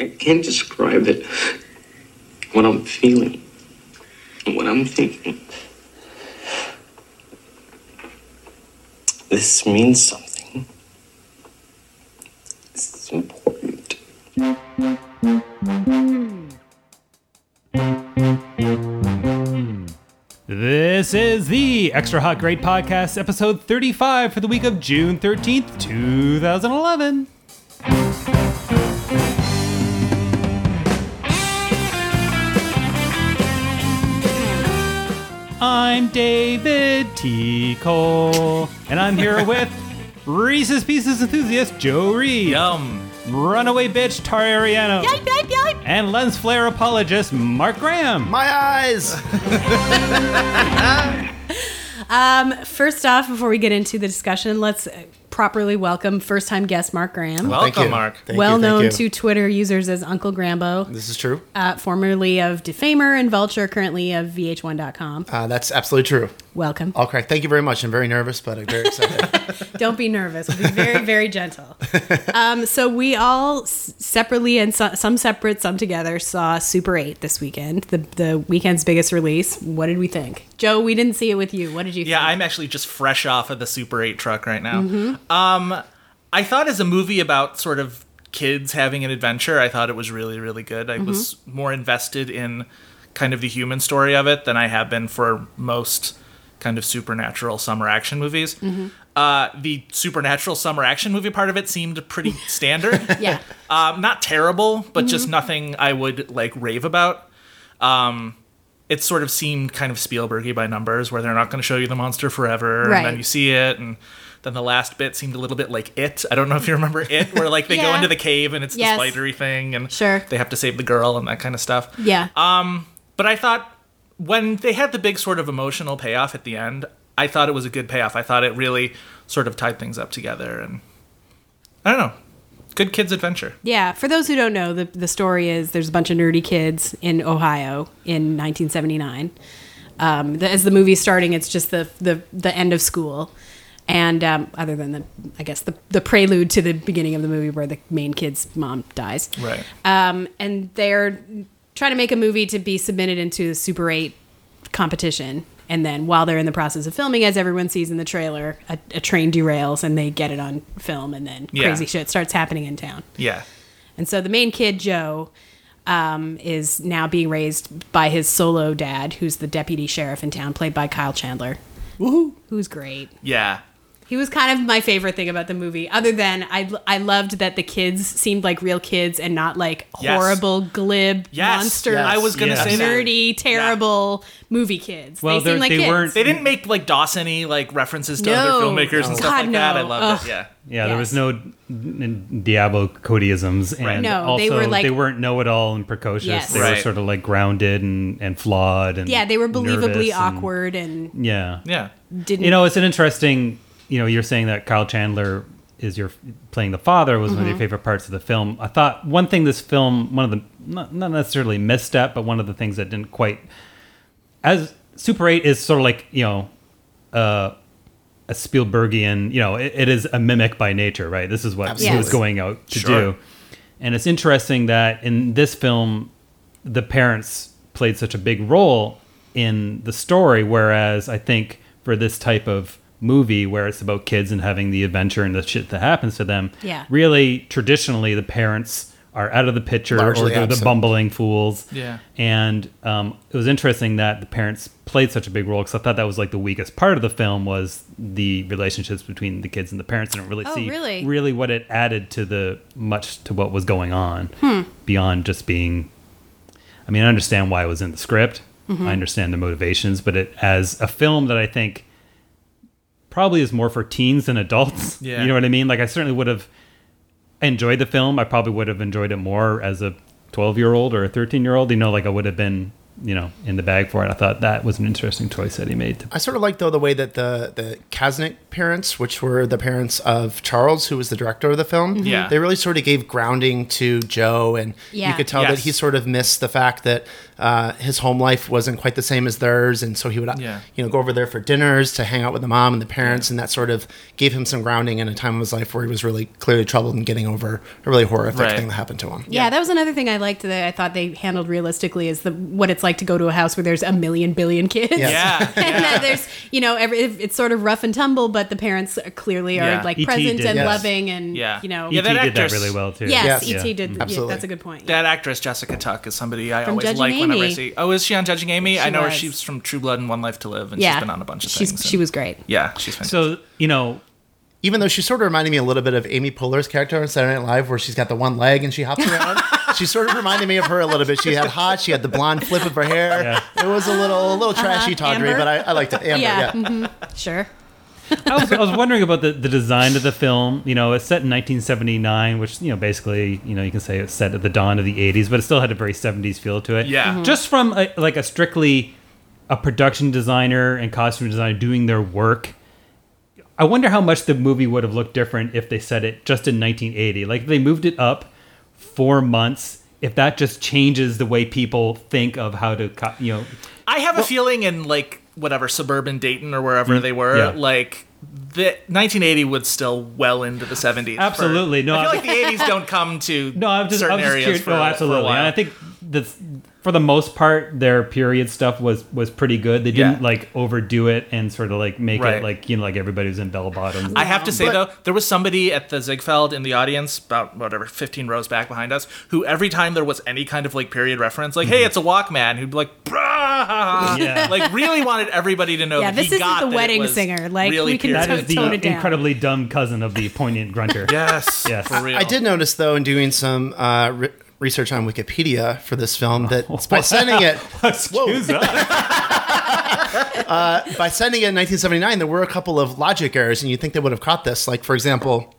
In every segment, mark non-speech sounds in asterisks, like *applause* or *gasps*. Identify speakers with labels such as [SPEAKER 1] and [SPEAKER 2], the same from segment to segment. [SPEAKER 1] I can't describe it. What I'm feeling, what I'm thinking. This means something. This is important.
[SPEAKER 2] This is the Extra Hot Great Podcast, episode 35 for the week of June 13th, 2011. I'm David T. Cole, and I'm here with Reese's Pieces enthusiast Joe Reed,
[SPEAKER 3] Yum.
[SPEAKER 2] runaway bitch Tari Ariano,
[SPEAKER 4] Yipe, yipe, yipe.
[SPEAKER 2] and lens flare apologist Mark Graham.
[SPEAKER 3] My eyes.
[SPEAKER 4] Um, first off, before we get into the discussion, let's uh, properly welcome first-time guest Mark Graham,
[SPEAKER 3] Welcome,
[SPEAKER 5] Thank you.
[SPEAKER 3] Mark.
[SPEAKER 5] Thank you,
[SPEAKER 4] well
[SPEAKER 5] thank
[SPEAKER 4] known
[SPEAKER 5] you.
[SPEAKER 4] to Twitter users as Uncle Grambo,
[SPEAKER 5] This is true.
[SPEAKER 4] uh, formerly of Defamer and Vulture, currently of VH1.com.
[SPEAKER 5] Uh, that's absolutely true.
[SPEAKER 4] Welcome.
[SPEAKER 5] All correct. Thank you very much. I'm very nervous, but I'm very excited.
[SPEAKER 4] *laughs* Don't be nervous. We'll be very, very
[SPEAKER 5] *laughs*
[SPEAKER 4] gentle. Um, so we all s- separately and so- some separate, some together saw Super 8 this weekend, the the weekend's biggest release. What did we think, Joe? We didn't see it with you. What did you?
[SPEAKER 3] Yeah,
[SPEAKER 4] think?
[SPEAKER 3] I'm actually just fresh off of the Super 8 truck right now. Um, I thought as a movie about sort of kids having an adventure, I thought it was really, really good. I was more invested in kind of the human story of it than I have been for most kind of supernatural summer action movies. Uh, the supernatural summer action movie part of it seemed pretty standard.
[SPEAKER 4] yeah.
[SPEAKER 3] Um, not terrible, but just
[SPEAKER 4] Mm-hmm.
[SPEAKER 3] nothing I would like rave about. Um, it sort of seemed kind of Spielbergy by numbers, where they're not going to show you the monster forever, and
[SPEAKER 4] Right.
[SPEAKER 3] then you see it, and then the last bit seemed a little bit like it. I don't know if you remember it, where like they go
[SPEAKER 4] Yeah.
[SPEAKER 3] into the cave and it's
[SPEAKER 4] Yes.
[SPEAKER 3] the spidery thing, and
[SPEAKER 4] Sure.
[SPEAKER 3] they have to save the girl and that kind of stuff.
[SPEAKER 4] Yeah.
[SPEAKER 3] But I thought when they had the big sort of emotional payoff at the end, I thought it was a good payoff. I thought it really sort of tied things up together, and I don't know, good kids adventure.
[SPEAKER 4] Yeah, for those who don't know, the, the story is there's a bunch of nerdy kids in Ohio in 1979. Um, the, as the movie's starting, it's just the, the, the end of school. And um, other than the, I guess, the, the prelude to the beginning of the movie where the main kid's mom dies.
[SPEAKER 3] Right.
[SPEAKER 4] Um, and they're trying to make a movie to be submitted into the Super 8 competition. And then while they're in the process of filming, as everyone sees in the trailer, a, a train derails and they get it on film. And then
[SPEAKER 3] Yeah.
[SPEAKER 4] crazy shit starts happening in town.
[SPEAKER 3] Yeah.
[SPEAKER 4] And so the main kid, Joe, um, is now being raised by his solo dad, who's the deputy sheriff in town, played by Kyle Chandler. Woohoo! Who's great.
[SPEAKER 3] Yeah.
[SPEAKER 4] He was kind of my favorite thing about the movie, other than I, I loved that the kids seemed like real kids and not like
[SPEAKER 3] Yes.
[SPEAKER 4] horrible, glib,
[SPEAKER 3] Yes.
[SPEAKER 4] monsters.
[SPEAKER 3] I was gonna
[SPEAKER 5] Yes.
[SPEAKER 3] say that.
[SPEAKER 4] nerdy, terrible movie kids.
[SPEAKER 2] Well,
[SPEAKER 4] they seemed
[SPEAKER 2] they're-
[SPEAKER 4] like
[SPEAKER 2] they
[SPEAKER 4] kids.
[SPEAKER 2] weren't-
[SPEAKER 3] They didn't make like Dawsony like references to
[SPEAKER 4] No.
[SPEAKER 3] other filmmakers
[SPEAKER 4] No.
[SPEAKER 3] and stuff
[SPEAKER 4] God,
[SPEAKER 3] like that.
[SPEAKER 4] no.
[SPEAKER 3] I loved
[SPEAKER 4] Ugh.
[SPEAKER 3] it. Yeah.
[SPEAKER 2] Yeah, there was
[SPEAKER 4] Yes.
[SPEAKER 2] no n- n- Diablo Codyisms, and
[SPEAKER 3] Right.
[SPEAKER 4] No,
[SPEAKER 2] also
[SPEAKER 4] they
[SPEAKER 2] they,
[SPEAKER 4] were
[SPEAKER 2] were
[SPEAKER 4] like-
[SPEAKER 2] not know-it-all and precocious.
[SPEAKER 4] Yes.
[SPEAKER 2] They were
[SPEAKER 3] Right.
[SPEAKER 2] sort of like grounded and, and flawed, and
[SPEAKER 4] Yeah, they were believably
[SPEAKER 2] nervous and-
[SPEAKER 4] awkward and
[SPEAKER 2] yeah,
[SPEAKER 3] Yeah.
[SPEAKER 4] didn't.
[SPEAKER 2] You know, it's an interesting. You know, you're saying that Kyle Chandler is your playing the father was
[SPEAKER 4] Mm-hmm.
[SPEAKER 2] one of your favorite parts of the film. I thought one thing this film, one of the not, not necessarily misstep, but one of the things that didn't quite as Super Eight is sort of like you know. Uh, a Spielbergian, you know, it, it is a mimic by nature, right? This is what he was
[SPEAKER 4] Absolutely.
[SPEAKER 2] going out to
[SPEAKER 3] Sure.
[SPEAKER 2] do. And it's interesting that in this film, the parents played such a big role in the story, whereas I think for this type of movie where it's about kids and having the adventure and the shit that happens to them,
[SPEAKER 4] Yeah.
[SPEAKER 2] really traditionally the parents are out of the picture or
[SPEAKER 5] Largely
[SPEAKER 2] they're the
[SPEAKER 5] absent.
[SPEAKER 2] bumbling fools.
[SPEAKER 3] Yeah.
[SPEAKER 2] And um, it was interesting that the parents played such a big role because I thought that was like the weakest part of the film was the relationships between the kids and the parents. I didn't really
[SPEAKER 4] Oh,
[SPEAKER 2] see
[SPEAKER 4] really?
[SPEAKER 2] what it added to the much to what was going on
[SPEAKER 4] Hmm.
[SPEAKER 2] beyond just being. I mean, I understand why it was in the script.
[SPEAKER 4] Mm-hmm.
[SPEAKER 2] I understand the motivations, but it as a film that I think probably is more for teens than adults. *laughs*
[SPEAKER 3] Yeah.
[SPEAKER 2] You know what I mean? Like I certainly would have enjoyed the film. I probably would have enjoyed it more as a 12 year old or a 13 year old. You know, like I would have been you know in the bag for it. I thought that was an interesting choice that he made. To,
[SPEAKER 5] I sort of like though the way that the the Kaznik parents, which were the parents of Charles, who was the director of the film,
[SPEAKER 3] Mm-hmm. Yeah.
[SPEAKER 5] they really sort of gave grounding to Joe, and
[SPEAKER 4] Yeah.
[SPEAKER 5] you could tell that
[SPEAKER 3] Yes.
[SPEAKER 5] he sort of missed the fact that uh, his home life wasn't quite the same as theirs, and so he would uh,
[SPEAKER 3] Yeah.
[SPEAKER 5] you know go over there for dinners to hang out with the mom and the parents, and that sort of gave him some grounding in a time of his life where he was really clearly troubled and getting over a really horrific
[SPEAKER 3] Right.
[SPEAKER 5] thing that happened to him.
[SPEAKER 4] Yeah, that was another thing I liked that I thought they handled realistically is the what it's like to go to a house where there's a million billion kids.
[SPEAKER 3] Yeah.
[SPEAKER 4] *laughs*
[SPEAKER 2] *laughs*
[SPEAKER 4] and that there's you know every it's sort of rough and tumble, but the parents are clearly are
[SPEAKER 3] Yeah. E
[SPEAKER 4] like
[SPEAKER 2] E.T.
[SPEAKER 4] present
[SPEAKER 2] did
[SPEAKER 4] and
[SPEAKER 2] that.
[SPEAKER 4] loving and
[SPEAKER 3] Yeah.
[SPEAKER 4] you know E
[SPEAKER 3] Yeah,
[SPEAKER 2] he
[SPEAKER 3] that
[SPEAKER 2] did that
[SPEAKER 3] actress-
[SPEAKER 2] really well too.
[SPEAKER 4] yes,
[SPEAKER 5] Yes.
[SPEAKER 4] E.T.
[SPEAKER 2] Yeah.
[SPEAKER 4] did yeah,
[SPEAKER 5] Absolutely.
[SPEAKER 4] that's a good point.
[SPEAKER 3] That actress Jessica Tuck is somebody I always
[SPEAKER 4] Judging
[SPEAKER 3] like whenever I
[SPEAKER 4] Amy.
[SPEAKER 3] see. Oh, is she on Judging Amy? I know her.
[SPEAKER 4] was.
[SPEAKER 3] She's from True Blood and One Life to Live, and
[SPEAKER 4] yeah,
[SPEAKER 3] she's been on a bunch of
[SPEAKER 4] she's,
[SPEAKER 3] things.
[SPEAKER 4] She
[SPEAKER 3] and-
[SPEAKER 4] was great.
[SPEAKER 3] Yeah, she's fantastic.
[SPEAKER 2] So you know,
[SPEAKER 5] Even though she sort of reminded me a little bit of Amy Poehler's character on Saturday Night Live, where she's got the one leg and she hops around. she sort of reminded me of her a little bit. She had hot, she had the blonde flip of her hair. It was a little, a little trashy, tawdry,
[SPEAKER 4] Amber?
[SPEAKER 5] but I, I liked it. Amber,
[SPEAKER 4] yeah,
[SPEAKER 5] yeah.
[SPEAKER 4] mhm, sure.
[SPEAKER 2] I was, I was wondering about the, the design of the film. You know, it's set in 1979, which you know basically you know you can say it's set at the dawn of the 80s, but it still had a very 70s feel to it.
[SPEAKER 3] Yeah. Mhm.
[SPEAKER 2] just from a, like a strictly a production designer and costume designer doing their work. I wonder how much the movie would have looked different if they set it just in 1980. Like if they moved it up four months. If that just changes the way people think of how to, co- you know,
[SPEAKER 3] I have a feeling in like whatever suburban Dayton or wherever they were,
[SPEAKER 2] Mm, yeah.
[SPEAKER 3] like the 1980 would still well into the 70s. for-
[SPEAKER 2] Absolutely, no,
[SPEAKER 3] I feel
[SPEAKER 2] I'm-
[SPEAKER 3] like the 80s don't come to
[SPEAKER 2] *laughs* No, I'm just,
[SPEAKER 3] certain
[SPEAKER 2] I'm just
[SPEAKER 3] areas
[SPEAKER 2] curious.
[SPEAKER 3] for
[SPEAKER 2] oh,
[SPEAKER 3] for a
[SPEAKER 2] absolutely.
[SPEAKER 3] while.
[SPEAKER 2] And I think the for the most part, their period stuff was was pretty good. They didn't
[SPEAKER 3] Yeah.
[SPEAKER 2] like overdo it and sort of like make
[SPEAKER 3] Right.
[SPEAKER 2] it like you know like everybody was in bell bottoms.
[SPEAKER 3] I have to say
[SPEAKER 5] But-
[SPEAKER 3] though, there was somebody at the Ziegfeld in the audience, about whatever, fifteen rows back behind us, who every time there was any kind of like period reference, like "Hey, it's a Walkman," who'd be like, "Brah!"
[SPEAKER 2] Mhm. Yeah.
[SPEAKER 3] *laughs* like really wanted everybody to know.
[SPEAKER 4] Yeah,
[SPEAKER 3] that
[SPEAKER 4] this
[SPEAKER 3] he
[SPEAKER 4] isn't
[SPEAKER 3] got
[SPEAKER 4] the
[SPEAKER 3] that it
[SPEAKER 4] wedding
[SPEAKER 3] was
[SPEAKER 4] singer. Like,
[SPEAKER 3] really
[SPEAKER 4] we can
[SPEAKER 3] period.
[SPEAKER 2] that is
[SPEAKER 4] to- tone
[SPEAKER 2] the
[SPEAKER 4] it down.
[SPEAKER 2] incredibly dumb cousin of the poignant
[SPEAKER 3] *laughs*
[SPEAKER 2] grunter.
[SPEAKER 3] yes,
[SPEAKER 2] Yes.
[SPEAKER 3] for real.
[SPEAKER 5] I did notice though in doing some uh, re- research on Wikipedia for this film that by sending it
[SPEAKER 2] Excuse us.
[SPEAKER 5] by sending it in 1979, there were a couple of logic errors, and you would think they would have caught this. Like for example,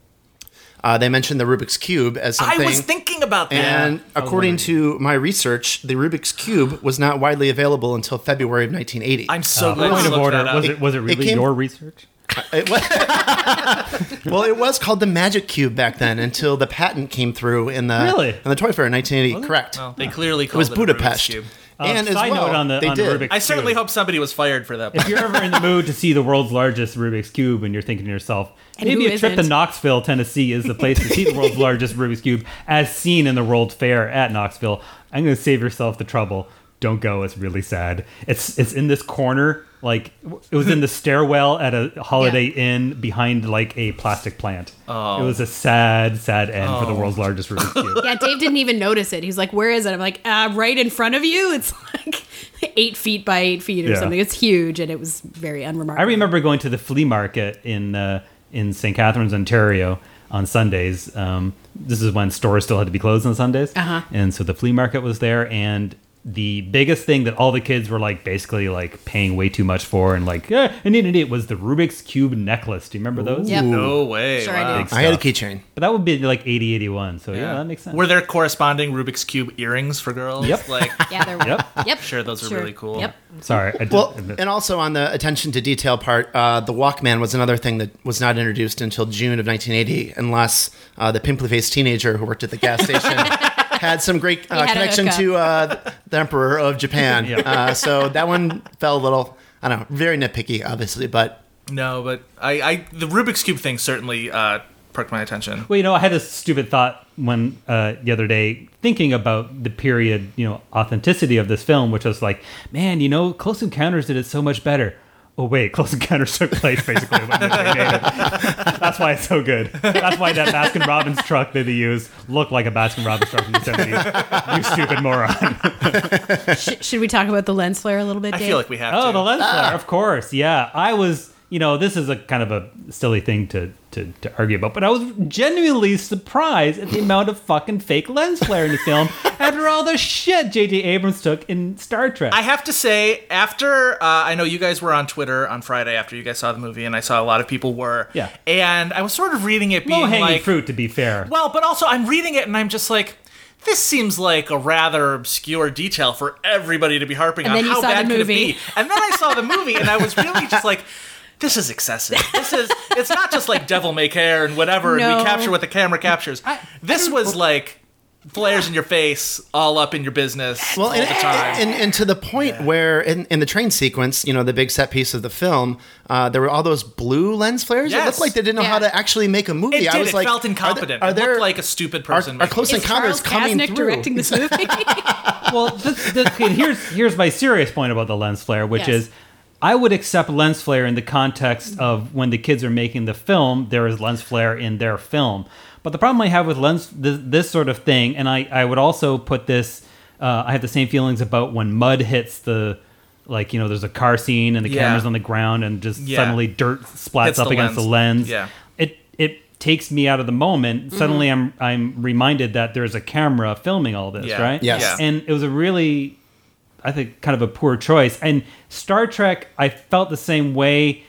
[SPEAKER 5] uh, they mentioned the Rubik's cube as something.
[SPEAKER 3] I was thinking about that.
[SPEAKER 5] And according to my research, the Rubik's Cube was not widely available until February of 1980.
[SPEAKER 3] I'm so glad
[SPEAKER 2] Point
[SPEAKER 3] you
[SPEAKER 2] of
[SPEAKER 3] looked
[SPEAKER 2] order.
[SPEAKER 3] *laughs* that up.
[SPEAKER 2] Was it was it really
[SPEAKER 5] came-
[SPEAKER 2] your research?
[SPEAKER 5] It wa- *laughs* well, it was called the Magic Cube back then until the patent came through in the
[SPEAKER 2] Really?
[SPEAKER 5] in the toy fair in 1980. Correct.
[SPEAKER 3] Well, they clearly
[SPEAKER 5] it
[SPEAKER 3] called
[SPEAKER 5] was
[SPEAKER 3] a Rubik's
[SPEAKER 5] Budapest.
[SPEAKER 3] Cube.
[SPEAKER 5] and as
[SPEAKER 2] Uh, side
[SPEAKER 5] well,
[SPEAKER 2] note on the
[SPEAKER 5] they
[SPEAKER 2] on
[SPEAKER 5] did.
[SPEAKER 2] the Rubik's
[SPEAKER 3] I certainly
[SPEAKER 2] Cube.
[SPEAKER 3] hope somebody was fired for
[SPEAKER 2] *laughs*
[SPEAKER 3] that.
[SPEAKER 2] If you're ever in the mood to see the world's largest Rubik's cube and you're thinking to yourself,
[SPEAKER 4] And
[SPEAKER 2] maybe
[SPEAKER 4] who
[SPEAKER 2] a trip to
[SPEAKER 4] isn't?
[SPEAKER 2] Knoxville, Tennessee is the place to see the
[SPEAKER 4] *laughs*
[SPEAKER 2] world's largest Rubik's cube as seen in the World Fair at Knoxville, I'm going to save yourself the trouble. Don't go. It's really sad. It's it's in this corner. Like it was in the stairwell at a Holiday Inn behind like a plastic plant. Oh. It was a sad, sad end for the world's largest Rubik's cube.
[SPEAKER 4] Yeah, Dave didn't even notice it. He was like, "Where is it?" I'm like, uh, "Right in front of you." *laughs* It's like eight feet by eight feet or
[SPEAKER 2] Yeah.
[SPEAKER 4] something. It's huge, and it was very unremarkable.
[SPEAKER 2] I remember going to the flea market in uh, in St. Catharines, Ontario, on Sundays. Um, this is when stores still had to be closed on Sundays,
[SPEAKER 4] Uh-huh.
[SPEAKER 2] and so the flea market was there. And the biggest thing that all the kids were like, basically like paying way too much for, and like, eh, I need it was the Rubik's cube necklace. Do you remember those?
[SPEAKER 4] Yep.
[SPEAKER 3] No way.
[SPEAKER 4] Sure I
[SPEAKER 3] wow.
[SPEAKER 4] did.
[SPEAKER 5] I had a keychain.
[SPEAKER 2] But that would be like 80, 81. So yeah, that makes sense.
[SPEAKER 3] Were there corresponding Rubik's cube earrings for girls?
[SPEAKER 2] Yep.
[SPEAKER 3] Like,
[SPEAKER 4] Yeah, there were.
[SPEAKER 2] Yep.
[SPEAKER 4] Yep.
[SPEAKER 3] Sure, those are really cool.
[SPEAKER 4] Yep.
[SPEAKER 2] Sorry, I did,
[SPEAKER 5] Well, and also on the attention to detail part, uh, the Walkman was another thing that was not introduced until June of 1980, unless uh, the pimply faced teenager who worked at the
[SPEAKER 3] *laughs*
[SPEAKER 5] gas station had some great uh,
[SPEAKER 4] had a
[SPEAKER 5] connection
[SPEAKER 4] hookup.
[SPEAKER 5] to uh, the Emperor of Japan.
[SPEAKER 2] Yeah.
[SPEAKER 5] uh, so that one fell a little, I don't know, very nitpicky, obviously, but
[SPEAKER 3] No, but I, I the Rubik's cube thing certainly uh, perked my attention.
[SPEAKER 2] Well, you know, I had this stupid thought when uh, the other day thinking about the period, you know, authenticity of this film, which was like, man, you know, Close Encounters did it so much better. Oh wait, Close Encounters took place basically when they made it. *laughs* That's why it's so good. That's why that Baskin Robbins truck that they used looked like a Baskin Robbins truck from the seventies. You stupid moron.
[SPEAKER 4] Sh- should we talk about the lens flare a little bit?
[SPEAKER 3] I
[SPEAKER 4] Dave?
[SPEAKER 3] feel like we have
[SPEAKER 2] Oh,
[SPEAKER 3] to.
[SPEAKER 2] the lens
[SPEAKER 3] Ah.
[SPEAKER 2] flare, of course. Yeah, I was. You know, this is a kind of a silly thing to, to to argue about, but I was genuinely surprised at the amount of fucking fake lens flare in the
[SPEAKER 3] *laughs*
[SPEAKER 2] film after all the shit J.J. Abrams took in Star Trek.
[SPEAKER 3] I have to say, after uh, I know you guys were on Twitter on Friday after you guys saw the movie, and I saw a lot of people were.
[SPEAKER 2] Yeah.
[SPEAKER 3] And I was sort of reading it, being
[SPEAKER 2] Low hanging
[SPEAKER 3] like,
[SPEAKER 2] fruit, to be fair.
[SPEAKER 3] well, but also I'm reading it, and I'm just like, this seems like a rather obscure detail for everybody to be harping
[SPEAKER 4] And
[SPEAKER 3] on.
[SPEAKER 4] then you
[SPEAKER 3] How
[SPEAKER 4] saw the
[SPEAKER 3] bad could it
[SPEAKER 4] movie.
[SPEAKER 3] be? And then I saw the movie, and I was really just like, this is excessive. This is. It's not just like devil may care and whatever, and
[SPEAKER 4] No.
[SPEAKER 3] we capture what the camera captures. this was like flares in your face, all up in your business
[SPEAKER 5] well,
[SPEAKER 3] all
[SPEAKER 5] and,
[SPEAKER 3] the time.
[SPEAKER 5] and, and to the point where in, in the train sequence, you know, the big set piece of the film, uh, there were all those blue lens flares. It looked
[SPEAKER 3] Yes.
[SPEAKER 5] like they didn't know how
[SPEAKER 4] Yeah.
[SPEAKER 5] to actually make a movie.
[SPEAKER 3] it did.
[SPEAKER 5] I was
[SPEAKER 3] it
[SPEAKER 5] like,
[SPEAKER 3] felt
[SPEAKER 5] are there-
[SPEAKER 3] incompetent.
[SPEAKER 5] Are,
[SPEAKER 3] it
[SPEAKER 5] there
[SPEAKER 3] looked like a stupid
[SPEAKER 5] our,
[SPEAKER 3] person?
[SPEAKER 5] our
[SPEAKER 3] making-
[SPEAKER 5] close encounters coming
[SPEAKER 4] Kasnick
[SPEAKER 5] through?
[SPEAKER 4] directing this movie? *laughs*
[SPEAKER 2] well, this, this, okay, here's here's my serious point about the lens flare, which
[SPEAKER 4] Yes.
[SPEAKER 2] is I would accept lens flare in the context of when the kids are making the film, there is lens flare in their film. But the problem I have with lens this, this sort of thing, and I, I would also put this, uh, I have the same feelings about when mud hits the, like you know, there's a car scene and the
[SPEAKER 3] Yeah.
[SPEAKER 2] camera's on the ground and just
[SPEAKER 3] Yeah.
[SPEAKER 2] suddenly dirt splats
[SPEAKER 3] Hits
[SPEAKER 2] up
[SPEAKER 3] the
[SPEAKER 2] against
[SPEAKER 3] lens.
[SPEAKER 2] the lens.
[SPEAKER 3] Yeah.
[SPEAKER 2] It it takes me out of the moment.
[SPEAKER 3] Mm-hmm.
[SPEAKER 2] Suddenly I'm I'm reminded that there's a camera filming all this,
[SPEAKER 3] Yeah.
[SPEAKER 2] right?
[SPEAKER 5] Yes.
[SPEAKER 3] Yeah.
[SPEAKER 2] And it was a really, I think, kind of a poor choice. And Star Trek, I felt the same way,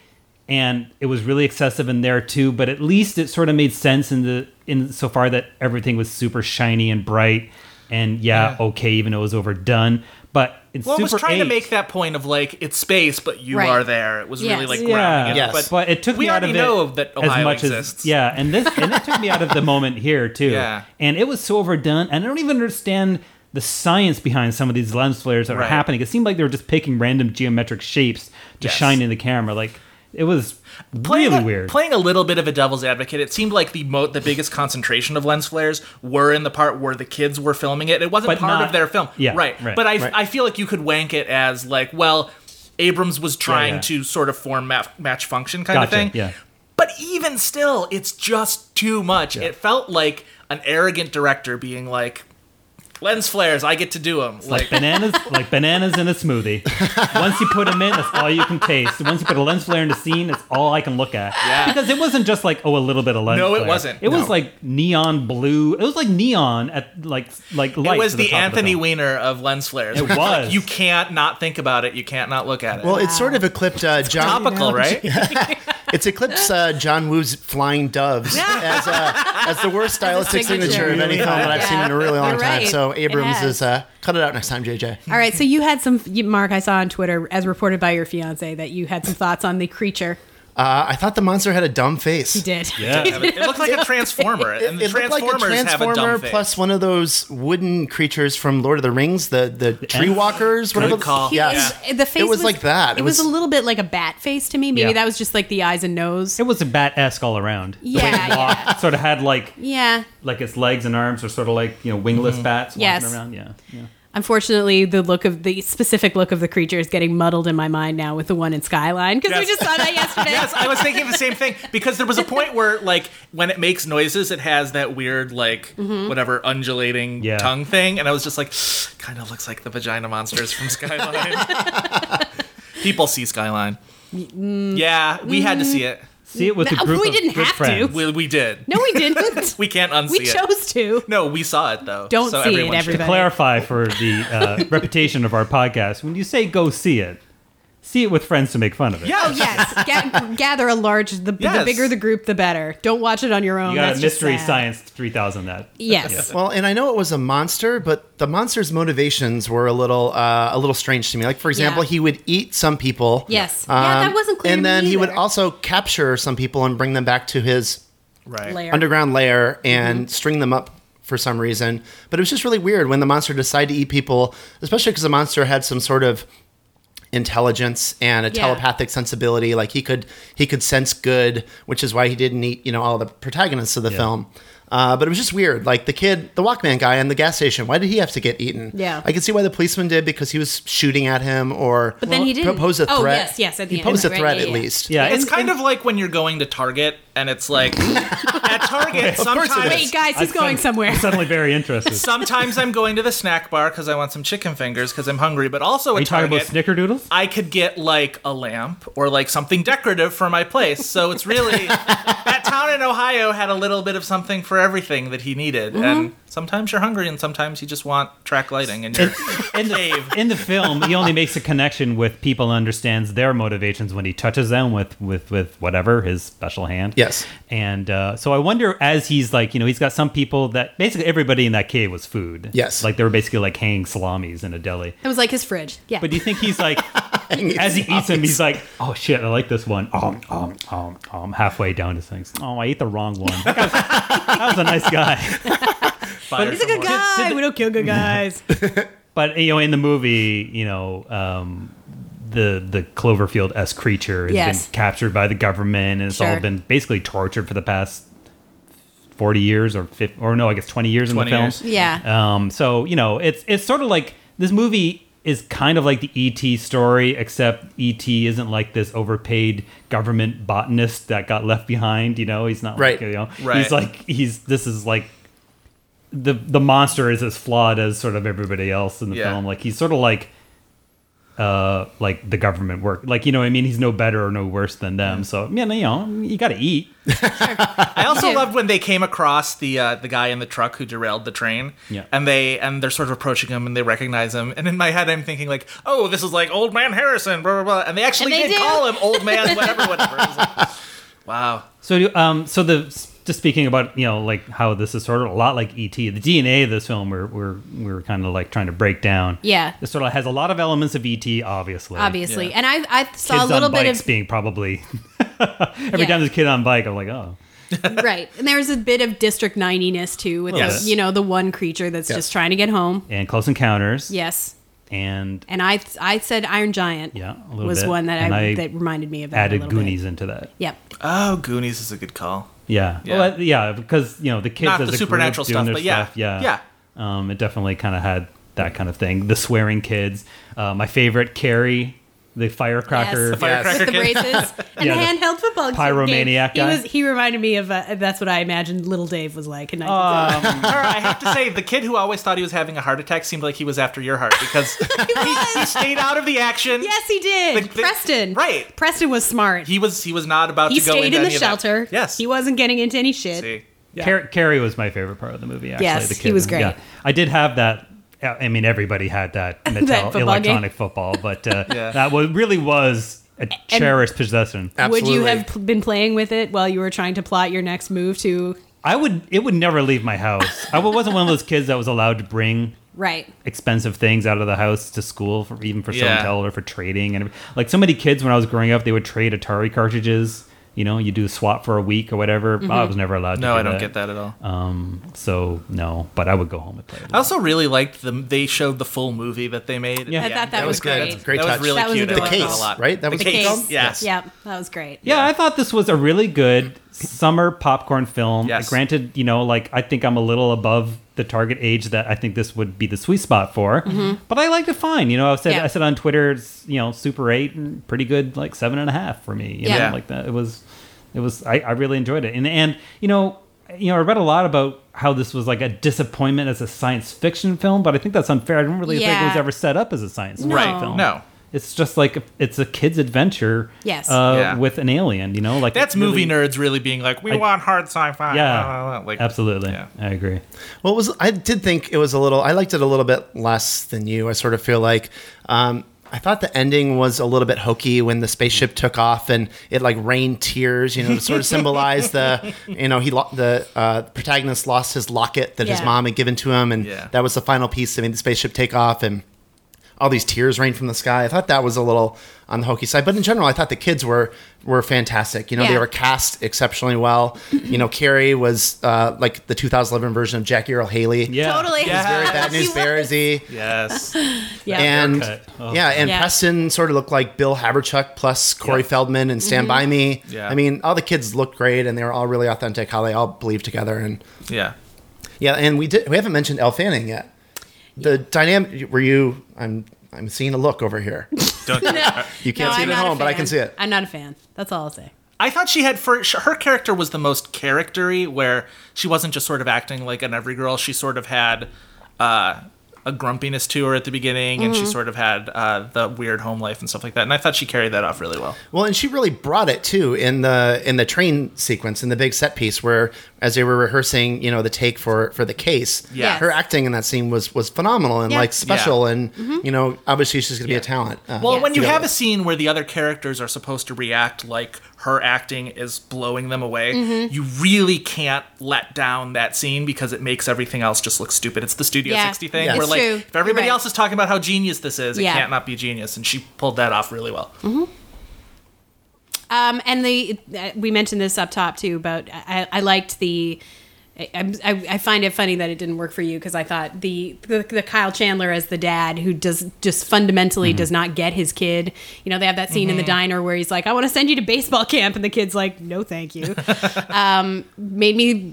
[SPEAKER 2] and it was really excessive in there too. But at least it sort of made sense in the in so far that everything was super shiny and bright, and yeah,
[SPEAKER 3] Yeah.
[SPEAKER 2] okay, even though it was overdone. But in
[SPEAKER 3] Well,
[SPEAKER 2] Super
[SPEAKER 3] it was trying to
[SPEAKER 2] 8
[SPEAKER 3] make that point of like it's space, but you
[SPEAKER 4] Right.
[SPEAKER 3] are there. It was really
[SPEAKER 4] Yes.
[SPEAKER 3] like
[SPEAKER 2] yeah,
[SPEAKER 3] grounding. it.
[SPEAKER 5] Yes.
[SPEAKER 2] but,
[SPEAKER 3] But,
[SPEAKER 2] it took
[SPEAKER 3] we
[SPEAKER 2] me out of
[SPEAKER 3] already
[SPEAKER 2] it
[SPEAKER 3] know that Ohio
[SPEAKER 2] as much
[SPEAKER 3] exists.
[SPEAKER 2] as yeah, and this and it took me out of the moment here too.
[SPEAKER 3] *laughs* Yeah.
[SPEAKER 2] and it was so overdone, and I don't even understand the science behind some of these lens flares that were
[SPEAKER 3] Right.
[SPEAKER 2] happening. It seemed like they were just picking random geometric shapes to
[SPEAKER 3] Yes.
[SPEAKER 2] shine in the camera. Like it was
[SPEAKER 3] Playing
[SPEAKER 2] really
[SPEAKER 3] a,
[SPEAKER 2] weird.
[SPEAKER 3] Playing a little bit of a devil's advocate, it seemed like the mo- the biggest concentration of lens flares were in the part where the kids were filming it. It wasn't
[SPEAKER 2] But
[SPEAKER 3] part
[SPEAKER 2] not-
[SPEAKER 3] of their film,
[SPEAKER 2] yeah,
[SPEAKER 3] right?
[SPEAKER 2] right,
[SPEAKER 3] but I
[SPEAKER 5] right.
[SPEAKER 3] I feel like you could wank it as like, well, Abrams was trying
[SPEAKER 2] yeah.
[SPEAKER 3] to sort of form ma- match function kind
[SPEAKER 2] gotcha.
[SPEAKER 3] of thing.
[SPEAKER 2] Yeah.
[SPEAKER 3] But even still, it's just too much. It felt like an arrogant director being like, "Lens flares, I get to do them."
[SPEAKER 2] Like bananas, like bananas in a smoothie. Once you put them in, that's all you can taste. Once you put a lens flare in the scene, it's all I can look at.
[SPEAKER 3] Yeah.
[SPEAKER 2] Because it wasn't just like oh a little bit of lens.
[SPEAKER 3] No, it
[SPEAKER 2] flare.
[SPEAKER 3] wasn't.
[SPEAKER 2] It was
[SPEAKER 3] No.
[SPEAKER 2] like neon blue. It was like neon at like like lights.
[SPEAKER 3] It was
[SPEAKER 2] at
[SPEAKER 3] the,
[SPEAKER 2] top of
[SPEAKER 3] Anthony
[SPEAKER 2] film.
[SPEAKER 3] Weiner of lens flares.
[SPEAKER 2] It was.
[SPEAKER 3] You can't not think about it. You can't not look at it.
[SPEAKER 5] Well, it's sort of eclipsed uh, John.
[SPEAKER 3] topical, right?
[SPEAKER 5] It's eclipsed uh, John Woo's Flying Doves as, uh, as the
[SPEAKER 4] *laughs*
[SPEAKER 5] worst stylistic
[SPEAKER 4] signature.
[SPEAKER 5] signature of any film that I've seen in a really long
[SPEAKER 4] You're
[SPEAKER 5] time.
[SPEAKER 4] right.
[SPEAKER 5] So Abrams
[SPEAKER 4] It
[SPEAKER 5] is uh, cut it out next time, JJ.
[SPEAKER 4] All right, so you had some, you- Mark, I saw on Twitter, as reported by your fiance, that you had some thoughts on the creature.
[SPEAKER 5] Uh, I thought the monster had a dumb face.
[SPEAKER 4] You did.
[SPEAKER 2] Yeah.
[SPEAKER 3] it looked like a transformer, and the
[SPEAKER 5] It looked like a
[SPEAKER 3] transformers have a
[SPEAKER 5] transformer
[SPEAKER 3] dumb face.
[SPEAKER 5] plus one of those wooden creatures from Lord of the Rings, the the tree
[SPEAKER 2] Ents?
[SPEAKER 5] walkers, whatever.
[SPEAKER 3] call.
[SPEAKER 5] Yeah.
[SPEAKER 3] Yeah.
[SPEAKER 4] It- The face
[SPEAKER 5] was like that.
[SPEAKER 4] It,
[SPEAKER 5] It
[SPEAKER 4] was,
[SPEAKER 5] was-
[SPEAKER 4] a little bit like a bat face to me. Maybe
[SPEAKER 2] Yeah.
[SPEAKER 4] that was just like the eyes and nose.
[SPEAKER 2] It was a bat esque all around. The way
[SPEAKER 4] Yeah,
[SPEAKER 2] it walked, Sort of had like
[SPEAKER 4] yeah.
[SPEAKER 2] like its legs and arms are sort of like you know wingless bats walking
[SPEAKER 4] Mm-hmm. Yes.
[SPEAKER 2] around. Yeah. yeah.
[SPEAKER 4] Unfortunately, the look of the specific look of the creature is getting muddled in my mind now with the one in Skyline because we
[SPEAKER 3] Yes.
[SPEAKER 4] just saw that yesterday.
[SPEAKER 3] Yes, I was thinking the same thing because there was a point where, like, when it makes noises, it has that weird, like, whatever undulating
[SPEAKER 2] Yeah.
[SPEAKER 3] tongue thing, and I was just like, kind of looks like the vagina monsters from Skyline. People see Skyline. Yeah, we had to see it.
[SPEAKER 2] See it with a
[SPEAKER 4] No,
[SPEAKER 2] group
[SPEAKER 4] we
[SPEAKER 2] of
[SPEAKER 4] didn't
[SPEAKER 2] good
[SPEAKER 4] have to.
[SPEAKER 2] friends.
[SPEAKER 3] We, we did.
[SPEAKER 4] No, we didn't.
[SPEAKER 3] We can't unsee
[SPEAKER 4] we
[SPEAKER 3] it.
[SPEAKER 4] chose to.
[SPEAKER 3] No, we saw it though.
[SPEAKER 4] Don't
[SPEAKER 3] so
[SPEAKER 4] see it,
[SPEAKER 3] everyone should.
[SPEAKER 4] everybody.
[SPEAKER 2] clarify for the
[SPEAKER 4] *laughs*
[SPEAKER 2] uh, reputation of our podcast, when you say go see it, see it with friends to make fun of it.
[SPEAKER 3] Yeah,
[SPEAKER 4] Oh yes, Ga- gather a large. The, the
[SPEAKER 3] Yes.
[SPEAKER 4] bigger the group, the better. Don't watch it on your own.
[SPEAKER 2] You got
[SPEAKER 4] Oh, That's
[SPEAKER 2] a
[SPEAKER 4] just
[SPEAKER 2] mystery
[SPEAKER 4] sad.
[SPEAKER 2] science three thousand that.
[SPEAKER 4] Yes.
[SPEAKER 5] Well, and I know it was a monster, but the monster's motivations were a little uh, a little strange to me. Like for example,
[SPEAKER 4] Yeah.
[SPEAKER 5] he would eat some people. Um,
[SPEAKER 4] Yes. Yeah, that wasn't clear to
[SPEAKER 5] And
[SPEAKER 4] me
[SPEAKER 5] then he would
[SPEAKER 4] either.
[SPEAKER 5] also capture some people and bring them back to his
[SPEAKER 3] right.
[SPEAKER 4] Layer. Mm-hmm.
[SPEAKER 5] underground lair and string them up for some reason. But it was just really weird when the monster decided to eat people, especially because the monster had some sort of intelligence and a
[SPEAKER 4] Yeah.
[SPEAKER 5] telepathic sensibility. Like he could he could sense good, which is why he didn't eat you know all the protagonists of the film. Uh, but it was just weird. Like the kid, the Walkman guy in the gas station. Why did he have to get eaten?
[SPEAKER 4] Yeah.
[SPEAKER 5] I can see why the policeman did because he was shooting at him or
[SPEAKER 4] But then he didn't.
[SPEAKER 5] pose a threat.
[SPEAKER 4] Oh, yes, yes, at the
[SPEAKER 5] he
[SPEAKER 4] end,
[SPEAKER 5] posed a
[SPEAKER 4] right,
[SPEAKER 5] threat
[SPEAKER 4] yeah,
[SPEAKER 5] at
[SPEAKER 4] yeah.
[SPEAKER 5] least.
[SPEAKER 2] Yeah,
[SPEAKER 3] It's
[SPEAKER 2] Uh, and-
[SPEAKER 3] kind of like when you're going to Target and it's
[SPEAKER 4] *laughs*
[SPEAKER 3] like at Target
[SPEAKER 5] course it
[SPEAKER 3] sometimes
[SPEAKER 4] Wait, guys, he's
[SPEAKER 2] I'm
[SPEAKER 4] going
[SPEAKER 2] sud-
[SPEAKER 4] somewhere.
[SPEAKER 2] I'm suddenly very interested.
[SPEAKER 4] *laughs*
[SPEAKER 3] sometimes I'm going to the snack bar cuz I want some chicken fingers cuz I'm hungry, but also
[SPEAKER 2] Are you
[SPEAKER 3] at
[SPEAKER 2] talking about
[SPEAKER 3] Target
[SPEAKER 2] snickerdoodles?
[SPEAKER 3] I could get like a lamp or like something decorative for my place. So
[SPEAKER 4] *laughs*
[SPEAKER 3] it's really that town in Ohio had a little bit of something for everything that he needed.
[SPEAKER 4] Mm-hmm.
[SPEAKER 3] And sometimes you're hungry, and sometimes you just want track lighting and you're
[SPEAKER 2] in the, in the film, he only makes a connection with people and understands their motivations when he touches them with with with whatever his special hand.
[SPEAKER 5] Yes.
[SPEAKER 2] And uh, so I wonder, as he's like, you know, he's got some people that basically everybody in that cave was food.
[SPEAKER 5] Yes.
[SPEAKER 2] Like they were basically like hanging salamis in a deli.
[SPEAKER 4] It was like his fridge. Yeah.
[SPEAKER 2] But do you think he's like, as he eats them, he's like, oh shit, I like this one. Um, um, um, um, halfway down his things. Oh, I ate the wrong one. That was, that was a nice guy.
[SPEAKER 3] fired
[SPEAKER 4] He's a good
[SPEAKER 3] from work.
[SPEAKER 4] guy. We don't kill
[SPEAKER 2] *laughs*
[SPEAKER 4] good guys.
[SPEAKER 2] Uh, But you know, in the movie, you know, um, the the Cloverfield s creature has
[SPEAKER 4] Yes.
[SPEAKER 2] been captured by the government, and it's all
[SPEAKER 4] Sure.
[SPEAKER 2] been basically tortured for the past forty years or 50, or no, I guess twenty years in
[SPEAKER 3] 20
[SPEAKER 2] the film.
[SPEAKER 3] years.
[SPEAKER 4] yeah.
[SPEAKER 2] Um, so you know, it's it's sort of like this movie is kind of like the ET story, except ET isn't like this overpaid government botanist that got left behind. You know, he's not Like,
[SPEAKER 5] Right.
[SPEAKER 2] you know,
[SPEAKER 3] Right.
[SPEAKER 2] he's like he's this is like the the monster is as flawed as sort of everybody else in the
[SPEAKER 3] Yeah.
[SPEAKER 2] film. Like he's sort of like uh like the government work like you know what i mean he's no better or no worse than them
[SPEAKER 3] Mm.
[SPEAKER 2] so yeah you know you gotta eat
[SPEAKER 3] I also
[SPEAKER 4] do.
[SPEAKER 3] loved when they came across the uh, the guy in the truck who derailed the train.
[SPEAKER 2] Yeah.
[SPEAKER 3] And they and they're sort of approaching him and they recognize him. And in my head I'm thinking like, oh, this is like old man Harrison, blah blah blah. And they actually
[SPEAKER 4] And they
[SPEAKER 3] did
[SPEAKER 4] do.
[SPEAKER 3] call him old
[SPEAKER 4] *laughs*
[SPEAKER 3] man whatever, whatever. It was like, wow.
[SPEAKER 2] So, do- um, so the just speaking about you know like how this is sort of a lot like ET. The DNA of this film we're we're we're kind of like trying to break down.
[SPEAKER 4] Yeah.
[SPEAKER 2] it sort of has a lot of elements of ET, obviously.
[SPEAKER 4] Obviously.
[SPEAKER 3] Yeah.
[SPEAKER 4] And I, I
[SPEAKER 2] kids
[SPEAKER 4] saw a little
[SPEAKER 2] on bikes
[SPEAKER 4] bit of
[SPEAKER 2] being probably *laughs* every time
[SPEAKER 4] Yeah. *laughs*
[SPEAKER 2] there's a kid on bike, I'm like, oh,
[SPEAKER 4] right, and there's a bit of District 90-ness too, with
[SPEAKER 2] Oh, Yes.
[SPEAKER 4] the, you know the one creature that's
[SPEAKER 5] Yes.
[SPEAKER 4] just trying to get home.
[SPEAKER 2] and Close Encounters.
[SPEAKER 4] Yes,
[SPEAKER 2] and
[SPEAKER 4] and I I said Iron Giant.
[SPEAKER 2] Yeah, a little
[SPEAKER 4] was
[SPEAKER 2] bit.
[SPEAKER 4] one that
[SPEAKER 2] And
[SPEAKER 4] I,
[SPEAKER 2] I
[SPEAKER 4] that reminded me of that a
[SPEAKER 2] added
[SPEAKER 4] little bit.
[SPEAKER 2] Goonies into that.
[SPEAKER 4] Yep.
[SPEAKER 3] Oh, Goonies is a good call.
[SPEAKER 2] Yeah,
[SPEAKER 3] Yeah.
[SPEAKER 2] well, yeah, because you know the kids
[SPEAKER 3] Not
[SPEAKER 2] as
[SPEAKER 3] the
[SPEAKER 2] a
[SPEAKER 3] supernatural
[SPEAKER 2] group doing
[SPEAKER 3] stuff,
[SPEAKER 2] their
[SPEAKER 3] but yeah.
[SPEAKER 2] yeah,
[SPEAKER 3] Yeah.
[SPEAKER 2] Um, it definitely kind of had that kind of thing. The swearing kids, uh, my favorite, Carrie, the firecracker.
[SPEAKER 4] Yes.
[SPEAKER 3] Firecracker
[SPEAKER 4] with the
[SPEAKER 3] kid.
[SPEAKER 4] braces
[SPEAKER 5] *laughs*
[SPEAKER 4] and
[SPEAKER 2] Yeah, the
[SPEAKER 4] handheld football game.
[SPEAKER 2] pyromaniac
[SPEAKER 4] he
[SPEAKER 2] guy.
[SPEAKER 4] was he reminded me of uh, that's what I imagined little Dave was like in 1970s.
[SPEAKER 3] Tara, I have to say, the kid who always thought he was having a heart attack seemed like he was after your heart
[SPEAKER 4] *laughs*
[SPEAKER 3] because he, he stayed out of the action.
[SPEAKER 4] Yes, he did.
[SPEAKER 3] The- the-
[SPEAKER 4] Preston.
[SPEAKER 3] right.
[SPEAKER 4] Preston was smart. He,
[SPEAKER 3] He was he was not about to go
[SPEAKER 4] stayed
[SPEAKER 3] into
[SPEAKER 4] in the
[SPEAKER 3] any of that.
[SPEAKER 4] shelter.
[SPEAKER 3] Yes.
[SPEAKER 4] He wasn't getting into any shit.
[SPEAKER 3] See.
[SPEAKER 2] Car- Carrie was my favorite part of the movie. Actually,
[SPEAKER 4] Yes,
[SPEAKER 2] the
[SPEAKER 4] he
[SPEAKER 2] kid.
[SPEAKER 4] was great.
[SPEAKER 2] I did have that. I mean, everybody had
[SPEAKER 4] *laughs*
[SPEAKER 2] that Mattel
[SPEAKER 4] football
[SPEAKER 2] electronic
[SPEAKER 4] game.
[SPEAKER 2] football, but uh,
[SPEAKER 3] *laughs* Yeah.
[SPEAKER 2] that was, really was a cherished possession.
[SPEAKER 4] Would you
[SPEAKER 5] Absolutely.
[SPEAKER 4] have pl- been playing with it while you were trying to plot your next move to
[SPEAKER 2] I would. It would never leave my house. I wasn't one of those kids that was allowed to bring
[SPEAKER 4] right?
[SPEAKER 2] expensive things out of the house to school, for, even for show
[SPEAKER 3] Yeah.
[SPEAKER 2] and tell or for trading. And like so many kids when I was growing up, they would trade Atari cartridges. You know, you do a swap for a week or whatever.
[SPEAKER 4] Mm-hmm.
[SPEAKER 2] I was never allowed. to
[SPEAKER 3] No,
[SPEAKER 2] do
[SPEAKER 3] I don't get that at all.
[SPEAKER 2] Um, so no, but I would go home and play. it.
[SPEAKER 3] I also really liked them. They showed the full movie that they made.
[SPEAKER 2] Yeah. I
[SPEAKER 4] thought that
[SPEAKER 3] It
[SPEAKER 4] was great.
[SPEAKER 5] That's a great
[SPEAKER 3] that
[SPEAKER 5] touch.
[SPEAKER 3] was really
[SPEAKER 4] That was
[SPEAKER 3] cute. I
[SPEAKER 4] adorable.
[SPEAKER 3] liked
[SPEAKER 4] The
[SPEAKER 3] that
[SPEAKER 5] case,
[SPEAKER 3] a lot.
[SPEAKER 5] right? That was
[SPEAKER 3] the
[SPEAKER 5] the
[SPEAKER 3] case.
[SPEAKER 5] case?
[SPEAKER 3] Yes.
[SPEAKER 4] Yep, that was great.
[SPEAKER 2] Yeah, I thought this was a really good summer popcorn film.
[SPEAKER 3] Yes.
[SPEAKER 2] Granted, you know, like I think I'm a little above the target age that I think this would be the sweet spot for. But I liked it fine. You know, I said
[SPEAKER 4] Yeah.
[SPEAKER 2] I said on Twitter, it's, you know, super eight and pretty good, like seven and a half for me. You
[SPEAKER 4] Yeah.
[SPEAKER 2] know, like that. It was, it was. I, I really enjoyed it. And and you know, you know, I read a lot about how this was like a disappointment as a science fiction film, but I think that's unfair. I didn't really think it was
[SPEAKER 4] Yeah.
[SPEAKER 2] ever set up as a science fiction
[SPEAKER 3] Right.
[SPEAKER 2] film.
[SPEAKER 3] No.
[SPEAKER 2] It's just like a- it's a kid's adventure.
[SPEAKER 4] Yes.
[SPEAKER 2] Uh,
[SPEAKER 3] Yeah.
[SPEAKER 2] With an alien, you know, like
[SPEAKER 3] That's
[SPEAKER 2] it really-
[SPEAKER 3] movie nerds really being like, we
[SPEAKER 2] I-
[SPEAKER 3] want hard sci-fi.
[SPEAKER 2] Yeah.
[SPEAKER 3] blah, blah, blah," like-
[SPEAKER 2] Absolutely.
[SPEAKER 3] Yeah.
[SPEAKER 2] I agree.
[SPEAKER 5] Well, it was I did think it was a little. I liked it a little bit less than you. I sort of feel like um, I thought the ending was a little bit hokey when the spaceship took off and it like rained tears. You know, to sort of symbolize the
[SPEAKER 4] *laughs*
[SPEAKER 5] you know he lo- the uh, protagonist lost his locket that his
[SPEAKER 4] Yeah.
[SPEAKER 5] mom had given to him, and
[SPEAKER 3] Yeah.
[SPEAKER 5] that was the final piece that made the spaceship take off and. All these tears rained from the sky. I thought that was a little on the hokey side, but in general, I thought the kids were were fantastic. You know, they
[SPEAKER 4] Yeah.
[SPEAKER 5] were cast exceptionally well. you know, Carrie was uh, like the 2011 version of Jackie Earl Haley.
[SPEAKER 2] Yeah.
[SPEAKER 4] Totally. *laughs*
[SPEAKER 3] Yeah.
[SPEAKER 5] Very bad
[SPEAKER 4] He
[SPEAKER 5] news
[SPEAKER 4] was.
[SPEAKER 5] Bearsy.
[SPEAKER 3] Yes.
[SPEAKER 4] Yeah.
[SPEAKER 5] And
[SPEAKER 2] Haircut. Oh.
[SPEAKER 5] yeah, and
[SPEAKER 4] Yeah.
[SPEAKER 5] Preston sort of looked like Bill Haverchuck plus Corey
[SPEAKER 2] Yeah.
[SPEAKER 5] Feldman and Stand
[SPEAKER 4] Mm-hmm.
[SPEAKER 5] By Me.
[SPEAKER 3] Yeah.
[SPEAKER 5] I mean, all the kids looked great and they were all really authentic how they all believed together and
[SPEAKER 3] yeah.
[SPEAKER 5] yeah, and we did we haven't mentioned Elle Fanning yet. The dynamic were you I'm I'm seeing a look over here.
[SPEAKER 3] Don't.
[SPEAKER 5] You can't
[SPEAKER 4] No,
[SPEAKER 5] see
[SPEAKER 4] I'm
[SPEAKER 5] it at
[SPEAKER 4] not a
[SPEAKER 5] home, but I
[SPEAKER 4] fan.
[SPEAKER 5] can see it.
[SPEAKER 4] I'm not a fan. That's all I'll say.
[SPEAKER 3] I thought she had for her character was the most charactery, where she wasn't just sort of acting like an every girl. She sort of had uh, a grumpiness to her at the beginning, and she sort of had uh, the weird home life and stuff like that. And I thought she carried that off really well.
[SPEAKER 5] Well, and she really brought it too in the in the train sequence in the big set piece where, as they were rehearsing, you know, the take for for the case.
[SPEAKER 3] Yeah.
[SPEAKER 5] her acting in that scene was was phenomenal and
[SPEAKER 4] Yeah.
[SPEAKER 5] like special, and you know, obviously she's going to be a talent. Uh,
[SPEAKER 3] Well, when you
[SPEAKER 5] Yeah.
[SPEAKER 3] have a scene where the other characters are supposed to react like her acting is blowing them away,
[SPEAKER 4] Mm-hmm.
[SPEAKER 3] you really can't let down that scene because it makes everything else just look stupid. It's the Studio
[SPEAKER 4] Yeah.
[SPEAKER 3] 60 thing
[SPEAKER 5] Yeah.
[SPEAKER 3] where
[SPEAKER 5] It's
[SPEAKER 3] like
[SPEAKER 4] true.
[SPEAKER 3] if everybody
[SPEAKER 4] You're right.
[SPEAKER 3] else is talking about how genius this is,
[SPEAKER 4] Yeah. Mm-hmm.
[SPEAKER 3] it can't not be genius and she pulled that off really well.
[SPEAKER 4] Um, and the uh, we mentioned this up top too, but I, I liked the. I, I'm- I, I find it funny that it didn't work for you because I thought the, the the Kyle Chandler as the dad who does just fundamentally does not get his kid. You know, they have that scene in the diner where he's like, "I want to send you to baseball camp," and the kid's like, "No, thank you." um, made me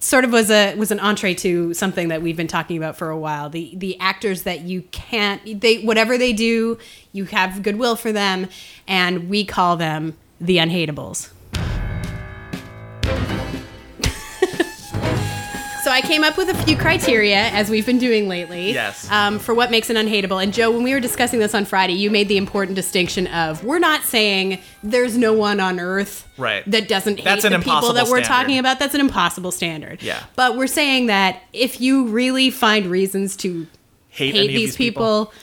[SPEAKER 4] sort of was a was an entree to something that we've been talking about for a while. The the actors that you can't they whatever they do, you have goodwill for them, and we call them the unhateables. *laughs* So I came up with a few criteria as we've been doing lately.
[SPEAKER 3] Yes.
[SPEAKER 4] Um, for what makes an unhateable. And Joe, when we were discussing this on Friday, you made the important distinction of we're not saying there's no one on earth
[SPEAKER 3] Right.
[SPEAKER 4] that doesn't hate
[SPEAKER 3] That's an
[SPEAKER 4] the people that
[SPEAKER 3] impossible
[SPEAKER 4] we're
[SPEAKER 3] standard.
[SPEAKER 4] talking about about that's an impossible standard.
[SPEAKER 3] Yeah.
[SPEAKER 4] But we're saying that if you really find reasons to
[SPEAKER 3] Hate,
[SPEAKER 4] hate
[SPEAKER 3] any of
[SPEAKER 4] these, people,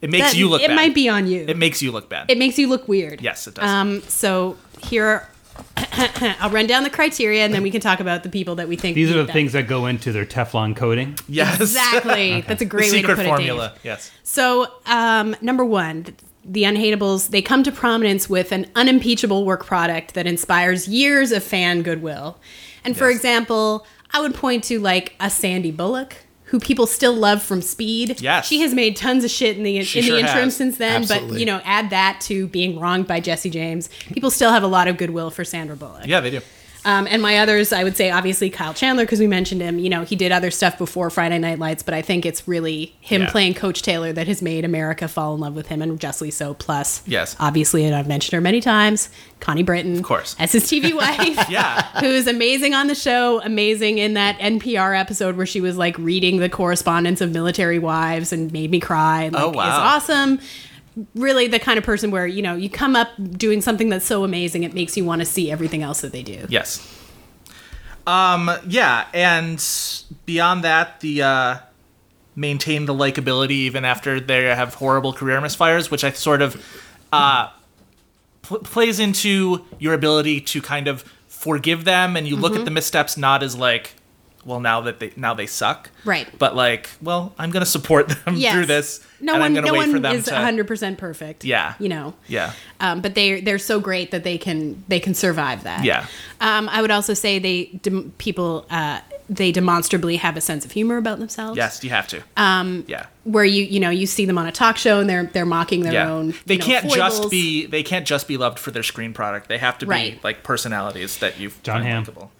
[SPEAKER 3] It makes
[SPEAKER 4] that-
[SPEAKER 3] you look
[SPEAKER 4] it
[SPEAKER 3] bad.
[SPEAKER 4] might be on you.
[SPEAKER 3] It makes you look bad.
[SPEAKER 4] It makes you look weird.
[SPEAKER 3] Yes, it does.
[SPEAKER 4] Um, so here, *coughs* I'll run down the criteria, and then we can talk about the people that we think
[SPEAKER 2] These are
[SPEAKER 4] need
[SPEAKER 2] the
[SPEAKER 4] them.
[SPEAKER 3] *laughs*
[SPEAKER 2] things that go into their Teflon coating.
[SPEAKER 3] yes. *laughs*
[SPEAKER 4] Exactly. That's a
[SPEAKER 3] the
[SPEAKER 4] great way to
[SPEAKER 3] secret
[SPEAKER 4] put it.
[SPEAKER 3] formula.
[SPEAKER 4] Dave.
[SPEAKER 3] Yes.
[SPEAKER 4] So, um, number one, th- the Unhateables, they come to prominence with an unimpeachable work product that inspires years of fan goodwill. And for
[SPEAKER 3] Yes.
[SPEAKER 4] example, I would point to like a Sandy Bullock, who people still love from Speed.
[SPEAKER 3] Yes.
[SPEAKER 4] She has made tons of shit in the, in
[SPEAKER 3] She
[SPEAKER 4] the
[SPEAKER 3] sure
[SPEAKER 4] interim
[SPEAKER 3] has.
[SPEAKER 4] since then, but
[SPEAKER 5] Absolutely.
[SPEAKER 4] you know, add that to being wronged by Jesse James. People still have a lot of goodwill for Sandra Bullock.
[SPEAKER 3] Yeah, they do.
[SPEAKER 4] Um, and my others, I would say obviously Kyle Chandler because we mentioned him. You know, he did other stuff before Friday Night Lights, but I think it's really him
[SPEAKER 3] Yeah.
[SPEAKER 4] playing Coach Taylor that has made America fall in love with him, and justly so. Plus,
[SPEAKER 3] Yes.
[SPEAKER 4] obviously, and I've mentioned her many times, Connie Britton, of
[SPEAKER 3] course.
[SPEAKER 4] as his
[SPEAKER 3] *laughs*
[SPEAKER 4] TV wife, *laughs*
[SPEAKER 3] Yeah.
[SPEAKER 4] who is amazing on the show, amazing in that NPR episode where she was like reading the correspondence of military wives and made me cry. And, like,
[SPEAKER 3] Oh,
[SPEAKER 4] is
[SPEAKER 3] wow.
[SPEAKER 4] awesome really the kind of person where you know you come up doing something that's so amazing it makes you want to see everything else that they do
[SPEAKER 3] Yes. Um, yeah, and beyond that, the uh, maintain the likability even after they have horrible career misfires, which I sort of uh, pl- plays into your ability to kind of forgive them, and you look
[SPEAKER 4] Mm-hmm.
[SPEAKER 3] at the missteps not as like, well, now that they now they suck,
[SPEAKER 4] Right.
[SPEAKER 3] But like, well, I'm gonna support *laughs* them
[SPEAKER 4] Yes.
[SPEAKER 3] through this,
[SPEAKER 4] No
[SPEAKER 3] and
[SPEAKER 4] one,
[SPEAKER 3] I'm gonna
[SPEAKER 4] no
[SPEAKER 3] wait
[SPEAKER 4] one
[SPEAKER 3] for them
[SPEAKER 4] is
[SPEAKER 3] to.
[SPEAKER 4] 100% perfect.
[SPEAKER 3] Yeah.
[SPEAKER 4] You know.
[SPEAKER 3] Yeah,
[SPEAKER 4] Um, but they they're so great that they can they can survive that.
[SPEAKER 3] Yeah.
[SPEAKER 4] Um, I would also say they dem- people uh, they demonstrably have a sense of humor about themselves.
[SPEAKER 3] yes, you have to. Um, yeah,
[SPEAKER 4] Where you you know you see them on a talk show and they're they're mocking their own.
[SPEAKER 3] They
[SPEAKER 4] you know,
[SPEAKER 3] can't just
[SPEAKER 4] foibles.
[SPEAKER 3] be they can't just be loved for their screen product. They have to be
[SPEAKER 4] Right.
[SPEAKER 3] like personalities that you've
[SPEAKER 2] John
[SPEAKER 3] find
[SPEAKER 2] Hamm.
[SPEAKER 3] likable.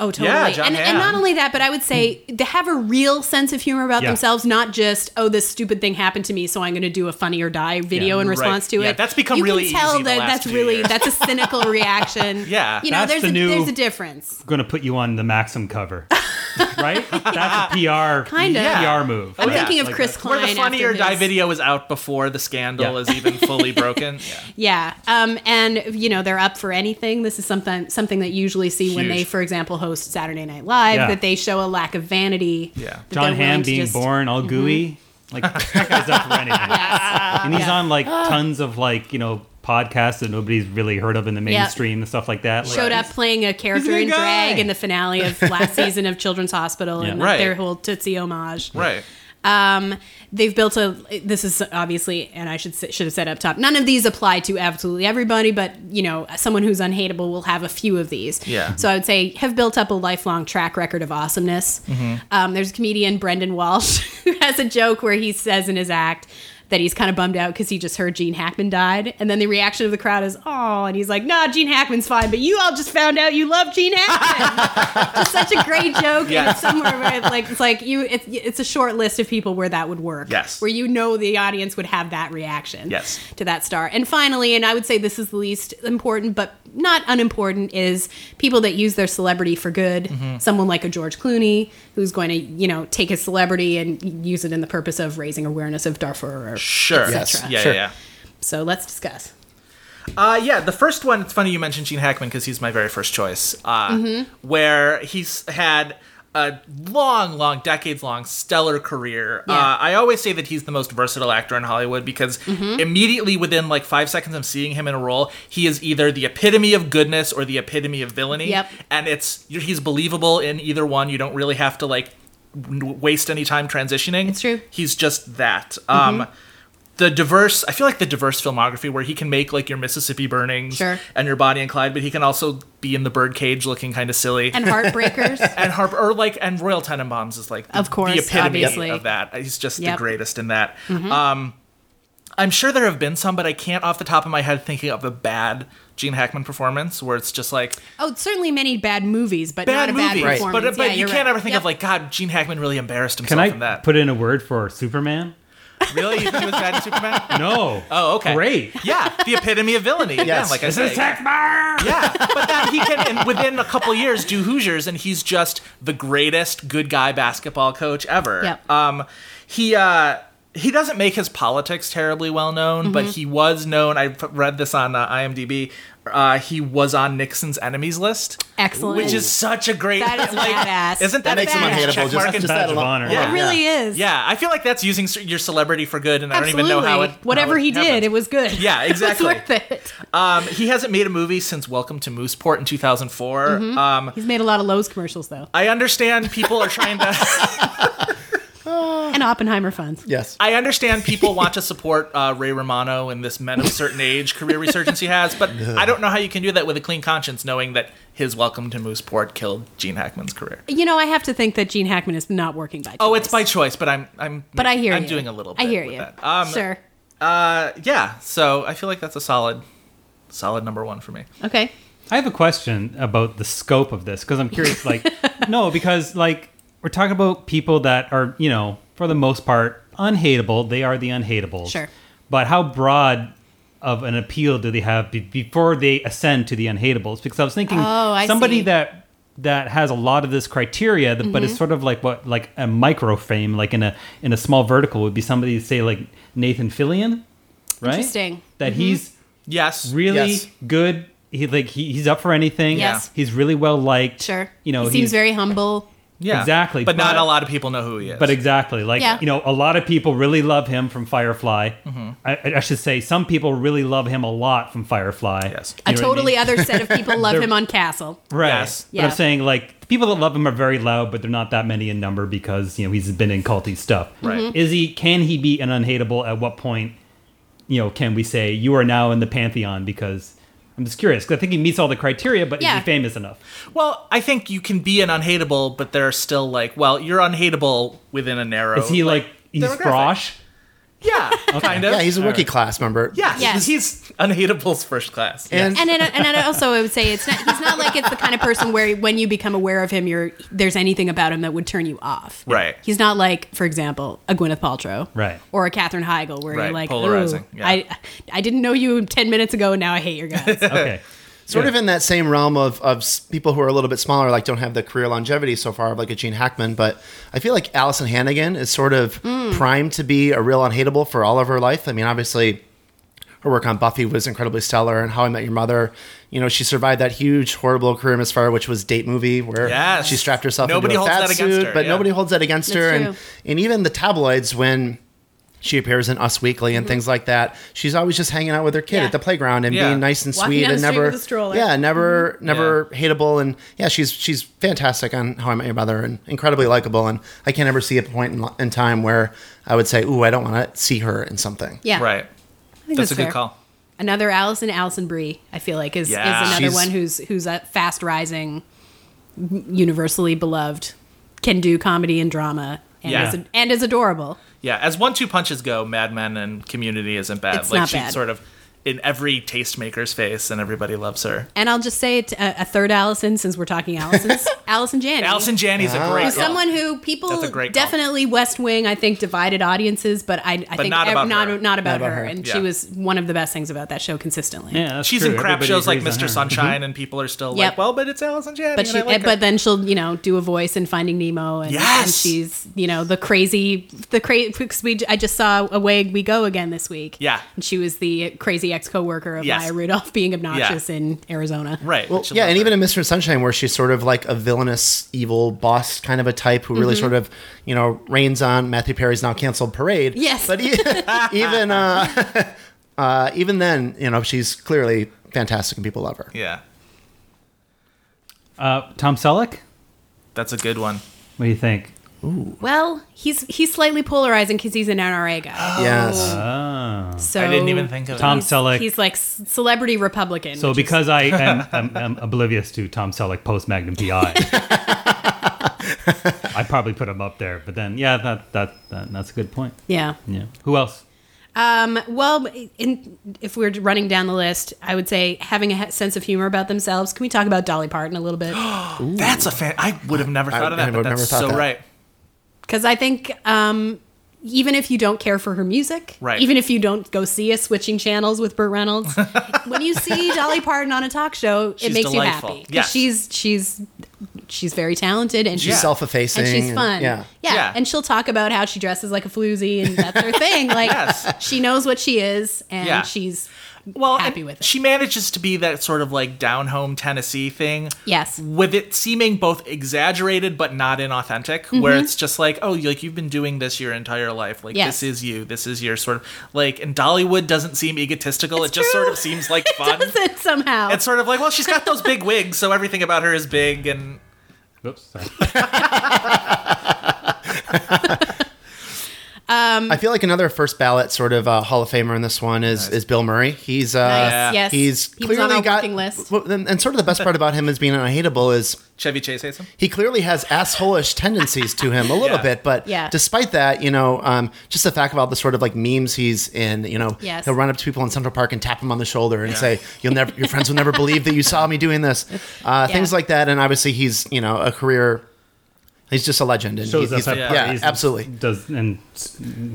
[SPEAKER 4] Oh, totally.
[SPEAKER 3] Yeah, John
[SPEAKER 4] and, and
[SPEAKER 3] Hamm.
[SPEAKER 4] not only that, but I would say to have a real sense of humor about
[SPEAKER 2] Yeah.
[SPEAKER 4] themselves, not just oh, this stupid thing happened to me, so I'm going to do a funny or die video
[SPEAKER 2] Yeah,
[SPEAKER 4] in
[SPEAKER 2] right.
[SPEAKER 4] response to it.
[SPEAKER 3] Yeah, that's become
[SPEAKER 4] you
[SPEAKER 3] really
[SPEAKER 4] can tell
[SPEAKER 3] easy the
[SPEAKER 4] that
[SPEAKER 3] last
[SPEAKER 4] that's
[SPEAKER 3] few
[SPEAKER 4] really
[SPEAKER 3] years.
[SPEAKER 4] that's a
[SPEAKER 3] *laughs*
[SPEAKER 4] cynical reaction.
[SPEAKER 3] Yeah,
[SPEAKER 4] you know,
[SPEAKER 2] that's
[SPEAKER 4] there's
[SPEAKER 2] the
[SPEAKER 4] a,
[SPEAKER 2] new-
[SPEAKER 4] there's a difference.
[SPEAKER 2] going to put you on the Maxim cover,
[SPEAKER 4] *laughs*
[SPEAKER 2] right? That's a PR
[SPEAKER 4] Kinda.
[SPEAKER 2] PR
[SPEAKER 4] Yeah.
[SPEAKER 2] move.
[SPEAKER 4] I'm
[SPEAKER 3] Oh, yeah.
[SPEAKER 4] thinking of
[SPEAKER 2] Like
[SPEAKER 4] Chris
[SPEAKER 2] that.
[SPEAKER 4] Klein.
[SPEAKER 3] Where the funny
[SPEAKER 4] after
[SPEAKER 3] or die
[SPEAKER 4] his-
[SPEAKER 3] video is out before the scandal
[SPEAKER 2] Yeah.
[SPEAKER 3] is even
[SPEAKER 2] *laughs*
[SPEAKER 3] fully broken. Yeah.
[SPEAKER 4] Yeah, um, and you know they're up for anything. This is something something that you usually see when
[SPEAKER 3] Huge.
[SPEAKER 4] they, for example, host Saturday Night Live.
[SPEAKER 2] Yeah.
[SPEAKER 4] That they show a lack of vanity.
[SPEAKER 3] Yeah.
[SPEAKER 4] that
[SPEAKER 2] John
[SPEAKER 4] they're willing
[SPEAKER 2] Hamm
[SPEAKER 4] to
[SPEAKER 2] being
[SPEAKER 4] just- *laughs* Mm-hmm.
[SPEAKER 2] born all gooey.
[SPEAKER 3] *laughs*
[SPEAKER 2] Like that guy's up for anything,
[SPEAKER 4] Ah.
[SPEAKER 2] and he's on
[SPEAKER 4] *gasps*
[SPEAKER 2] like tons of like you know podcasts that nobody's really heard of in the
[SPEAKER 4] Yeah.
[SPEAKER 2] mainstream and stuff like that. Like,
[SPEAKER 4] showed up playing a character
[SPEAKER 2] good
[SPEAKER 4] in drag
[SPEAKER 2] guy.
[SPEAKER 4] in the finale of last season of Children's Hospital and
[SPEAKER 2] Yeah.
[SPEAKER 3] Right.
[SPEAKER 4] their whole Tootsie homage.
[SPEAKER 3] Right.
[SPEAKER 4] Um, they've built a. This is obviously, and I should s- should have said up top. None of these apply to absolutely everybody, but you know, someone who's unhateable will have a few of these.
[SPEAKER 3] Yeah.
[SPEAKER 4] So I would say have built up a lifelong track record of *laughs* awesomeness. Um, there's comedian Brendan Walsh who has a joke where he says in his act that he's kind of bummed out because he just heard Gene Hackman died. And then the reaction of the crowd is, oh, and he's like, nah, Gene Hackman's fine, but you all just found out you love Gene Hackman.
[SPEAKER 3] *laughs*
[SPEAKER 4] it's such a great joke.
[SPEAKER 3] Yeah.
[SPEAKER 4] And it's somewhere where it's like, it's like you, it's, it's a short list of people where that would work.
[SPEAKER 3] Yes.
[SPEAKER 4] Where you know the audience would have that reaction
[SPEAKER 3] Yes.
[SPEAKER 4] to that star. And finally, and I would say this is the least important, but not unimportant, is people that use their celebrity for good.
[SPEAKER 3] Mm-hmm.
[SPEAKER 4] Someone like a George Clooney, who's going to, you know, take his celebrity and use it in the purpose of raising awareness of Darfur. Or,
[SPEAKER 3] Sure.
[SPEAKER 5] Yes.
[SPEAKER 3] Yeah,
[SPEAKER 5] Sure.
[SPEAKER 3] yeah, yeah.
[SPEAKER 4] so let's discuss.
[SPEAKER 3] Uh, yeah, the first one. It's funny you mentioned Gene Hackman because he's my very first choice. Uh,
[SPEAKER 4] Mm-hmm.
[SPEAKER 3] Where he's had a long, long, decades-long stellar career.
[SPEAKER 4] Yeah.
[SPEAKER 3] Uh, I always say that he's the most versatile actor in Hollywood because
[SPEAKER 4] Mm-hmm.
[SPEAKER 3] immediately within like five seconds of seeing him in a role, he is either the epitome of goodness or the epitome of villainy.
[SPEAKER 4] Yep.
[SPEAKER 3] And it's he's believable in either one. You don't really have to like w- waste any time transitioning.
[SPEAKER 4] It's true. Mm-hmm.
[SPEAKER 3] He's just that. Um, the diverse i feel like the diverse filmography where he can make like your mississippi burnings
[SPEAKER 4] Sure.
[SPEAKER 3] and your bonnie and clyde but he can also be in the birdcage looking kind of silly
[SPEAKER 4] And Heartbreakers.
[SPEAKER 3] and harp or like and royal tenenbaums is like the,
[SPEAKER 4] Of course,
[SPEAKER 3] the epitome
[SPEAKER 4] obviously.
[SPEAKER 3] of that he's just
[SPEAKER 4] Yep. Mm-hmm.
[SPEAKER 3] the greatest in that um i'm sure there have been some but i can't off the top of my head thinking of a bad gene hackman performance where it's just like
[SPEAKER 4] *laughs* oh, certainly many bad movies, but
[SPEAKER 3] bad
[SPEAKER 4] not a
[SPEAKER 3] movie
[SPEAKER 4] bad
[SPEAKER 3] but, uh,
[SPEAKER 4] performance.
[SPEAKER 3] but
[SPEAKER 4] Yeah,
[SPEAKER 3] you
[SPEAKER 4] you're
[SPEAKER 3] can't
[SPEAKER 4] right.
[SPEAKER 3] ever think
[SPEAKER 4] Yep.
[SPEAKER 3] of like god gene hackman really embarrassed
[SPEAKER 2] Can
[SPEAKER 3] himself
[SPEAKER 2] I
[SPEAKER 3] in that
[SPEAKER 2] put in a word for Superman?
[SPEAKER 3] *laughs* really you think it was bad in superman
[SPEAKER 2] *laughs* No.
[SPEAKER 3] oh
[SPEAKER 2] *laughs*
[SPEAKER 3] okay
[SPEAKER 2] Great.
[SPEAKER 3] yeah the epitome of villainy yes
[SPEAKER 5] Yes.
[SPEAKER 3] like i
[SPEAKER 2] This
[SPEAKER 3] said
[SPEAKER 2] is Tech Bar!
[SPEAKER 3] Yeah, but that he can, and within a couple years, do Hoosiers, and he's just the greatest good guy basketball coach ever.
[SPEAKER 4] Yep.
[SPEAKER 3] Um, he uh, he doesn't make his politics terribly well known, but
[SPEAKER 4] Mm-hmm.
[SPEAKER 3] he was known. I p- read this on uh, IMDb. Uh, he was on Nixon's enemies list,
[SPEAKER 4] Excellent.
[SPEAKER 3] which is such a great.
[SPEAKER 4] That
[SPEAKER 3] *laughs*
[SPEAKER 4] is badass.
[SPEAKER 3] Isn't that,
[SPEAKER 4] That makes
[SPEAKER 3] a
[SPEAKER 4] him
[SPEAKER 3] huge
[SPEAKER 5] unhateable,
[SPEAKER 3] check
[SPEAKER 5] just-
[SPEAKER 3] mark?
[SPEAKER 2] Fucking
[SPEAKER 5] that
[SPEAKER 2] badge of
[SPEAKER 5] alone.
[SPEAKER 2] honor.
[SPEAKER 4] It
[SPEAKER 3] Yeah.
[SPEAKER 4] really is.
[SPEAKER 3] yeah, I feel like that's using s- your celebrity for good, and
[SPEAKER 4] Absolutely.
[SPEAKER 3] I don't even know how it.
[SPEAKER 4] Whatever
[SPEAKER 3] how
[SPEAKER 4] he did,
[SPEAKER 3] happened.
[SPEAKER 4] it was good.
[SPEAKER 3] Yeah, exactly.
[SPEAKER 4] *laughs* it was worth it.
[SPEAKER 3] Um, he hasn't made a movie since Welcome to Mooseport in 2004. Um,
[SPEAKER 4] He's made a lot of Lowe's commercials, though,
[SPEAKER 3] I understand people are trying to. *laughs*
[SPEAKER 4] and Oppenheimer funds.
[SPEAKER 5] Yes.
[SPEAKER 3] I understand people want to support uh, Ray Romano in this men of certain age career resurgence he has, but I don't know how you can do that with a clean conscience, knowing that his Welcome to Mooseport killed Gene Hackman's career.
[SPEAKER 4] You know, I have to think that Gene Hackman is not working by. Choice.
[SPEAKER 3] Oh, it's by choice, but I'm I'm
[SPEAKER 4] But I hear
[SPEAKER 3] I'm
[SPEAKER 4] you.
[SPEAKER 3] doing a little. Bit
[SPEAKER 4] I hear
[SPEAKER 3] with
[SPEAKER 4] you.
[SPEAKER 3] That. Um,
[SPEAKER 4] sure.
[SPEAKER 3] Uh, yeah. So I feel like that's a solid, solid number one for me.
[SPEAKER 4] Okay.
[SPEAKER 2] I have a question about the scope of this because I'm curious.
[SPEAKER 4] *laughs*
[SPEAKER 2] Like, no, because like we're talking about people that are, you know, for the most part, unhateable. They are the unhateables.
[SPEAKER 4] Sure.
[SPEAKER 2] But how broad of an appeal do they have be- before they ascend to the unhateables? Because I was thinking
[SPEAKER 4] Oh, I
[SPEAKER 2] somebody
[SPEAKER 4] see. Mm-hmm.
[SPEAKER 2] that that has a lot of this criteria, that, but is sort of like what like a micro frame, like in a in a small vertical, would be somebody say like Nathan Fillion, right?
[SPEAKER 4] Interesting. Mm-hmm.
[SPEAKER 2] That he's
[SPEAKER 3] Yes.
[SPEAKER 2] really
[SPEAKER 5] Yes.
[SPEAKER 2] good. He like he, he's up for anything.
[SPEAKER 4] Yes. Yeah.
[SPEAKER 2] He's really well liked.
[SPEAKER 4] Sure.
[SPEAKER 2] You know,
[SPEAKER 4] he seems
[SPEAKER 2] he's-
[SPEAKER 4] very humble.
[SPEAKER 3] Yeah.
[SPEAKER 2] exactly,
[SPEAKER 3] But, not
[SPEAKER 2] but-
[SPEAKER 3] a lot of people know who he is.
[SPEAKER 2] But exactly, like
[SPEAKER 4] Yeah.
[SPEAKER 2] you know, a lot of people really love him from Firefly.
[SPEAKER 3] Mm-hmm.
[SPEAKER 2] I, I should say, some people really love him a lot from Firefly.
[SPEAKER 3] Yes.
[SPEAKER 2] You
[SPEAKER 4] A
[SPEAKER 2] know what I
[SPEAKER 4] totally
[SPEAKER 2] mean?
[SPEAKER 4] other set of people love
[SPEAKER 2] They're-
[SPEAKER 4] him on Castle.
[SPEAKER 2] right.
[SPEAKER 3] Yes.
[SPEAKER 2] But I'm
[SPEAKER 4] Yeah.
[SPEAKER 2] saying, like, the people that love him are very loud, but they're not that many in number because you know he's been in culty stuff.
[SPEAKER 3] Right.
[SPEAKER 4] Mm-hmm.
[SPEAKER 3] Mhm.
[SPEAKER 2] Is he? Can he be an unhateable? At what point? You know, can we say you are now in the pantheon? Because I'm just curious. 'cause I think he meets all the criteria, but
[SPEAKER 4] Yeah.
[SPEAKER 2] is he famous enough?
[SPEAKER 3] well, I think you can be an unhateable, but they're still like, well, you're unhateable within a narrow.
[SPEAKER 2] Is he like he's *laughs*
[SPEAKER 3] demographic.
[SPEAKER 2] frosh?
[SPEAKER 3] Yeah, kind of.
[SPEAKER 5] Yeah, he's a rookie class member.
[SPEAKER 3] Yeah,
[SPEAKER 4] Yes.
[SPEAKER 3] he's unhateable's first class.
[SPEAKER 5] And,
[SPEAKER 4] And then, and then also I would say it's not he's not like it's the kind of person where when you become aware of him you're there's anything about him that would turn you off.
[SPEAKER 3] Right.
[SPEAKER 4] He's not like for example a Gwyneth Paltrow.
[SPEAKER 2] Right.
[SPEAKER 4] Or a Katherine Heigl where you're
[SPEAKER 3] Right,
[SPEAKER 4] like
[SPEAKER 3] polarizing,
[SPEAKER 4] "Ooh,
[SPEAKER 3] yeah.
[SPEAKER 4] I I didn't know you 10 minutes ago and now I hate your guts.
[SPEAKER 2] *laughs* Okay.
[SPEAKER 5] sort of in that same realm of, of s- people who are a little bit smaller, like don't have the career longevity so far of like a Gene Hackman, but I feel like Allison Hannigan is sort of
[SPEAKER 3] Hmm.
[SPEAKER 5] primed to be a real unhateable for all of her life. I mean, obviously her work on Buffy was incredibly stellar and How I Met Your Mother. You know, she survived that huge, horrible career misfire, which was date movie where
[SPEAKER 3] Yes.
[SPEAKER 5] she strapped herself
[SPEAKER 3] Nobody
[SPEAKER 5] into a
[SPEAKER 3] holds
[SPEAKER 5] fat
[SPEAKER 3] that against
[SPEAKER 5] suit,
[SPEAKER 3] her,
[SPEAKER 5] but
[SPEAKER 3] yeah.
[SPEAKER 5] nobody holds that against
[SPEAKER 4] That's
[SPEAKER 5] her.
[SPEAKER 4] true.
[SPEAKER 5] And and even the tabloids when she appears in Us Weekly and things like that. She's always just hanging out with her kid
[SPEAKER 4] Yeah.
[SPEAKER 5] at the playground and
[SPEAKER 3] Mm-hmm. Yeah.
[SPEAKER 5] being nice and
[SPEAKER 4] Walking
[SPEAKER 5] sweet
[SPEAKER 4] down
[SPEAKER 5] and
[SPEAKER 4] the street
[SPEAKER 5] never
[SPEAKER 4] with a stroller. Mm-hmm.
[SPEAKER 5] yeah, never never hateable and yeah, she's she's fantastic on How I Met Your Mother and incredibly likable and I can't ever see a point in, in time where I would say, "Ooh, I don't want to see her in something."
[SPEAKER 4] Yeah.
[SPEAKER 3] Right.
[SPEAKER 4] I think
[SPEAKER 3] That's, a good
[SPEAKER 4] fair.
[SPEAKER 3] call.
[SPEAKER 4] Another Allison Allison Brie, I feel like is
[SPEAKER 3] Yeah.
[SPEAKER 4] is another
[SPEAKER 5] She's-
[SPEAKER 4] one who's who's a fast rising universally beloved can do comedy and drama and
[SPEAKER 3] Yeah.
[SPEAKER 4] is, and is adorable.
[SPEAKER 3] Yeah, as one two punches go, Mad Men and Community isn't bad.
[SPEAKER 4] It's
[SPEAKER 3] like
[SPEAKER 4] not
[SPEAKER 3] she's
[SPEAKER 4] bad.
[SPEAKER 3] sort of in every tastemaker's face, and everybody loves her.
[SPEAKER 4] And I'll just say it uh, a, a third Allison, since we're talking Allisons,
[SPEAKER 3] *laughs*
[SPEAKER 4] Allison Janney.
[SPEAKER 3] Allison Janney's
[SPEAKER 5] Ah.
[SPEAKER 3] a great
[SPEAKER 4] who's
[SPEAKER 3] girl.
[SPEAKER 4] someone who people
[SPEAKER 3] That's a great call.
[SPEAKER 4] definitely West Wing, I think, divided audiences, but I, I think
[SPEAKER 3] not
[SPEAKER 4] ev-
[SPEAKER 3] about
[SPEAKER 4] not,
[SPEAKER 3] her.
[SPEAKER 4] not about
[SPEAKER 5] Not about
[SPEAKER 4] her.
[SPEAKER 5] her.
[SPEAKER 4] And
[SPEAKER 3] Yeah.
[SPEAKER 4] she was one of the best things about that show consistently.
[SPEAKER 2] Yeah, that's
[SPEAKER 3] she's
[SPEAKER 2] true.
[SPEAKER 3] in crap
[SPEAKER 2] Everybody
[SPEAKER 3] shows like
[SPEAKER 2] agrees on
[SPEAKER 3] Mr.
[SPEAKER 2] her.
[SPEAKER 3] Sunshine, and people are still
[SPEAKER 4] Mm-hmm. Yep.
[SPEAKER 3] like, "Well, but it's Allison Janney."
[SPEAKER 4] But she, eh,
[SPEAKER 3] and I like her.
[SPEAKER 4] but then she'll, you know, do a voice in Finding Nemo, and,
[SPEAKER 3] Yes!
[SPEAKER 4] and she's, you know, the crazy, the crazy. Because we, I just saw Away We Go again this week.
[SPEAKER 3] Yeah.
[SPEAKER 4] and she was the crazy ex-coworker of
[SPEAKER 3] Yes.
[SPEAKER 4] Maya Rudolph being obnoxious in Arizona.
[SPEAKER 3] right?
[SPEAKER 5] Well,
[SPEAKER 3] but she
[SPEAKER 5] yeah,
[SPEAKER 3] loved
[SPEAKER 5] and
[SPEAKER 3] her.
[SPEAKER 5] even in Mr. Sunshine, where she's sort of like a villainous, evil boss kind of a type who
[SPEAKER 4] Mm-hmm.
[SPEAKER 5] really sort of, you know, reigns on Matthew Perry's now canceled parade.
[SPEAKER 4] Yes.
[SPEAKER 5] But *laughs* e- even uh, *laughs* uh, even then, you know, she's clearly fantastic and people love her.
[SPEAKER 3] yeah,
[SPEAKER 2] Uh, Tom Selleck,
[SPEAKER 3] that's a good one.
[SPEAKER 2] what do you think?
[SPEAKER 4] Well, he's he's slightly polarizing because he's an NRA
[SPEAKER 3] *gasps*
[SPEAKER 4] guy.
[SPEAKER 5] Yes.
[SPEAKER 4] Oh. So
[SPEAKER 3] I didn't even think of
[SPEAKER 2] Tom
[SPEAKER 3] it.
[SPEAKER 2] Selleck.
[SPEAKER 4] he's like c- celebrity Republican.
[SPEAKER 2] so
[SPEAKER 4] which is-
[SPEAKER 2] because
[SPEAKER 3] *laughs*
[SPEAKER 2] I am, am, am oblivious to Tom Selleck post Magnum
[SPEAKER 3] *laughs*
[SPEAKER 2] PI, I probably put him up there. But then, yeah, that, that, that that's a good point.
[SPEAKER 4] yeah.
[SPEAKER 2] Yeah. Who else?
[SPEAKER 4] Um, well, in, if we're running down the list, I would say having a he- sense of humor about themselves. Can we talk about Dolly Parton a little bit?
[SPEAKER 3] That's a fan. I would have never thought of
[SPEAKER 5] I
[SPEAKER 3] that. but
[SPEAKER 5] would never
[SPEAKER 3] that's
[SPEAKER 5] thought
[SPEAKER 3] so
[SPEAKER 5] that.
[SPEAKER 3] right.
[SPEAKER 4] Because I think um, even if you don't care for her music,
[SPEAKER 3] Right.
[SPEAKER 4] even if you don't go see us switching channels with Burt
[SPEAKER 3] *laughs*
[SPEAKER 4] Reynolds, when you see Dolly Parton on a talk show,
[SPEAKER 3] She's
[SPEAKER 4] it makes
[SPEAKER 3] delightful.
[SPEAKER 4] you happy. 'Cause
[SPEAKER 3] Yes.
[SPEAKER 4] she's she's she's very talented and
[SPEAKER 5] She's
[SPEAKER 4] she's
[SPEAKER 3] Yeah.
[SPEAKER 5] self-effacing.
[SPEAKER 4] and she's fun.
[SPEAKER 5] yeah.
[SPEAKER 4] yeah.
[SPEAKER 3] Yeah.
[SPEAKER 4] And she'll talk about how she dresses like a floozy and that's
[SPEAKER 3] *laughs*
[SPEAKER 4] her thing. Like
[SPEAKER 5] *laughs*
[SPEAKER 3] Yes.
[SPEAKER 4] she knows what she is and
[SPEAKER 3] Yeah.
[SPEAKER 4] she's
[SPEAKER 3] Well,
[SPEAKER 4] happy
[SPEAKER 3] and
[SPEAKER 4] with it.
[SPEAKER 3] She manages to be that sort of like down home Tennessee thing.
[SPEAKER 4] Yes.
[SPEAKER 3] with it seeming both exaggerated but not inauthentic
[SPEAKER 4] Mm-hmm.
[SPEAKER 3] where it's just like oh you- like you've been doing this your entire life like
[SPEAKER 4] Yes.
[SPEAKER 3] this is you this is your sort of like and dollywood doesn't seem egotistical
[SPEAKER 4] It's
[SPEAKER 3] it just sort
[SPEAKER 4] true.
[SPEAKER 3] of
[SPEAKER 4] *laughs*
[SPEAKER 3] seems like fun
[SPEAKER 4] does it somehow.
[SPEAKER 3] it's sort of like well she's got those big wigs so everything about her is big and
[SPEAKER 2] Oops. Sorry.
[SPEAKER 5] I feel like another first ballot sort of uh, Hall of Famer in this one is is Bill Murray. He's uh,
[SPEAKER 4] Nice, yes.
[SPEAKER 5] he's
[SPEAKER 4] He
[SPEAKER 5] clearly
[SPEAKER 4] was on our
[SPEAKER 5] got
[SPEAKER 4] working list.
[SPEAKER 5] Well, and, and sort of the best part about him as being unhateable is
[SPEAKER 3] chevy chase hates him
[SPEAKER 5] he clearly has assholish tendencies to him a little
[SPEAKER 3] Yeah.
[SPEAKER 5] bit, but
[SPEAKER 4] Yeah.
[SPEAKER 5] despite that, you know, um, just the fact about the sort of like memes he's in, you know,
[SPEAKER 4] Yes.
[SPEAKER 5] he'll run up to people in Central Park and tap him on the shoulder and say, "You'll never, your friends will never believe that you saw me
[SPEAKER 4] *laughs*
[SPEAKER 5] doing this," uh, things like that. And obviously, he's you know a career. He's just a legend, and
[SPEAKER 2] Shows
[SPEAKER 5] he-
[SPEAKER 2] up
[SPEAKER 5] he's,
[SPEAKER 2] at
[SPEAKER 5] yeah,
[SPEAKER 2] parties. and
[SPEAKER 5] absolutely.
[SPEAKER 2] Does and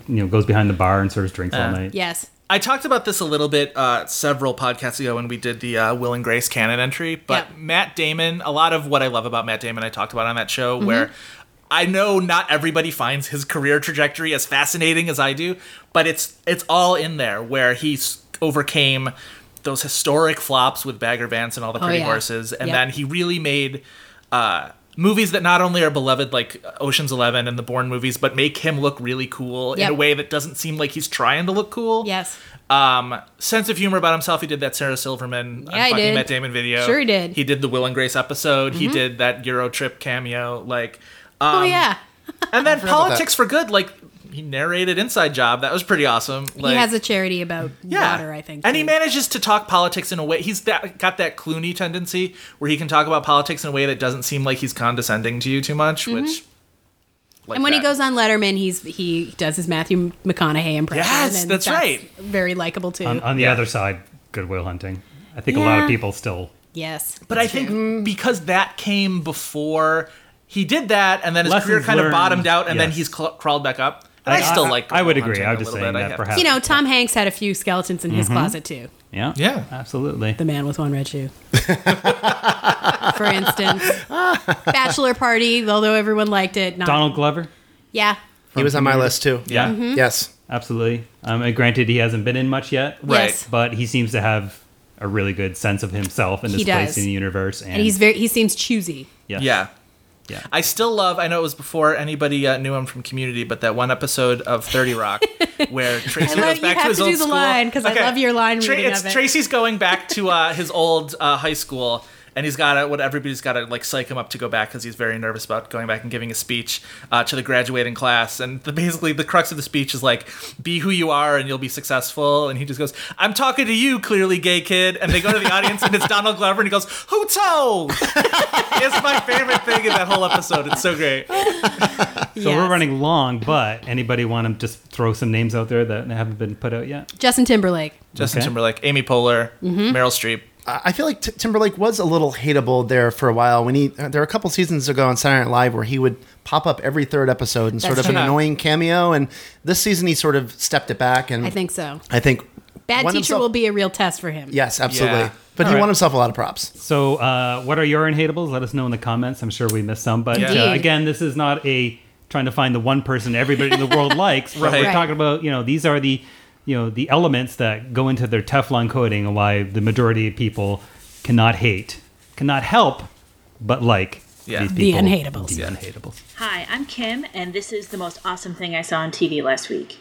[SPEAKER 2] you know goes behind the bar and serves drinks all night.
[SPEAKER 4] yes.
[SPEAKER 3] I talked about this a little bit uh, several podcasts ago when we did the uh, Will and Grace canon entry, but
[SPEAKER 4] Yeah.
[SPEAKER 3] Matt Damon, a lot of what I love about Matt Damon, I talked about on that show
[SPEAKER 4] Mm-hmm.
[SPEAKER 3] where I know not everybody finds his career trajectory as fascinating as I do, but it's it's all in there where he's overcame those historic flops with Bagger Vance and all the pretty
[SPEAKER 4] Oh, yeah.
[SPEAKER 3] horses, and
[SPEAKER 4] Yep.
[SPEAKER 3] then he really made uh, movies that not only are beloved like Ocean's Eleven and the Bourne movies, but make him look really cool
[SPEAKER 4] Yep.
[SPEAKER 3] in a way that doesn't seem like he's trying to look cool.
[SPEAKER 4] Yes.
[SPEAKER 3] Um, sense of humor about himself. He did that Sarah Silverman
[SPEAKER 4] Yeah, he
[SPEAKER 3] fucking
[SPEAKER 4] did.
[SPEAKER 3] Matt Damon video.
[SPEAKER 4] Sure he did. Mm-hmm.
[SPEAKER 3] He did the Will and Grace episode. He did that Euro Trip cameo. Like, um,
[SPEAKER 4] oh yeah.
[SPEAKER 3] And then
[SPEAKER 5] about
[SPEAKER 3] politics for good. Like, he narrated Inside Job. That was pretty awesome. Like,
[SPEAKER 4] he has a charity about
[SPEAKER 3] yeah.
[SPEAKER 4] water, I think.
[SPEAKER 3] And he
[SPEAKER 4] too.
[SPEAKER 3] manages to talk politics in a way. He's that got that Clooney tendency where he can talk about politics in a way that doesn't seem like he's condescending to you too much. Which, like
[SPEAKER 4] Mm-hmm. and when he
[SPEAKER 3] that.
[SPEAKER 4] goes on Letterman, he's he does his Matthew McConaughey impression.
[SPEAKER 3] Yes,
[SPEAKER 4] and
[SPEAKER 3] that's right.
[SPEAKER 4] Very likable too.
[SPEAKER 2] On, uh, on the
[SPEAKER 3] Yeah.
[SPEAKER 2] other side, Goodwill Hunting. I think a lot
[SPEAKER 4] Yeah.
[SPEAKER 2] of people still.
[SPEAKER 4] yes,
[SPEAKER 3] But I think because that came before he did that, and then his
[SPEAKER 2] Lessons
[SPEAKER 3] career kind of
[SPEAKER 2] learned,
[SPEAKER 3] bottomed out, and then
[SPEAKER 2] yes.
[SPEAKER 3] he's cl- crawled back up. And I, still like.
[SPEAKER 2] I would
[SPEAKER 3] Goodwill
[SPEAKER 2] agree. I
[SPEAKER 3] Hunting a
[SPEAKER 2] was just
[SPEAKER 3] little
[SPEAKER 2] saying
[SPEAKER 3] bit, I
[SPEAKER 2] that
[SPEAKER 3] have-
[SPEAKER 2] perhaps.
[SPEAKER 4] you know Tom Hanks had a few skeletons in his
[SPEAKER 2] Mm-hmm.
[SPEAKER 4] closet too.
[SPEAKER 2] Yeah.
[SPEAKER 3] Yeah.
[SPEAKER 2] Absolutely.
[SPEAKER 4] The man with one red
[SPEAKER 3] *laughs*
[SPEAKER 4] shoe, for instance. Bachelor party, although everyone liked it. Not,
[SPEAKER 2] Donald Glover.
[SPEAKER 4] Yeah.
[SPEAKER 5] He was on my list too.
[SPEAKER 3] Yeah.
[SPEAKER 5] Yes.
[SPEAKER 2] Absolutely. Um, and granted, he hasn't been in much yet,
[SPEAKER 3] Right.
[SPEAKER 4] Yes.
[SPEAKER 2] but he seems to have a really good sense of himself and
[SPEAKER 4] He
[SPEAKER 2] his place
[SPEAKER 4] does.
[SPEAKER 2] in the universe. And,
[SPEAKER 4] And he's very. He seems choosy.
[SPEAKER 2] yes.
[SPEAKER 3] Yeah.
[SPEAKER 2] Yeah.
[SPEAKER 3] I still love. I know it was before anybody uh, knew him from Community, but that one episode of Thirty Rock
[SPEAKER 4] *laughs*
[SPEAKER 3] where Tracy
[SPEAKER 4] love-
[SPEAKER 3] goes
[SPEAKER 4] you
[SPEAKER 3] back
[SPEAKER 4] have
[SPEAKER 3] to his
[SPEAKER 4] to do
[SPEAKER 3] old
[SPEAKER 4] the
[SPEAKER 3] school.
[SPEAKER 4] line, 'cause I love your line reading
[SPEAKER 3] it's
[SPEAKER 4] of it. *laughs*
[SPEAKER 3] Tracy's going back to uh, his old uh, high school, and he's got to what everybody's got to like psych him up to go back because he's very nervous about going back and giving a speech uh, to the graduating class. And the, basically, the crux of the speech is like, "Be who you are, and you'll be successful." And he just goes, "I'm talking to you, clearly gay kid." And they go to the audience, and it's Donald Glover, and he goes, "Who told?" it's my favorite thing in that whole episode. It's so great.
[SPEAKER 2] So we're running long, but anybody want to just throw some names out there that haven't been put out yet?
[SPEAKER 4] Justin Timberlake.
[SPEAKER 3] Justin
[SPEAKER 2] Okay.
[SPEAKER 3] Timberlake, Amy Poehler, Meryl Streep.
[SPEAKER 5] I I feel like T- Timberlake was a little hateable there for a while. When he uh, there were a couple seasons ago on Saturday Night Live where he would pop up every third episode in sort of
[SPEAKER 4] That's
[SPEAKER 5] an
[SPEAKER 4] true.
[SPEAKER 5] annoying cameo, and this season he sort of stepped it back. And
[SPEAKER 4] I think so.
[SPEAKER 5] I think
[SPEAKER 4] Bad
[SPEAKER 5] won
[SPEAKER 4] teacher
[SPEAKER 5] himself-
[SPEAKER 4] will be a real test for him.
[SPEAKER 5] Yes, absolutely.
[SPEAKER 3] Yeah.
[SPEAKER 5] But he
[SPEAKER 2] All right.
[SPEAKER 5] won himself a lot of props.
[SPEAKER 2] So, uh, what are your unhateables? Let us know in the comments. I'm sure we missed some, but
[SPEAKER 3] Indeed.
[SPEAKER 2] uh, again, this is not a trying to find the one person everybody in the
[SPEAKER 3] *laughs*
[SPEAKER 2] world likes. But
[SPEAKER 3] Right.
[SPEAKER 2] We're talking about you know these are the you know the elements that go into their Teflon coating and why the majority of people cannot hate, cannot help but like
[SPEAKER 3] Yeah.
[SPEAKER 2] these
[SPEAKER 4] The
[SPEAKER 2] people.
[SPEAKER 4] unhateables.
[SPEAKER 2] The
[SPEAKER 3] Yeah.
[SPEAKER 2] unhateables.
[SPEAKER 6] Hi, I'm Kim, and this is the most awesome thing I saw on TV last week.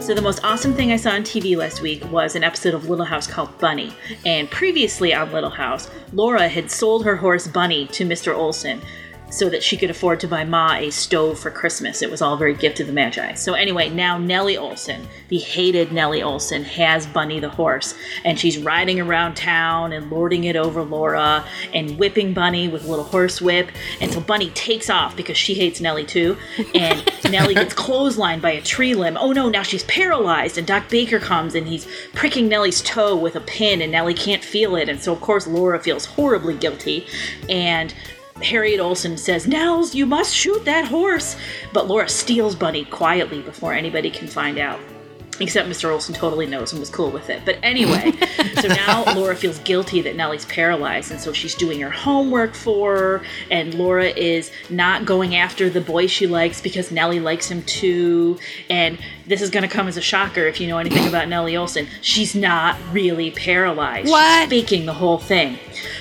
[SPEAKER 6] So, the most awesome thing I saw on TV last week was an episode of Little House called Bunny. And previously on Little House, Laura had sold her horse Bunny to Mr. Olson so that she could afford to buy Ma a stove for Christmas. It was all very gift of the Magi. So, anyway, now Nellie Olson, the hated Nellie Olson, has Bunny the horse. And she's riding around town and lording it over Laura and whipping Bunny with a little horse whip. And so Bunny takes off because she hates Nellie too. And Nellie gets clotheslined by a tree limb. Oh no, now she's paralyzed. And Doc Baker comes and he's pricking Nellie's toe with a pin, and Nellie can't feel it. And so, of course, Laura feels horribly guilty. And Harriet Olson says, Nels, you must shoot that horse. But Laura steals Bunny quietly before anybody can find out. Except Mr. Olson totally knows and was cool with it. But anyway, so now Laura feels guilty that Nellie's paralyzed, and so she's doing her homework for her, and Laura is not going after the boy she likes because Nellie likes him too. And this is going to come as a shocker if you know anything about Nellie Olson. She's not really paralyzed.
[SPEAKER 4] What?
[SPEAKER 6] She's faking the whole thing.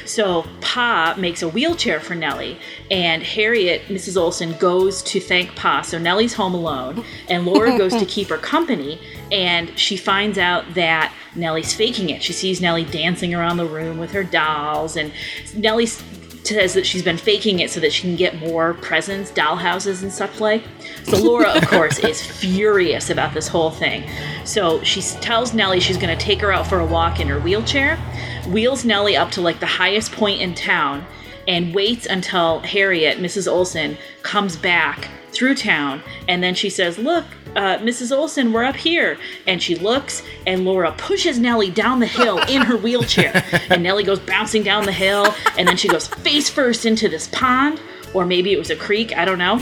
[SPEAKER 6] So Pa makes a wheelchair for Nellie, and Harriet, Mrs. Olson, goes to thank Pa. So Nellie's home alone, and Laura goes to keep her company, and she finds out that Nellie's faking it. She sees Nellie dancing around the room with her dolls, and Nellie s- says that she's been faking it so that she can get more presents, dollhouses, and such like. So Laura, of course, is furious about this whole thing. So she s- tells Nellie she's going to take her out for a walk in her wheelchair, wheels Nellie up to like the highest point in town, and waits until Harriet, Mrs. Olson, comes back through town. And then she says, Look, uh, Mrs. Olson, we're up here. And she looks, and Laura pushes Nellie down the hill in her wheelchair. and Nellie goes bouncing down the hill, and then she goes face first into this pond, or maybe it was a creek, I don't know.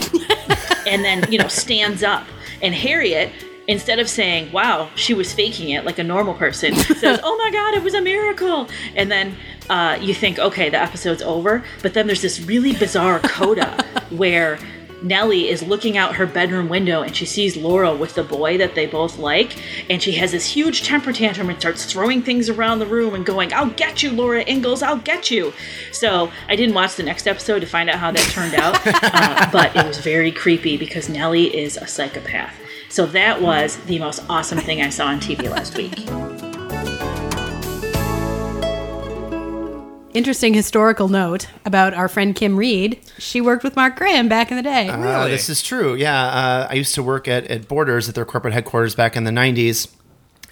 [SPEAKER 6] and then, you know, stands up. And Harriet, instead of saying, wow, she was faking it like a normal person, says, oh my God, it was a miracle. And then uh, you think, okay, the episode's over. But then there's this really bizarre coda where Nellie is looking out her bedroom window and she sees Laura with the boy that they both like. And she has this huge temper tantrum and starts throwing things around the room and going, I'll get you, Laura Ingalls, I'll get you. So I didn't watch the next episode to find out how that turned out, uh, but it was very creepy because Nellie is a psychopath. So that was the most awesome thing I saw on TV last week.
[SPEAKER 4] Interesting historical note about our friend Kim Reed. She worked with Mark Graham back in the day.
[SPEAKER 5] Uh,
[SPEAKER 3] Really?
[SPEAKER 5] this is true. Yeah, uh, I used to work at, at Borders at their corporate headquarters back in the 90s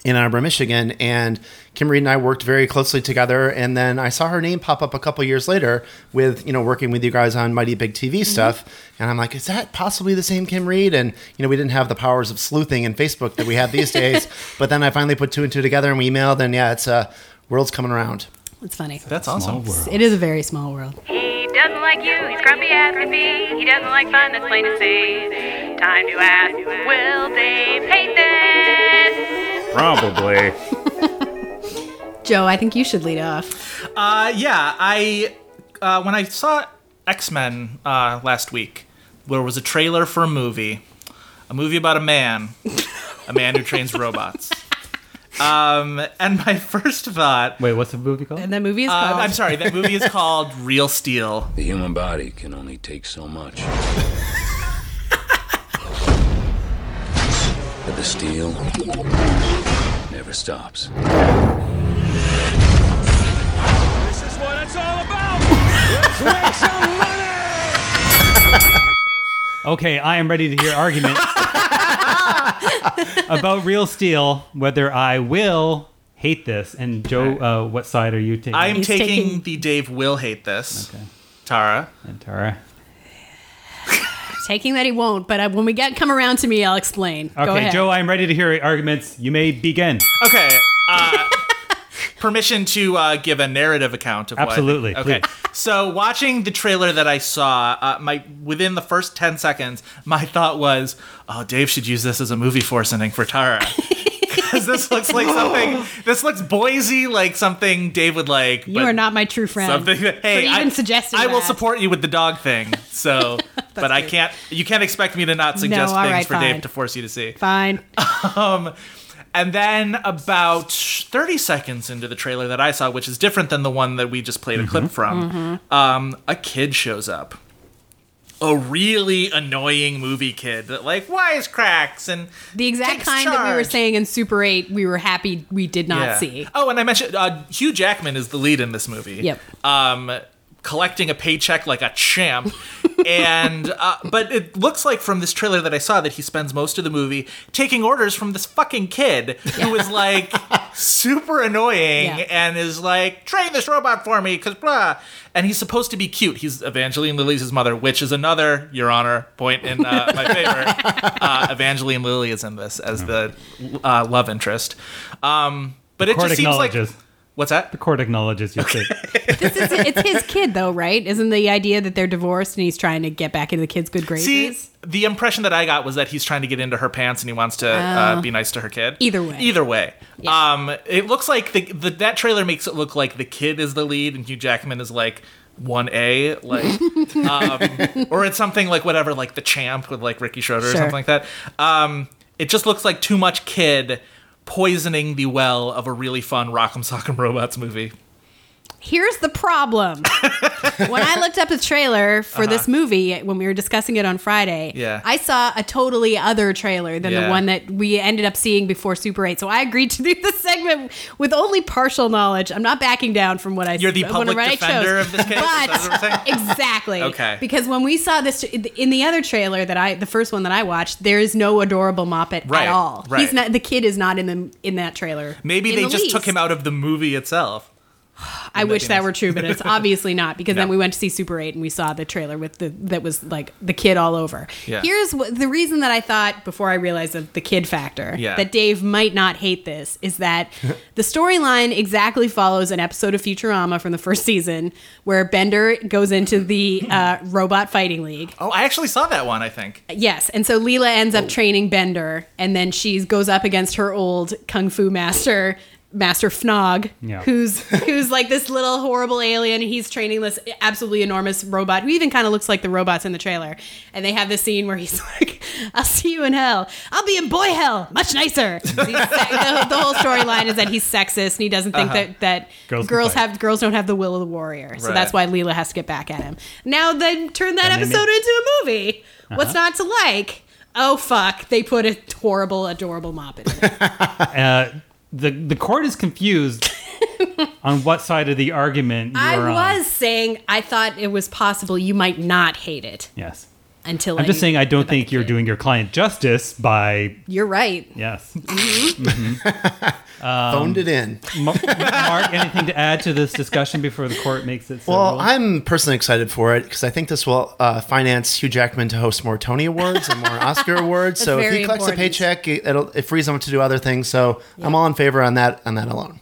[SPEAKER 5] in Ann Arbor, Michigan, and Kim Reed and I worked very closely together. And then I saw her name pop up a couple years later with you know working with you guys on Mighty Big TV stuff, and I'm like, is that possibly the same Kim Reed? And you know we didn't have the powers of sleuthing and Facebook that we have these days, but then I finally put two and two together and we emailed, and yeah, it's uh, world's coming around.
[SPEAKER 4] It's funny.
[SPEAKER 3] That's awesome.
[SPEAKER 4] It is a very small world.
[SPEAKER 7] He doesn't like you, he's grumpy as can be. He doesn't like fun, that's plain to see. Time to ask, will Dave hate this?
[SPEAKER 8] Probably.
[SPEAKER 4] Joe, I think you should lead off.
[SPEAKER 3] Uh, yeah, I uh, when I saw X Men uh, last week, there was a trailer for a movie, a movie about a man, a man who trains robots. Um, and my first thought,
[SPEAKER 2] Wait, what's the movie called?
[SPEAKER 4] And the movie is
[SPEAKER 3] uh,
[SPEAKER 4] called
[SPEAKER 3] I'm sorry, that movie is called Real Steel.
[SPEAKER 9] The human body can only take so much. but the steel never stops.
[SPEAKER 8] what it's all about. Let's make some money.
[SPEAKER 2] Okay, I am ready to hear
[SPEAKER 4] *laughs*
[SPEAKER 2] arguments about real steel. Whether I will hate this, and Joe, uh, what side are you taking?
[SPEAKER 3] I'm
[SPEAKER 4] He's
[SPEAKER 3] taking,
[SPEAKER 4] taking-
[SPEAKER 3] the Dave will hate this. Tara.
[SPEAKER 2] and Tara.
[SPEAKER 4] Taking that he won't, but uh, when we get come around to me, I'll explain. Go
[SPEAKER 2] Okay,
[SPEAKER 4] ahead.
[SPEAKER 2] Joe, I'm ready to hear arguments. You may begin.
[SPEAKER 3] Okay. Uh, *laughs* permission to uh, give a narrative account of
[SPEAKER 2] Absolutely,
[SPEAKER 3] What I think. Okay. So watching the trailer that I saw, uh, my within the first ten seconds, my thought was, "Oh, Dave should use this as a movie forcing for Tara." *laughs* Because this looks like something. This looks Boise, like something Dave would like.
[SPEAKER 4] you are not my true friend.
[SPEAKER 3] something. That, hey,
[SPEAKER 4] even
[SPEAKER 3] I,
[SPEAKER 4] suggesting
[SPEAKER 3] I will
[SPEAKER 4] that.
[SPEAKER 3] support you with the dog thing.
[SPEAKER 4] *laughs*
[SPEAKER 3] So, but I can't. You can't expect me to not suggest
[SPEAKER 4] all
[SPEAKER 3] things
[SPEAKER 4] right,
[SPEAKER 3] for
[SPEAKER 4] fine.
[SPEAKER 3] Dave to force you to see. *laughs*
[SPEAKER 4] Fine.
[SPEAKER 3] And then about 30 seconds into the trailer that I saw, which is different than the one that we just played a clip from, um, a kid shows up. A really annoying movie kid that like wisecracks and
[SPEAKER 4] The exact
[SPEAKER 3] takes
[SPEAKER 4] kind that we were
[SPEAKER 3] charge.
[SPEAKER 4] saying in Super 8, we were happy we did not
[SPEAKER 3] Yeah.
[SPEAKER 4] see.
[SPEAKER 3] Oh, and I mentioned uh, Hugh Jackman is the lead in this movie.
[SPEAKER 4] Yep.
[SPEAKER 3] Um, collecting a paycheck like a champ,
[SPEAKER 4] *laughs*
[SPEAKER 3] and uh, but it looks like from this trailer that I saw that he spends most of the movie taking orders from this fucking kid who is like super annoying
[SPEAKER 4] Yeah.
[SPEAKER 3] and is like train this robot for me because blah. And he's supposed to be cute. He's Evangeline Lilly's mother, which is another, Your Honor, point in uh, my favor.
[SPEAKER 4] *laughs*
[SPEAKER 3] uh, *laughs* Evangeline Lilly is in this as the uh, love interest. Um, but it
[SPEAKER 2] Court
[SPEAKER 3] just seems like
[SPEAKER 2] acknowledges.
[SPEAKER 3] what's that?
[SPEAKER 2] Court acknowledges your take.
[SPEAKER 4] This is, it's his kid, though, right? Isn't the idea that they're divorced and he's trying to get back into the kid's good graces?
[SPEAKER 3] See, the impression that I got was that he's trying to get into her pants and he wants to uh, be nice to her kid.
[SPEAKER 4] Oh. Either way.
[SPEAKER 3] either way. Um, it looks like the, the that trailer makes it look like the kid is the lead and Hugh Jackman is like one A,
[SPEAKER 4] *laughs*
[SPEAKER 3] like, um, or it's something like whatever, like the champ with like Ricky Schroeder or
[SPEAKER 4] Sure.
[SPEAKER 3] something like that. Um, it just looks like too much kid poisoning the well of a really fun Rock'em Sock'em Robots movie.
[SPEAKER 4] Here's the
[SPEAKER 3] *laughs*
[SPEAKER 4] problem. when I looked up the trailer for this movie when we were discussing it on Friday,
[SPEAKER 3] Uh-huh. Yeah.
[SPEAKER 4] I saw a totally other trailer than the
[SPEAKER 3] Yeah.
[SPEAKER 4] one that we ended up seeing before Super 8. So I agreed to do this segment with only partial knowledge. I'm not backing down from what I
[SPEAKER 3] You're the
[SPEAKER 4] what
[SPEAKER 3] public
[SPEAKER 4] I
[SPEAKER 3] defender
[SPEAKER 4] chose.
[SPEAKER 3] of this case. is that what I'm saying?
[SPEAKER 4] *laughs* But exactly.
[SPEAKER 3] Okay.
[SPEAKER 4] Because when we saw this in the other trailer that I, the first one that I watched, there is no adorable Muppet at
[SPEAKER 3] Right,
[SPEAKER 4] all.
[SPEAKER 3] right.
[SPEAKER 4] He's not the kid is not in the in that trailer.
[SPEAKER 3] Maybe
[SPEAKER 4] in
[SPEAKER 3] they
[SPEAKER 4] the
[SPEAKER 3] just took
[SPEAKER 4] least.
[SPEAKER 3] him out of the movie itself.
[SPEAKER 4] I wish that
[SPEAKER 3] nice?
[SPEAKER 4] were true, but
[SPEAKER 3] *laughs*
[SPEAKER 4] it's obviously not because then
[SPEAKER 3] No.
[SPEAKER 4] we went to see Super 8 and we saw the trailer with the that was like the kid all over.
[SPEAKER 3] Yeah.
[SPEAKER 4] Here's what, the reason that I thought before I realized of the kid factor
[SPEAKER 3] Yeah.
[SPEAKER 4] that Dave might not hate this is
[SPEAKER 3] *laughs*
[SPEAKER 4] that the storyline exactly follows an episode of Futurama from the first season where Bender goes into the uh, robot fighting league.
[SPEAKER 3] Oh, I actually saw that one. I think.
[SPEAKER 4] Yes, and so Leela ends
[SPEAKER 2] Oh.
[SPEAKER 4] up training Bender, and then she goes up against her old kung fu master, Master Fnog,
[SPEAKER 2] Yeah. *laughs*
[SPEAKER 4] who's who's like this little horrible alien. He's training this absolutely enormous robot who even kind of looks like the robots in the trailer. And they have this scene where he's *laughs* like, "I'll see you in hell. I'll be in boy hell, much
[SPEAKER 2] *laughs*
[SPEAKER 4] nicer." He's se- the, the whole storyline is that he's sexist and he doesn't think that that
[SPEAKER 2] Uh-huh. Girls
[SPEAKER 4] girls,
[SPEAKER 2] can fight.
[SPEAKER 4] have girls don't have the will of the warrior. So
[SPEAKER 3] Right.
[SPEAKER 4] that's why Leela has to get back at him. Now then, turn that
[SPEAKER 2] And they Uh-huh.
[SPEAKER 4] episode
[SPEAKER 2] meet-
[SPEAKER 4] into a movie. What's not to like? Oh fuck! They put a horrible, adorable Muppet.
[SPEAKER 2] *laughs*
[SPEAKER 4] In it.
[SPEAKER 2] Uh, the the court is
[SPEAKER 3] *laughs*
[SPEAKER 2] confused on what side of the argument you
[SPEAKER 4] I
[SPEAKER 2] are on.
[SPEAKER 4] was saying I thought it was possible you might not hate it
[SPEAKER 2] Yes.
[SPEAKER 4] until
[SPEAKER 2] I'm just saying I don't think you're
[SPEAKER 4] kid.
[SPEAKER 2] doing your client justice by
[SPEAKER 4] You're right.
[SPEAKER 2] yes.
[SPEAKER 5] Phoned it in.
[SPEAKER 2] Ma- *laughs* Mark, anything to add to this discussion before the court makes its
[SPEAKER 5] Well,
[SPEAKER 2] rule?
[SPEAKER 5] I'm personally excited for it because I think this will uh, finance Hugh Jackman to host more Tony Awards and
[SPEAKER 4] *laughs*
[SPEAKER 5] more Oscar Awards. So if
[SPEAKER 4] very
[SPEAKER 5] he collects
[SPEAKER 4] important.
[SPEAKER 5] a paycheck, it- it'll, it frees him up to do other things. So I'm all in favor on that on that alone.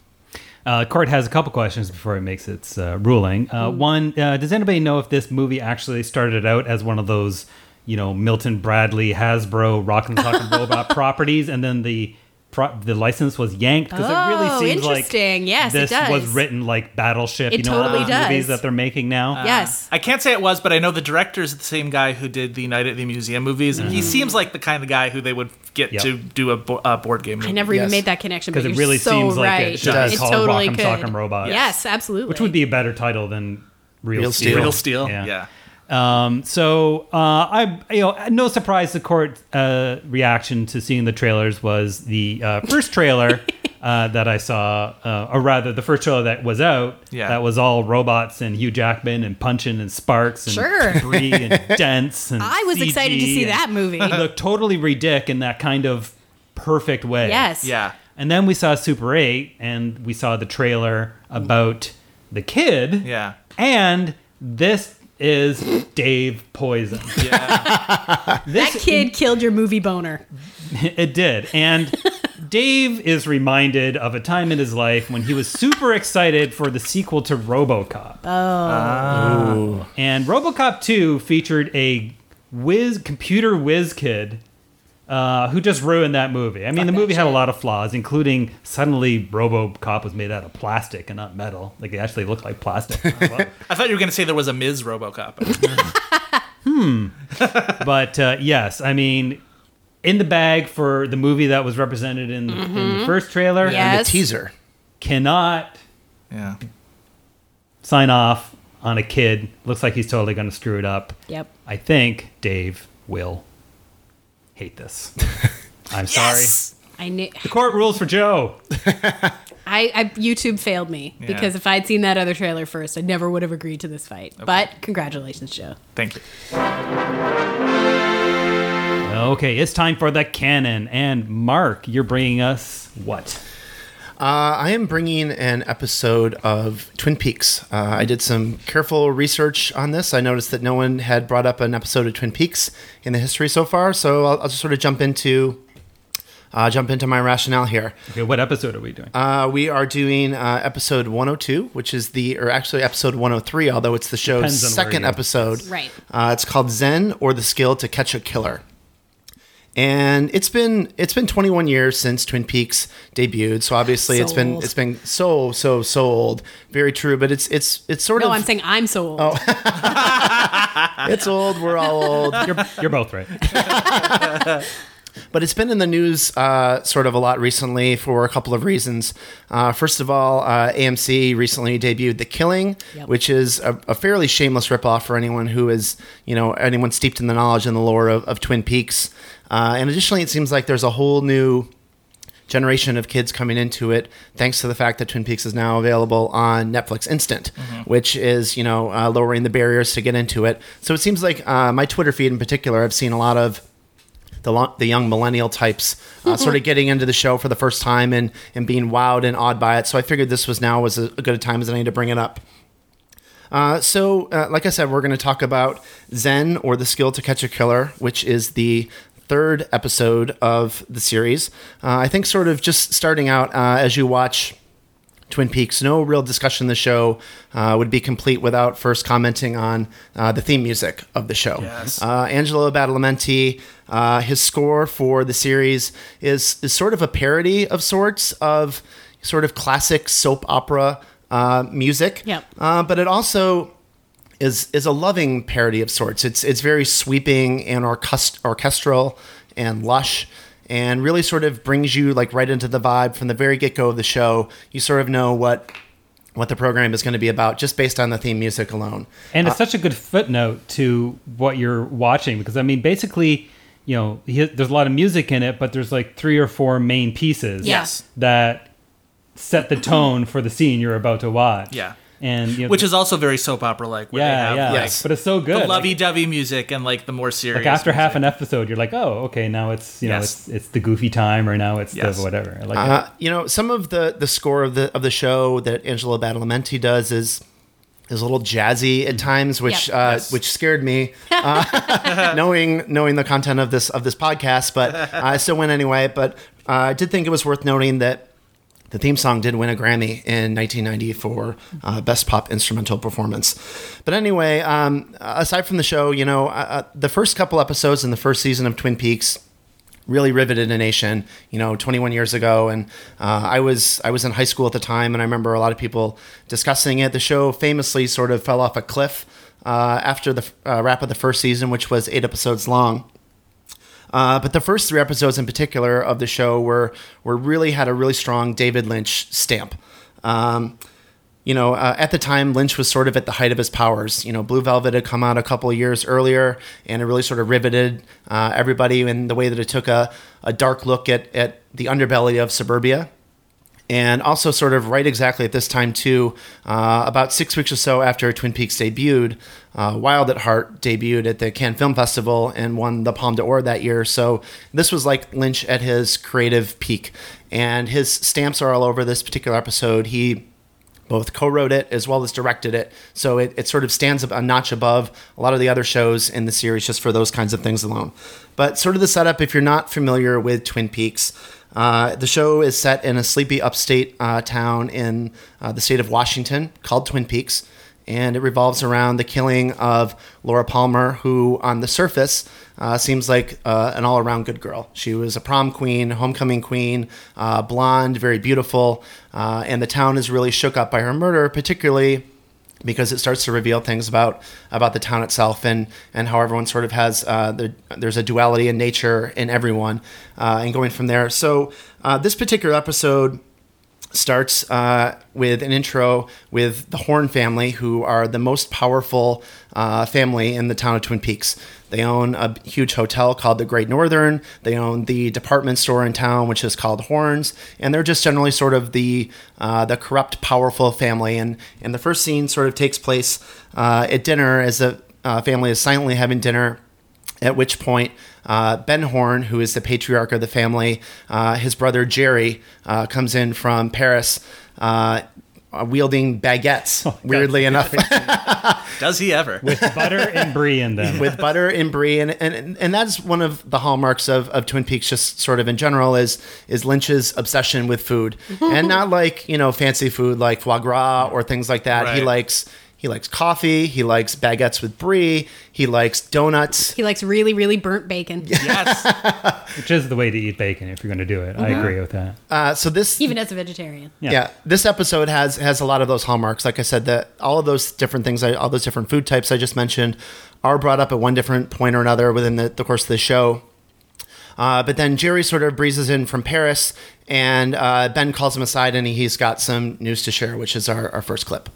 [SPEAKER 2] Uh, court has a couple questions before it makes its uh, ruling. Uh,
[SPEAKER 4] Hmm.
[SPEAKER 2] One, uh, does anybody know if this movie actually started out as one of those, you know, Milton Bradley, Hasbro, Rock and
[SPEAKER 4] *laughs*
[SPEAKER 2] Sock and Robot properties, and then the pro- the license was yanked because it
[SPEAKER 4] Oh,
[SPEAKER 2] really seems
[SPEAKER 4] interesting.
[SPEAKER 2] like
[SPEAKER 4] Yes, it
[SPEAKER 2] this
[SPEAKER 4] does.
[SPEAKER 2] was written like Battleship.
[SPEAKER 4] It
[SPEAKER 2] you know, all
[SPEAKER 4] totally
[SPEAKER 2] those movies
[SPEAKER 4] does.
[SPEAKER 2] that they're making now.
[SPEAKER 4] yes.
[SPEAKER 3] I can't say it was, but I know the director is the same guy who did the Night at the Museum movies, and he seems like the kind of guy who they would get
[SPEAKER 2] Mm-hmm. Yep.
[SPEAKER 3] to do a, bo- a board game. Movie.
[SPEAKER 4] I never even
[SPEAKER 5] Yes.
[SPEAKER 4] made that connection
[SPEAKER 2] because
[SPEAKER 4] because
[SPEAKER 2] it really
[SPEAKER 4] so
[SPEAKER 2] seems like
[SPEAKER 4] right.
[SPEAKER 2] it should be
[SPEAKER 5] It
[SPEAKER 2] called
[SPEAKER 4] totally
[SPEAKER 2] Rock'em
[SPEAKER 4] could.
[SPEAKER 2] Sock'em Robot,
[SPEAKER 4] Yes, absolutely.
[SPEAKER 2] which would be a better title than Real,
[SPEAKER 5] Real
[SPEAKER 2] Steel.
[SPEAKER 5] Steel.
[SPEAKER 3] Real Steel.
[SPEAKER 2] Yeah.
[SPEAKER 3] Yeah.
[SPEAKER 2] Um, so uh, I, you know, no surprise the court uh, reaction to seeing the trailers was the uh, first
[SPEAKER 4] *laughs*
[SPEAKER 2] trailer uh, that I saw, uh, or rather the first trailer that was out.
[SPEAKER 3] Yeah.
[SPEAKER 2] that was all robots and Hugh Jackman and punching and sparks and
[SPEAKER 4] Sure.
[SPEAKER 2] debris
[SPEAKER 4] *laughs*
[SPEAKER 2] and dents. And
[SPEAKER 4] I was
[SPEAKER 2] CG
[SPEAKER 4] excited to see
[SPEAKER 2] and *laughs*
[SPEAKER 4] that movie.
[SPEAKER 2] It looked totally ridic in that kind of perfect way.
[SPEAKER 4] yes.
[SPEAKER 3] Yeah.
[SPEAKER 2] And then we saw Super 8 and we saw the trailer about the kid.
[SPEAKER 3] Yeah.
[SPEAKER 2] And this is Dave Poison. *laughs* Yeah.
[SPEAKER 4] That kid killed your movie boner.
[SPEAKER 2] It did. And Dave is reminded of a time in his life when he was super excited for the sequel to RoboCop. Oh. And RoboCop 2 featured a whiz computer whiz kid uh, who just ruined that movie. I mean, the movie had a lot of flaws, including suddenly RoboCop was made out of plastic and not metal. Like it actually looked like plastic. *laughs*
[SPEAKER 3] I thought you were going to say there was a Ms. RoboCop. *laughs*
[SPEAKER 2] but uh, yes, I mean, in the bag for the movie that was represented in, in the first trailer.
[SPEAKER 4] Yeah.
[SPEAKER 5] The teaser.
[SPEAKER 2] cannot
[SPEAKER 3] yeah.
[SPEAKER 2] sign off on a kid. Looks like he's totally going to screw it up.
[SPEAKER 4] Yep.
[SPEAKER 2] I think Dave will hate
[SPEAKER 5] *laughs*
[SPEAKER 2] this. I'm sorry.
[SPEAKER 3] Yes!
[SPEAKER 4] I knew.
[SPEAKER 2] The court rules for Joe.
[SPEAKER 4] I, I YouTube failed me because if I'd seen that other trailer first, I never would have agreed to this fight. But congratulations, Joe.
[SPEAKER 3] Thank you.
[SPEAKER 2] Okay, it's time for the canon. And Mark, you're bringing us what?
[SPEAKER 5] Uh, I am bringing an episode of Twin Peaks. Uh, I did some careful research on this. I noticed that no one had brought up an episode of Twin Peaks in the history so far, so I'll, I'll just sort of jump into uh, jump into my rationale here.
[SPEAKER 2] Okay, what episode are we doing?
[SPEAKER 5] Uh, we are doing uh, episode 102, which is the, or actually episode 103, although it's the show's
[SPEAKER 2] Depends on where
[SPEAKER 5] second
[SPEAKER 2] you-
[SPEAKER 5] episode.
[SPEAKER 4] Right.
[SPEAKER 5] Uh, it's called Zen or the Skill to Catch a Killer. And it's been it's been 21 years since Twin Peaks debuted, so obviously
[SPEAKER 4] So
[SPEAKER 5] it's been
[SPEAKER 4] old.
[SPEAKER 5] it's been so so so old, very true. But it's it's it's sort
[SPEAKER 4] No,
[SPEAKER 5] of
[SPEAKER 4] I'm saying I'm so old.
[SPEAKER 5] Oh. it's old. We're all old.
[SPEAKER 2] you're, you're both right.
[SPEAKER 5] But it's been in the news uh, sort of a lot recently for a couple of reasons. Uh, first of all, uh, AMC recently debuted The Killing,
[SPEAKER 4] Yep.
[SPEAKER 5] which is a, a fairly shameless ripoff for anyone who is, you know, anyone steeped in the knowledge and the lore of, of Twin Peaks. Uh, and additionally, it seems like there's a whole new generation of kids coming into it thanks to the fact that Twin Peaks is now available on Netflix Instant, which is, you know, uh, lowering the barriers to get into it. So it seems like uh, my Twitter feed in particular, I've seen a lot of the, lo- the young millennial types uh, sort of getting into the show for the first time and, and being wowed and awed by it. So I figured this was now was as good a time as any to bring it up. Uh, so, uh, like I said, we're going to talk about Zen or the Skill to Catch a Killer, which is the third episode of the series. Uh, I think, sort of just starting out uh, as you watch Twin Peaks, no real discussion of the show uh, would be complete without first commenting on uh, the theme music of the show.
[SPEAKER 3] Yes.
[SPEAKER 5] Uh, Angelo Badalamenti, uh, his score for the series is, is sort of a parody of sorts of sort of classic soap opera uh, music.
[SPEAKER 4] Yep.
[SPEAKER 5] Uh, but it also is is a loving parody of sorts. It's it's very sweeping and orchest- orchestral and lush, and really sort of brings you like right into the vibe from the very get go of the show. You sort of know what what the program is going to be about just based on the theme music alone.
[SPEAKER 2] And
[SPEAKER 3] Uh,
[SPEAKER 2] it's such a good footnote to what you're watching because I mean, basically, you know, he, there's a lot of music in it, but there's like three or four main pieces
[SPEAKER 4] Yeah. Yes.
[SPEAKER 2] that set the tone for the scene you're about to watch.
[SPEAKER 3] Yeah.
[SPEAKER 2] and you know,
[SPEAKER 3] Which is also very soap opera like.
[SPEAKER 2] yeah, yeah,
[SPEAKER 5] Yes.
[SPEAKER 2] but it's so good.
[SPEAKER 3] The
[SPEAKER 2] Like-
[SPEAKER 3] lovey dovey music and like the more serious.
[SPEAKER 2] like, after half
[SPEAKER 3] music.
[SPEAKER 2] an episode, you're like, oh, okay, now it's you know, it's
[SPEAKER 3] Yes.
[SPEAKER 2] it's the goofy time, or now it's
[SPEAKER 3] Yes.
[SPEAKER 2] the whatever. I like it.
[SPEAKER 5] Uh, you know, some of the the score of the of the show that Angelo Badalamenti does is is a little jazzy at times, which
[SPEAKER 4] Yep.
[SPEAKER 5] uh, which scared me, uh, *laughs* knowing knowing the content of this of this podcast. But uh, I still went anyway. But uh, I did think it was worth noting that. The theme song did win a Grammy in 1990 for uh, Best Pop Instrumental Performance. But anyway, um, aside from the show, you know, uh, uh, the first couple episodes in the first season of Twin Peaks really riveted a nation, you know, 21 years ago. And uh, I was I was in high school at the time, and I remember a lot of people discussing it. The show famously sort of fell off a cliff uh, after the uh, wrap of the first season, which was eight episodes long. Uh, but the first three episodes in particular of the show were were really had a really strong David Lynch stamp. Um, you know, uh, at the time, Lynch was sort of at the height of his powers. You know, Blue Velvet had come out a couple of years earlier, and it really sort of riveted uh, everybody in the way that it took a, a dark look at, at the underbelly of suburbia. And also, sort of right exactly at this time, too, uh, about six weeks or so after Twin Peaks debuted, uh, Wild at Heart debuted at the Cannes Film Festival and won the Palme d'Or that year. So, this was like Lynch at his creative peak. And his stamps are all over this particular episode. He both co-wrote it as well as directed it. So it, it sort of stands a notch above a lot of the other shows in the series just for those kinds of things alone. But sort of the setup, if you're not familiar with Twin Peaks, uh, the show is set in a sleepy upstate uh, town in uh, the state of Washington called Twin Peaks. And it revolves around the killing of Laura Palmer, who on the surface uh, seems like uh, an all around good girl. She was a prom queen, homecoming queen, uh, blonde, very beautiful, uh, and the town is really shook up by her murder, particularly because it starts to reveal things about about the town itself and and how everyone sort of has uh, there, there's a duality in nature in everyone, uh, and going from there. So uh, this particular episode starts uh, with an intro with the Horn family, who are the most powerful uh, family in the town of Twin Peaks. They own a huge hotel called the Great Northern. They own the department store in town, which is called Horns, and they're just generally sort of the uh, the corrupt, powerful family. And and the first scene sort of takes place uh, at dinner as the uh, family is silently having dinner at which point uh, Ben Horn, who is the patriarch of the family, uh, his brother Jerry uh, comes in from Paris. Uh, uh, Wielding baguettes, weirdly enough,
[SPEAKER 3] Does he ever?
[SPEAKER 2] with
[SPEAKER 5] *laughs*
[SPEAKER 2] butter and brie in them.
[SPEAKER 5] with butter and brie, and, and and that's one of the hallmarks of, of Twin Peaks, just sort of in general, is is Lynch's obsession with food, and not like you know fancy food like foie gras or things like that. He
[SPEAKER 3] Right.
[SPEAKER 5] likes he likes coffee, he likes baguettes with brie, he likes donuts,
[SPEAKER 4] He likes really, really burnt bacon,
[SPEAKER 3] *laughs* yes.
[SPEAKER 2] which is the way to eat bacon if you're going to do it. I
[SPEAKER 4] Uh-huh.
[SPEAKER 2] agree with that.
[SPEAKER 5] Uh, so this
[SPEAKER 4] even as a vegetarian.
[SPEAKER 5] yeah. this episode has has a lot of those hallmarks. Like I said, that all of those different things, I, all those different food types I just mentioned, are brought up at one different point or another within the, the course of the show. Uh, but then Jerry sort of breezes in from Paris, and uh, Ben calls him aside, and he's got some news to share, which is our, our first clip.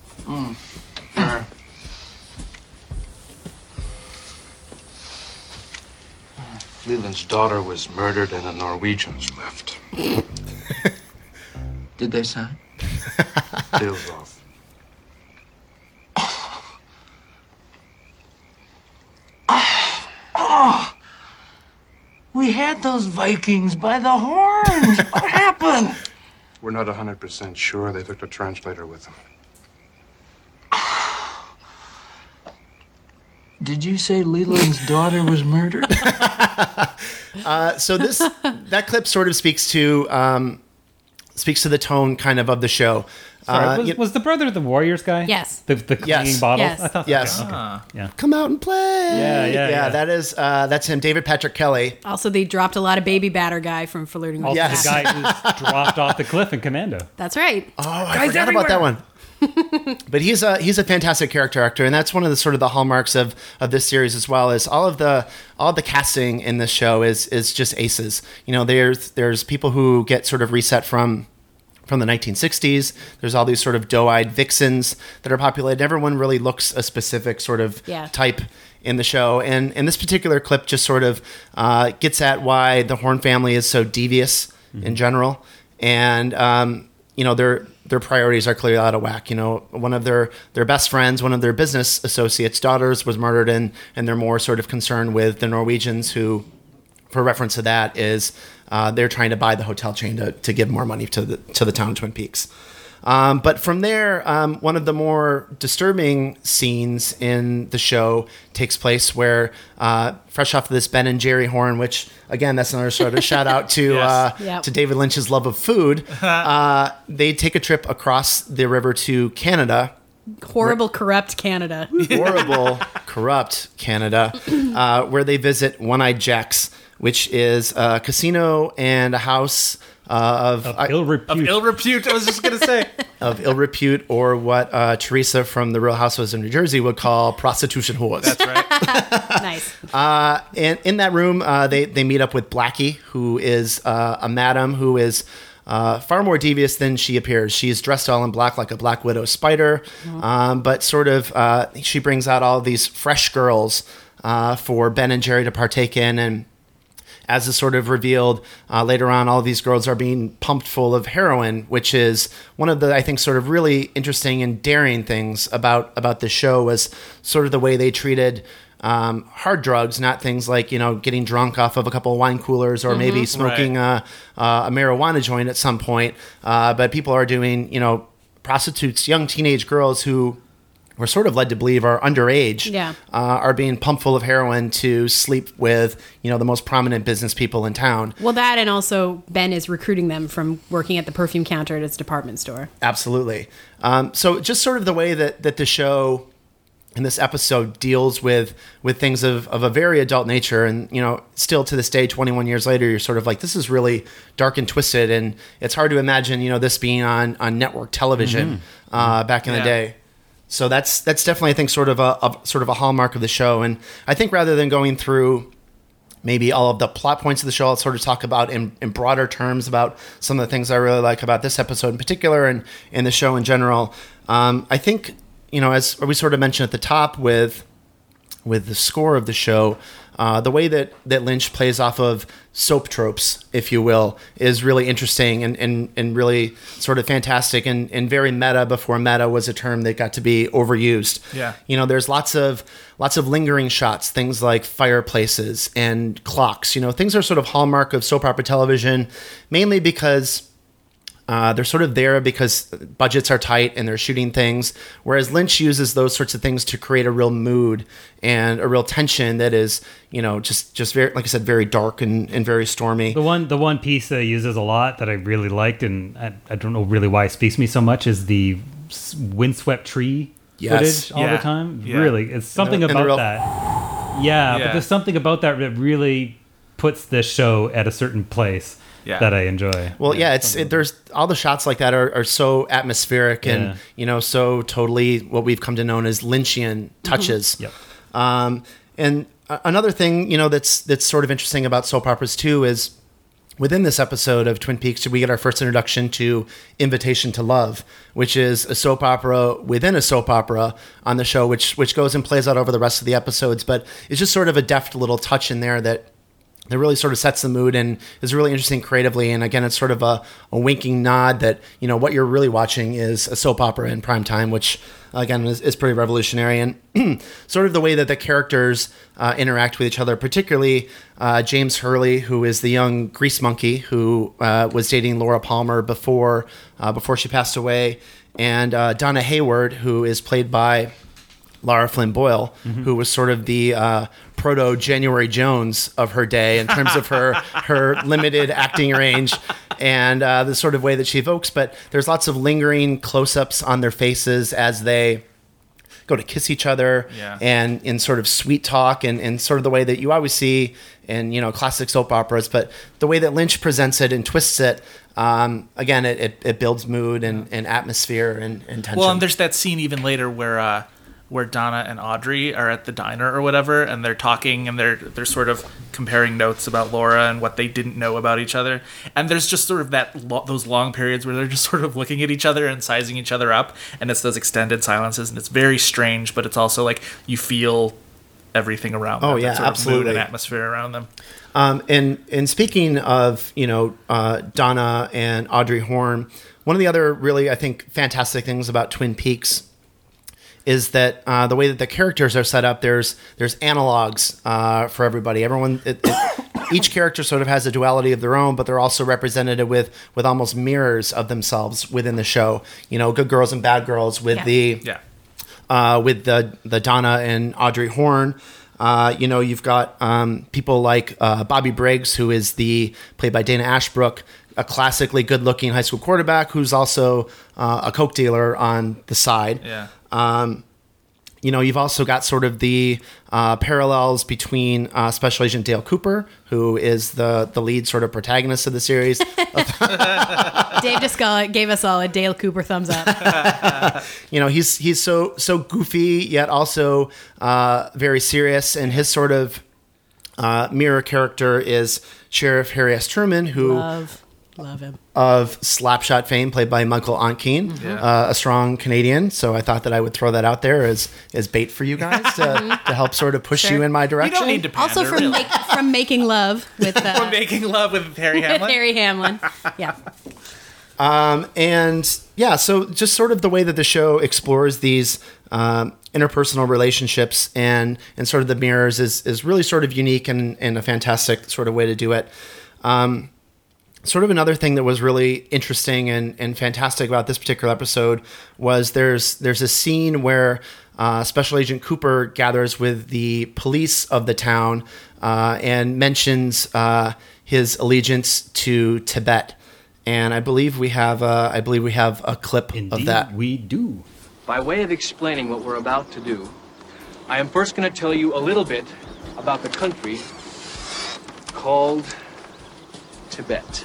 [SPEAKER 10] Leland's daughter was murdered and the Norwegians left.
[SPEAKER 1] Did they sign?
[SPEAKER 10] Tails off.
[SPEAKER 8] We had those Vikings by the horns. What happened?
[SPEAKER 10] We're not 100% sure they took the translator with them.
[SPEAKER 8] Did you say Leland's daughter was murdered?
[SPEAKER 5] so this that clip sort of speaks to um, speaks to the tone kind of of the show.
[SPEAKER 2] Sorry,
[SPEAKER 5] Uh,
[SPEAKER 2] was,
[SPEAKER 5] you-
[SPEAKER 2] was the brother the Warriors guy?
[SPEAKER 4] Yes.
[SPEAKER 2] The, the
[SPEAKER 5] Yes.
[SPEAKER 2] clinging bottles?
[SPEAKER 4] Yes.
[SPEAKER 2] I thought
[SPEAKER 5] Yes.
[SPEAKER 2] okay, okay.
[SPEAKER 5] Come out and play.
[SPEAKER 2] Ah. Yeah, yeah, yeah.
[SPEAKER 5] That is uh, that's him, David Patrick Kelly.
[SPEAKER 4] Also, they dropped a lot of baby batter guy from flirting with
[SPEAKER 2] Also,
[SPEAKER 5] Yes.
[SPEAKER 2] the
[SPEAKER 5] *laughs*
[SPEAKER 2] guy who's dropped off the cliff in Commando.
[SPEAKER 4] That's right.
[SPEAKER 5] Oh, I forgot about that one. but he's a he's a fantastic character actor, and that's one of the sort of the hallmarks of of this series as well. Is all of the all the casting in this show is is just aces. You know, there's there's people who get sort of reset from from the 1960s. There's all these sort of doe-eyed vixens that are populated. Everyone really looks a specific sort of
[SPEAKER 4] Yeah.
[SPEAKER 5] type in the show, and and this particular clip just sort of uh, gets at why the Horn family is so devious in general, and um, you know their their priorities are clearly out of whack. You know, one of their their best friends, one of their business associates' daughters was murdered, and and they're more sort of concerned with the Norwegians who for reference to that is uh, they're trying to buy the hotel chain to, to give more money to the to the town of Twin Peaks. Um, but from there, um, one of the more disturbing scenes in the show takes place where, uh, fresh off of this Ben and Jerry Horn, which again, that's another sort of shout out to uh,
[SPEAKER 4] Yep.
[SPEAKER 5] to David Lynch's love of food. uh, they take a trip across the river to Canada
[SPEAKER 4] Horrible, corrupt
[SPEAKER 5] *laughs*
[SPEAKER 4] Canada.
[SPEAKER 5] horrible, corrupt Canada, uh, where they visit One Eyed Jack's, which is a casino and a house uh, of I-
[SPEAKER 2] Ill repute.
[SPEAKER 3] Of ill repute, I was just going
[SPEAKER 2] *laughs*
[SPEAKER 3] to say.
[SPEAKER 5] of ill repute, or what uh, Teresa from the Real Housewives of New Jersey would call prostitution whores.
[SPEAKER 4] nice.
[SPEAKER 5] and in that room, uh, they they meet up with Blackie, who is uh, a madam who is Uh, far more devious than she appears. She's dressed all in black like a Black Widow spider, um, but sort of uh, she brings out all these fresh girls uh, for Ben and Jerry to partake in, and as is sort of revealed uh, later on, all these girls are being pumped full of heroin, which is one of the I think sort of really interesting and daring things about about the show was sort of the way they treated. Um, hard drugs, not things like you know getting drunk off of a couple of wine coolers or maybe smoking a, a marijuana joint at some point. Uh, but people are doing you know prostitutes, young teenage girls who we're sort of led to believe are underage
[SPEAKER 4] Yeah.
[SPEAKER 5] uh, are being pumped full of heroin to sleep with you know the most prominent business people in town
[SPEAKER 4] Well, that and also Ben is recruiting them from working at the perfume counter at his department
[SPEAKER 5] *laughs*
[SPEAKER 4] store.
[SPEAKER 5] absolutely um, so just sort of the way that that the show and this episode deals with with things of, of a very adult nature and you know still to this day 21 years later you're sort of like this is really dark and twisted and it's hard to imagine you know this being on on network television uh, back in the
[SPEAKER 3] Yeah.
[SPEAKER 5] day so that's that's definitely I think sort of a, a sort of a hallmark of the show and I think rather than going through maybe all of the plot points of the show. I'll sort of talk about in, in broader terms about some of the things I really like about this episode in particular and, and the show in general. Um, I think, you know, as we sort of mentioned at the top with with the score of the show, uh, the way that, that Lynch plays off of soap tropes, if you will, is really interesting and, and, and really sort of fantastic and, and very meta before meta was a term that got to be overused.
[SPEAKER 3] Yeah.
[SPEAKER 5] You know, there's lots of lots of lingering shots, things like fireplaces and clocks. You know, things are sort of hallmark of soap opera television, mainly because uh, they're sort of there because budgets are tight and they're shooting things. Whereas Lynch uses those sorts of things to create a real mood and a real tension that is, you know, just just very, like I said, very dark and, and very stormy.
[SPEAKER 2] The one, the one piece that he uses a lot that I really liked, and I, I don't know really why it speaks to me so much, is the s- windswept tree
[SPEAKER 5] Yes.
[SPEAKER 2] footage all
[SPEAKER 3] Yeah.
[SPEAKER 2] the time.
[SPEAKER 3] Yeah.
[SPEAKER 2] Really, it's something
[SPEAKER 5] and the
[SPEAKER 2] about
[SPEAKER 5] real- *laughs*
[SPEAKER 2] that. Yeah,
[SPEAKER 3] Yeah.
[SPEAKER 2] but there's something about that that really puts this show at a certain place
[SPEAKER 3] Yeah.
[SPEAKER 2] that I enjoy.
[SPEAKER 5] Well, yeah, it's it, there's all the shots like that are, are so atmospheric and
[SPEAKER 2] Yeah.
[SPEAKER 5] you know so totally what we've come to known as Lynchian touches.
[SPEAKER 2] Yep.
[SPEAKER 5] Um, and a- another thing you know that's that's sort of interesting about soap operas too is within this episode of Twin Peaks, we get our first introduction to Invitation to Love, which is a soap opera within a soap opera on the show, which which goes and plays out over the rest of the episodes. But it's just sort of a deft little touch in there that that really sort of sets the mood and is really interesting creatively. And again, it's sort of a, a winking nod that, you know, what you're really watching is a soap opera in prime time, which again is, is pretty revolutionary. And *clears throat* sort of the way that the characters uh, interact with each other, particularly uh, James Hurley, who is the young grease monkey who uh, was dating Laura Palmer before, uh, before she passed away. And uh, Donna Hayward, who is played by Laura Flynn Boyle,
[SPEAKER 3] Mm-hmm.
[SPEAKER 5] who was sort of the uh, proto January Jones of her day in terms of
[SPEAKER 3] *laughs*
[SPEAKER 5] her her limited acting range and uh, the sort of way that she evokes. But there's lots of lingering close ups on their faces as they go to kiss each other
[SPEAKER 3] Yeah.
[SPEAKER 5] and in sort of sweet talk and, and sort of the way that you always see in you know classic soap operas but the way that lynch presents it and twists it um, again it, it, it builds mood and, and atmosphere and, and tension
[SPEAKER 3] Well, and there's that scene even later where uh, where Donna and Audrey are at the diner or whatever, and they're talking and they're they're sort of comparing notes about Laura and what they didn't know about each other. And there's just sort of that lo- those long periods where they're just *laughs* sort of looking at each other and sizing each other up, and it's those extended silences, and it's very strange, but it's also like you feel everything around them.
[SPEAKER 5] Oh,
[SPEAKER 3] that
[SPEAKER 5] yeah,
[SPEAKER 3] sort of mood
[SPEAKER 5] absolutely.
[SPEAKER 3] and atmosphere around them.
[SPEAKER 5] Um, and and speaking of you know uh, Donna and Audrey Horn, one of the other really I think fantastic things about Twin Peaks is that uh, the way that the characters are set up, there's there's analogs uh, for everybody. Everyone, it, it, each character sort of has a duality of their own, but they're also represented with with almost mirrors of themselves within the show. You know, good girls and bad girls with
[SPEAKER 4] Yeah.
[SPEAKER 5] the
[SPEAKER 3] Yeah.
[SPEAKER 5] uh, with the the Donna and Audrey Horn. Uh, you know, you've got um, people like uh, Bobby Briggs, who is the played by Dana Ashbrook, a classically good-looking high school quarterback who's also uh, a coke dealer on the side
[SPEAKER 3] Yeah.
[SPEAKER 5] you know, you've also got sort of the uh, parallels between uh, Special Agent Dale Cooper, who is the the lead sort of protagonist of the series.
[SPEAKER 4] Dave Descala gave us all a Dale Cooper thumbs up.
[SPEAKER 5] you know, he's he's so so goofy yet also uh, very serious, and his sort of uh, mirror character is Sheriff Harry S. Truman, who
[SPEAKER 4] Love. Love him.
[SPEAKER 5] of Slapshot fame, played by Michael
[SPEAKER 3] Mm-hmm.
[SPEAKER 5] Onken, uh, a strong Canadian. So I thought that I would throw that out there as as bait for you guys to, to help sort of push you in my
[SPEAKER 3] You
[SPEAKER 5] direction.
[SPEAKER 3] don't need to pander,
[SPEAKER 4] Also from
[SPEAKER 3] really.
[SPEAKER 4] make, from making love with
[SPEAKER 3] We're
[SPEAKER 4] uh,
[SPEAKER 3] making love
[SPEAKER 4] *laughs*
[SPEAKER 3] with Harry Hamlin.
[SPEAKER 4] Harry Hamlin. Yeah.
[SPEAKER 5] Um, and yeah, so just sort of the way that the show explores these um, interpersonal relationships and and sort of the mirrors is is really sort of unique and and a fantastic sort of way to do it. Um, sort of another thing that was really interesting and, and fantastic about this particular episode was there's there's a scene where uh, Special Agent Cooper gathers with the police of the town uh, and mentions uh, his allegiance to Tibet, and I believe we have uh, I believe we have a clip of that.
[SPEAKER 2] we do.
[SPEAKER 11] By way of explaining what we're about to do, I am first going to tell you a little bit about the country called Tibet.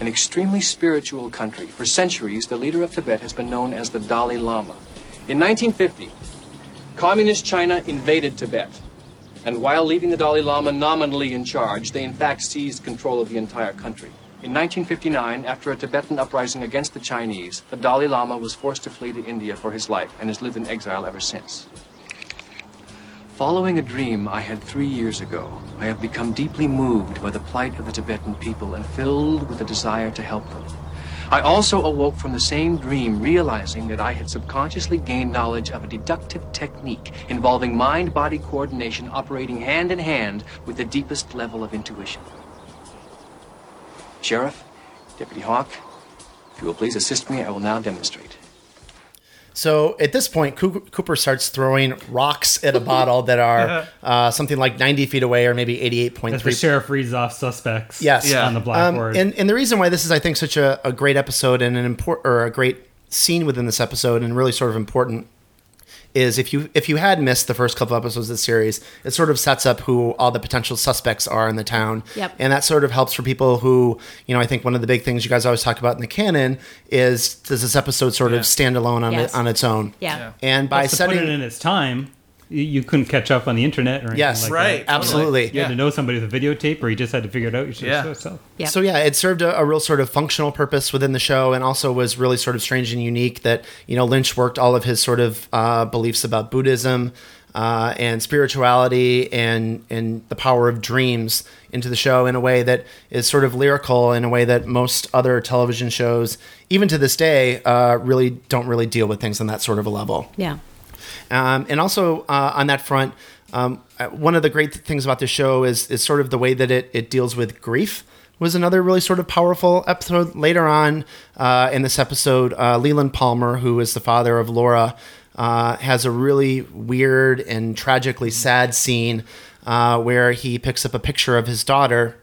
[SPEAKER 11] An extremely spiritual country. For centuries, the leader of Tibet has been known as the Dalai Lama. In 1950, Communist China invaded Tibet. And while leaving the Dalai Lama nominally in charge, they in fact seized control of the entire country. In 1959, after a Tibetan uprising against the Chinese, the Dalai Lama was forced to flee to India for his life and has lived in exile ever since. Following a dream I had three years ago, I have become deeply moved by the plight of the Tibetan people and filled with a desire to help them. I also awoke from the same dream, realizing that I had subconsciously gained knowledge of a deductive technique involving mind body coordination operating hand in hand with the deepest level of intuition. Sheriff, Deputy Hawk, if you will please assist me, I will now demonstrate.
[SPEAKER 5] So at this point, Coo- Cooper starts throwing rocks at a bottle that are uh, something like 90 feet away or maybe 88.3
[SPEAKER 2] As the sheriff reads off suspects
[SPEAKER 5] Yes. Yeah.
[SPEAKER 2] on the
[SPEAKER 5] Um,
[SPEAKER 2] blackboard.
[SPEAKER 5] and, and the reason why this is, I think, such a, a great episode and an important or a great scene within this episode and really sort of important is if you if you had missed the first couple episodes of the series, it sort of sets up who all the potential suspects are in the town.
[SPEAKER 4] Yep.
[SPEAKER 5] And that sort of helps for people who, you know, I think one of the big things you guys always talk about in the canon is does this episode sort of stand alone on,
[SPEAKER 4] Yes.
[SPEAKER 5] it, on its own?
[SPEAKER 4] Yeah. Yeah.
[SPEAKER 5] And by
[SPEAKER 2] Plus, to
[SPEAKER 5] setting
[SPEAKER 2] put it in its time, you, you couldn't catch up on the internet or anything
[SPEAKER 5] Yes.
[SPEAKER 2] like
[SPEAKER 3] Right.
[SPEAKER 2] that.
[SPEAKER 5] Absolutely.
[SPEAKER 2] You had to know somebody with a videotape, or you just had to figure it out yourself.
[SPEAKER 3] Yeah.
[SPEAKER 2] yourself.
[SPEAKER 4] Yeah.
[SPEAKER 5] So yeah, it served a, a real sort of functional purpose within the show, and also was really sort of strange and unique that you know Lynch worked all of his sort of uh, beliefs about Buddhism uh, and spirituality and and the power of dreams into the show in a way that is sort of lyrical in a way that most other television shows, even to this day, uh, really don't really deal with things on that sort of a level.
[SPEAKER 4] Yeah.
[SPEAKER 5] Um, and also uh, on that front, um, uh, one of the great th- things about this show is is sort of the way that it, it deals with grief was another really sort of powerful episode. Later on uh, in this episode, uh, Leland Palmer, who is the father of Laura, uh, has a really weird and tragically sad scene uh, where he picks up a picture of his daughter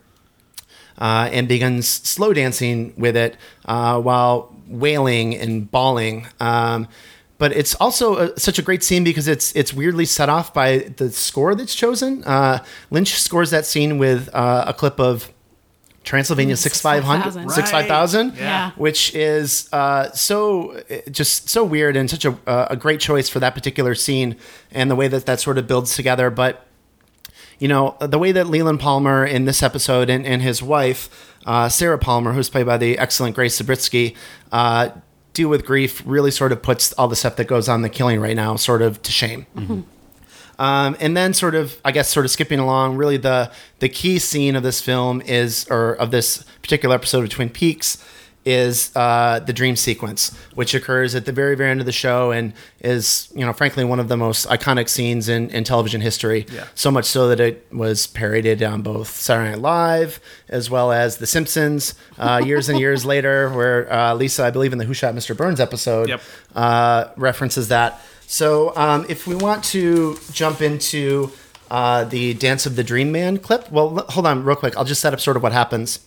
[SPEAKER 5] uh, and begins slow dancing with it uh, while wailing and bawling. Um, but it's also a, such a great scene because it's it's weirdly set off by the score that's chosen. Uh, Lynch scores that scene with uh, a clip of Transylvania 6500,
[SPEAKER 4] 6500.
[SPEAKER 5] 65000,
[SPEAKER 4] Yeah.
[SPEAKER 5] which is uh, so just so weird and such a, uh, a great choice for that particular scene and the way that that sort of builds together. But you know, the way that Leland Palmer in this episode and, and his wife, uh, Sarah Palmer, who's played by the excellent Grace Sabritsky, uh, deal with grief really sort of puts all the stuff that goes on in the killing right now sort of to shame. Um, and then sort of, I guess, sort of skipping along, really the the key scene of this film is, or of this particular episode of Twin Peaks, is uh, the dream sequence, which occurs at the very, very end of the show and is, you know, frankly, one of the most iconic scenes in, in television history.
[SPEAKER 3] Yeah.
[SPEAKER 5] So much so that it was parodied on both Saturday Night Live as well as The Simpsons uh, years and years *laughs* later, where uh, Lisa, I believe, in the Who Shot Mr. Burns episode,
[SPEAKER 3] Yep.
[SPEAKER 5] uh, references that. So um, if we want to jump into uh, the Dance of the Dream Man clip, well, l- hold on real quick. I'll just set up sort of what happens.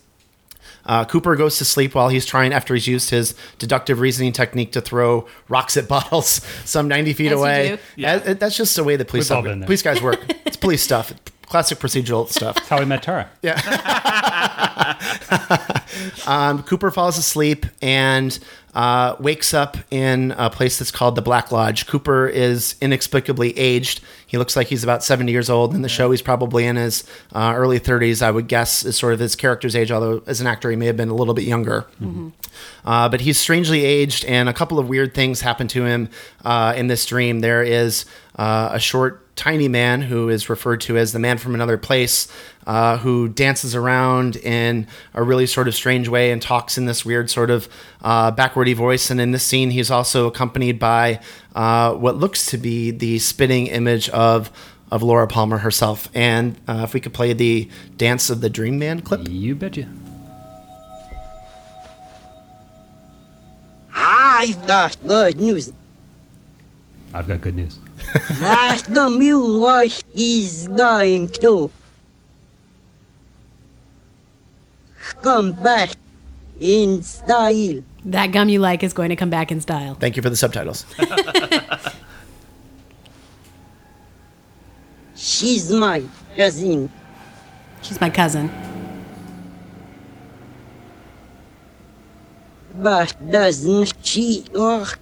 [SPEAKER 5] Uh, Cooper goes to sleep while he's trying, after he's used his deductive reasoning technique to throw rocks at *laughs* bottles some 90 feet
[SPEAKER 4] As you
[SPEAKER 5] away.
[SPEAKER 4] do.
[SPEAKER 5] Yeah. that's just the way the police,
[SPEAKER 2] We've all
[SPEAKER 5] oper-
[SPEAKER 2] been there.
[SPEAKER 5] police guys work. it's
[SPEAKER 4] *laughs*
[SPEAKER 5] police stuff, classic procedural stuff.
[SPEAKER 2] That's how I met Tara.
[SPEAKER 5] Yeah. Um, Cooper falls asleep and uh, wakes up in a place that's called the Black Lodge. Cooper is inexplicably aged. He looks like he's about 70 years old. In the show, he's probably in his uh, early 30s, I would guess, is sort of his character's age, although as an actor, he may have been a little bit younger.
[SPEAKER 8] Mhm.
[SPEAKER 5] Uh, but he's strangely aged, and a couple of weird things happen to him uh, in this dream. There is uh, a short, tiny man who is referred to as the man from another place, uh, who dances around in a really sort of strange way and talks in this weird sort of uh, backwardy voice. And in this scene, he's also accompanied by uh, what looks to be the spitting image of. Of Laura Palmer herself, and uh, if we could play the dance of the Dream Man clip,
[SPEAKER 2] you betcha.
[SPEAKER 12] I've got good news.
[SPEAKER 2] I've got good news.
[SPEAKER 12] That the mule is going to come back in style.
[SPEAKER 4] That gum you like is going to come back in style.
[SPEAKER 5] Thank you for the subtitles.
[SPEAKER 12] She's my cousin.
[SPEAKER 4] She's my cousin.
[SPEAKER 12] But doesn't she look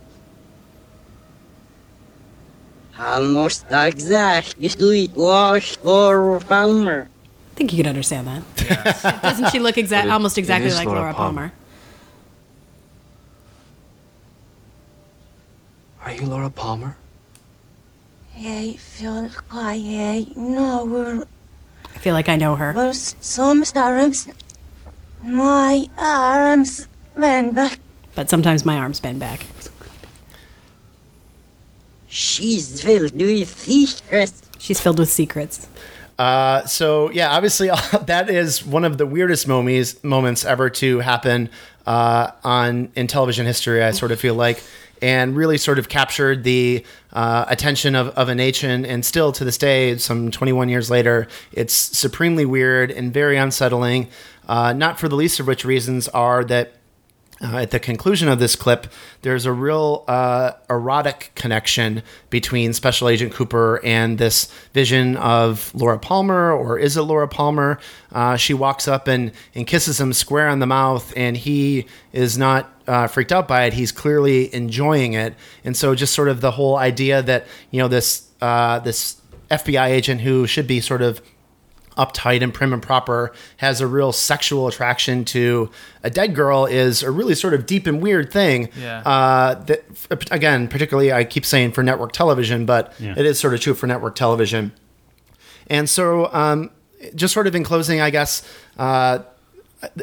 [SPEAKER 12] almost exactly like Laura Palmer?
[SPEAKER 4] I think you could understand
[SPEAKER 12] *laughs*
[SPEAKER 4] that. Doesn't she look exact,
[SPEAKER 12] But it-
[SPEAKER 4] almost
[SPEAKER 12] it
[SPEAKER 4] exactly
[SPEAKER 12] is
[SPEAKER 4] like
[SPEAKER 12] Laura
[SPEAKER 4] Laura Palmer?
[SPEAKER 11] Are you Laura Palmer?
[SPEAKER 13] I feel I know
[SPEAKER 4] I feel like I know her.
[SPEAKER 13] her. Sometimes my arms bend back.
[SPEAKER 4] But sometimes my arms bend back.
[SPEAKER 12] She's filled with secrets.
[SPEAKER 4] She's filled with secrets.
[SPEAKER 5] Uh, so yeah, obviously *laughs* uh, that is one of the weirdest moments moments ever to happen uh, on in television history. I sort of feel like, and really sort of captured the uh, attention of, of a nation. And still to this day, some 21 years later, it's supremely weird and very unsettling. Uh, not for the least of which reasons are that uh, at the conclusion of this clip, there's a real uh, erotic connection between Special Agent Cooper and this vision of Laura Palmer, or is it Laura Palmer? Uh, she walks up and, and kisses him square on the mouth, and he is not uh, freaked out by it. He's clearly enjoying it. And so, just sort of the whole idea that, you know, this, uh, this FBI agent who should be sort of uptight and prim and proper has a real sexual attraction to a dead girl is a really sort of deep and weird thing
[SPEAKER 8] Yeah.
[SPEAKER 5] uh, that again particularly i keep saying for network television but
[SPEAKER 8] Yeah.
[SPEAKER 5] it is sort of true for network television and so um, just sort of in closing i guess uh,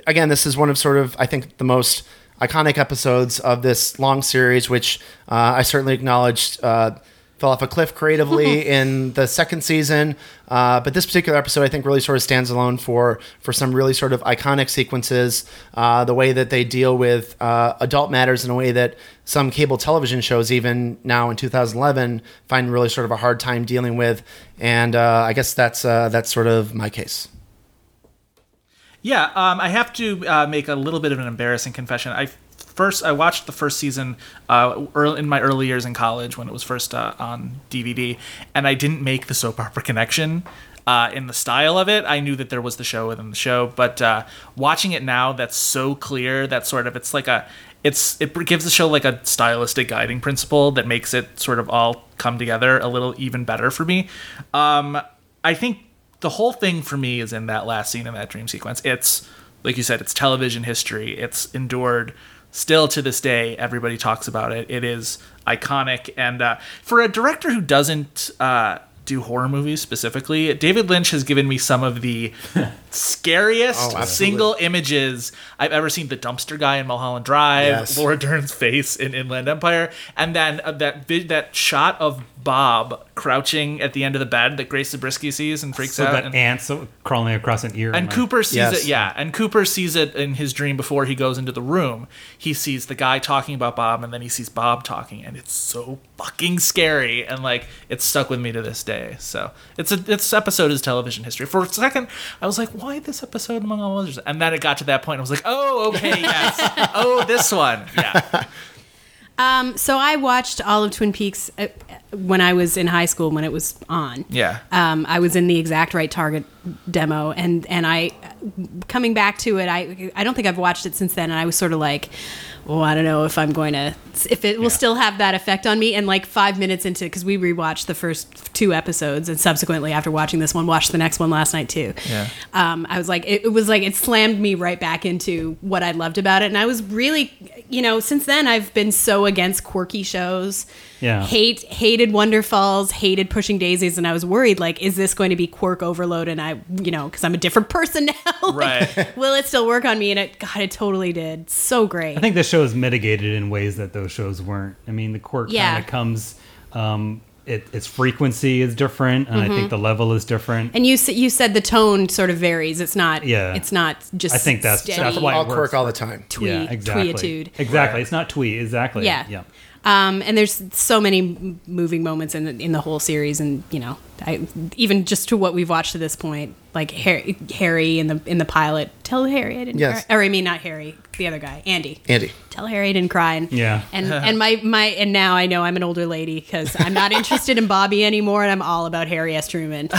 [SPEAKER 5] again, this is one of sort of I think the most iconic episodes of this long series, which uh, I certainly acknowledged uh, fell off a cliff creatively in the second season. Uh, but this particular episode, I think, really sort of stands alone for for some really sort of iconic sequences. Uh, the way that they deal with uh, adult matters in a way that some cable television shows, even now in 2011, find really sort of a hard time dealing with. And uh, I guess that's uh, that's sort of my case.
[SPEAKER 3] Yeah, um, I have to uh, make a little bit of an embarrassing confession. I first I watched the first season uh, early, in my early years in college when it was first uh, on DVD, and I didn't make the soap opera connection. Uh, in the style of it, I knew that there was the show within the show, but uh, watching it now, that's so clear. That sort of it's like a, it's it gives the show like a stylistic guiding principle that makes it sort of all come together a little even better for me. Um, I think the whole thing for me is in that last scene in that dream sequence. It's like you said, it's television history. It's endured still to this day. Everybody talks about it. It is iconic. And uh, for a director who doesn't uh, do horror movies specifically, David Lynch has given me some of the scariest
[SPEAKER 11] Oh, absolutely.
[SPEAKER 3] single images I've ever seen. The dumpster guy in Mulholland Drive,
[SPEAKER 11] Yes.
[SPEAKER 3] Laura Dern's face in Inland Empire, and then uh, that vi- that shot of Bob crouching at the end of the bed that Grace Zabriskie sees and freaks
[SPEAKER 2] So
[SPEAKER 3] out.
[SPEAKER 2] that
[SPEAKER 3] and-
[SPEAKER 2] ants crawling across an ear. in
[SPEAKER 3] and
[SPEAKER 2] my-
[SPEAKER 3] Cooper sees it, yeah. And Cooper sees it in his dream before he goes into the room. He sees the guy talking about Bob, and then he sees Bob talking, and it's so fucking scary. And like, it's stuck with me to this day. So it's a this episode is television history. For a second, I was like, why this episode among all others? And then it got to that point, and I was like, oh, okay, yes, oh, this one, yeah.
[SPEAKER 4] Um, so I watched all of Twin Peaks uh, when I was in high school when it was on.
[SPEAKER 3] Yeah.
[SPEAKER 4] Um, I was in the exact right target demo and and I coming back to it I I don't think I've watched it since then and I was sort of like oh I don't know if I'm going to if it will still have that effect on me and like 5 minutes into cuz we rewatched the first two episodes and subsequently after watching this one watched the next one last night too
[SPEAKER 3] Yeah.
[SPEAKER 4] um, I was like, it, it was like it slammed me right back into what I loved about it, and I was really, you know, since then I've been so against quirky shows.
[SPEAKER 2] Yeah.
[SPEAKER 4] hate hated Wonder Falls, hated Pushing Daisies, and I was worried like, is this going to be quirk overload? And I, you know, because I'm a different person *laughs* now,
[SPEAKER 2] Right.
[SPEAKER 4] will it still work on me? And it, God, it totally did. So great.
[SPEAKER 2] I think this show is mitigated in ways that those shows weren't. I mean, the quirk
[SPEAKER 4] Yeah.
[SPEAKER 2] kind of comes. Um, it, its frequency is different, and I
[SPEAKER 4] Mhm.
[SPEAKER 2] think the level is different.
[SPEAKER 4] and you s- you said the tone sort of varies. It's not.
[SPEAKER 2] Yeah.
[SPEAKER 4] It's not just.
[SPEAKER 2] I think that's
[SPEAKER 4] steady.
[SPEAKER 2] that's why it works.
[SPEAKER 5] all the time.
[SPEAKER 4] Twee- tweeitude.
[SPEAKER 2] Exactly. It's not twee. Exactly.
[SPEAKER 4] Yeah.
[SPEAKER 2] Yeah.
[SPEAKER 4] Um, and there's so many m- moving moments in the, in the whole series, and you know, I, even just to what we've watched to this point, like Harry, Harry in the in the pilot, tell Harry I didn't.
[SPEAKER 5] Yes.
[SPEAKER 4] Cry. Or I mean, not Harry, the other guy, Andy.
[SPEAKER 5] Andy.
[SPEAKER 4] Tell Harry I didn't cry, and
[SPEAKER 5] Yeah.
[SPEAKER 4] and and my my and now I know I'm an older lady because I'm not interested in Bobby anymore, and I'm all about Harry S. Truman.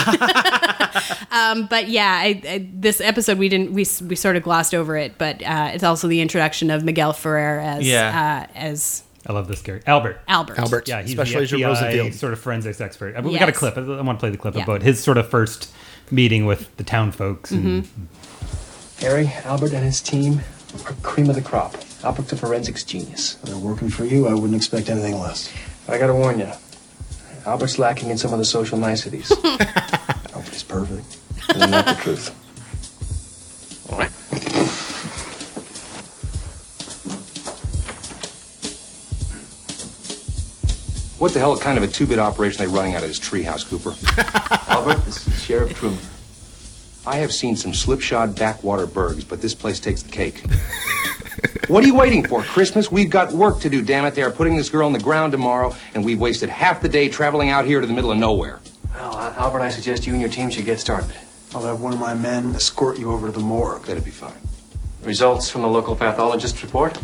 [SPEAKER 4] um, but yeah, I, I, this episode we didn't we s- we sort of glossed over it, but uh, it's also the introduction of Miguel Ferrer as
[SPEAKER 2] Yeah.
[SPEAKER 4] uh, as
[SPEAKER 2] I love this character, Albert.
[SPEAKER 4] Albert. Albert,
[SPEAKER 2] Yeah, he's
[SPEAKER 5] Special
[SPEAKER 2] Special
[SPEAKER 5] Agent
[SPEAKER 2] the FBI
[SPEAKER 5] Rosenfield.
[SPEAKER 2] sort of forensics expert. Uh, We got a
[SPEAKER 4] Yes.
[SPEAKER 2] clip. I want to play the clip
[SPEAKER 4] Yeah.
[SPEAKER 2] about his sort of first meeting with the town folks. And,
[SPEAKER 11] Harry, Albert, and his team are cream of the crop. Albert's a forensics genius.
[SPEAKER 14] They're working for you. I wouldn't expect anything less.
[SPEAKER 11] I gotta warn you, Albert's lacking in some of the social niceties.
[SPEAKER 14] Albert is perfect.
[SPEAKER 11] Isn't that the truth? All right.
[SPEAKER 10] What the hell kind of a two-bit operation are they running out of this treehouse, Cooper?
[SPEAKER 11] Albert, this is Sheriff Truman.
[SPEAKER 10] I have seen some slipshod backwater burgs, but this place takes the cake. what are you waiting for? Christmas? We've got work to do, damn it. They are putting this girl on the ground tomorrow, and we've wasted half the day traveling out here to the middle of nowhere.
[SPEAKER 11] Well, Al- Albert, I suggest you and your team should get started.
[SPEAKER 14] I'll have one of my men escort you over to the morgue.
[SPEAKER 10] That'd be fine.
[SPEAKER 11] Results from the local pathologist's report?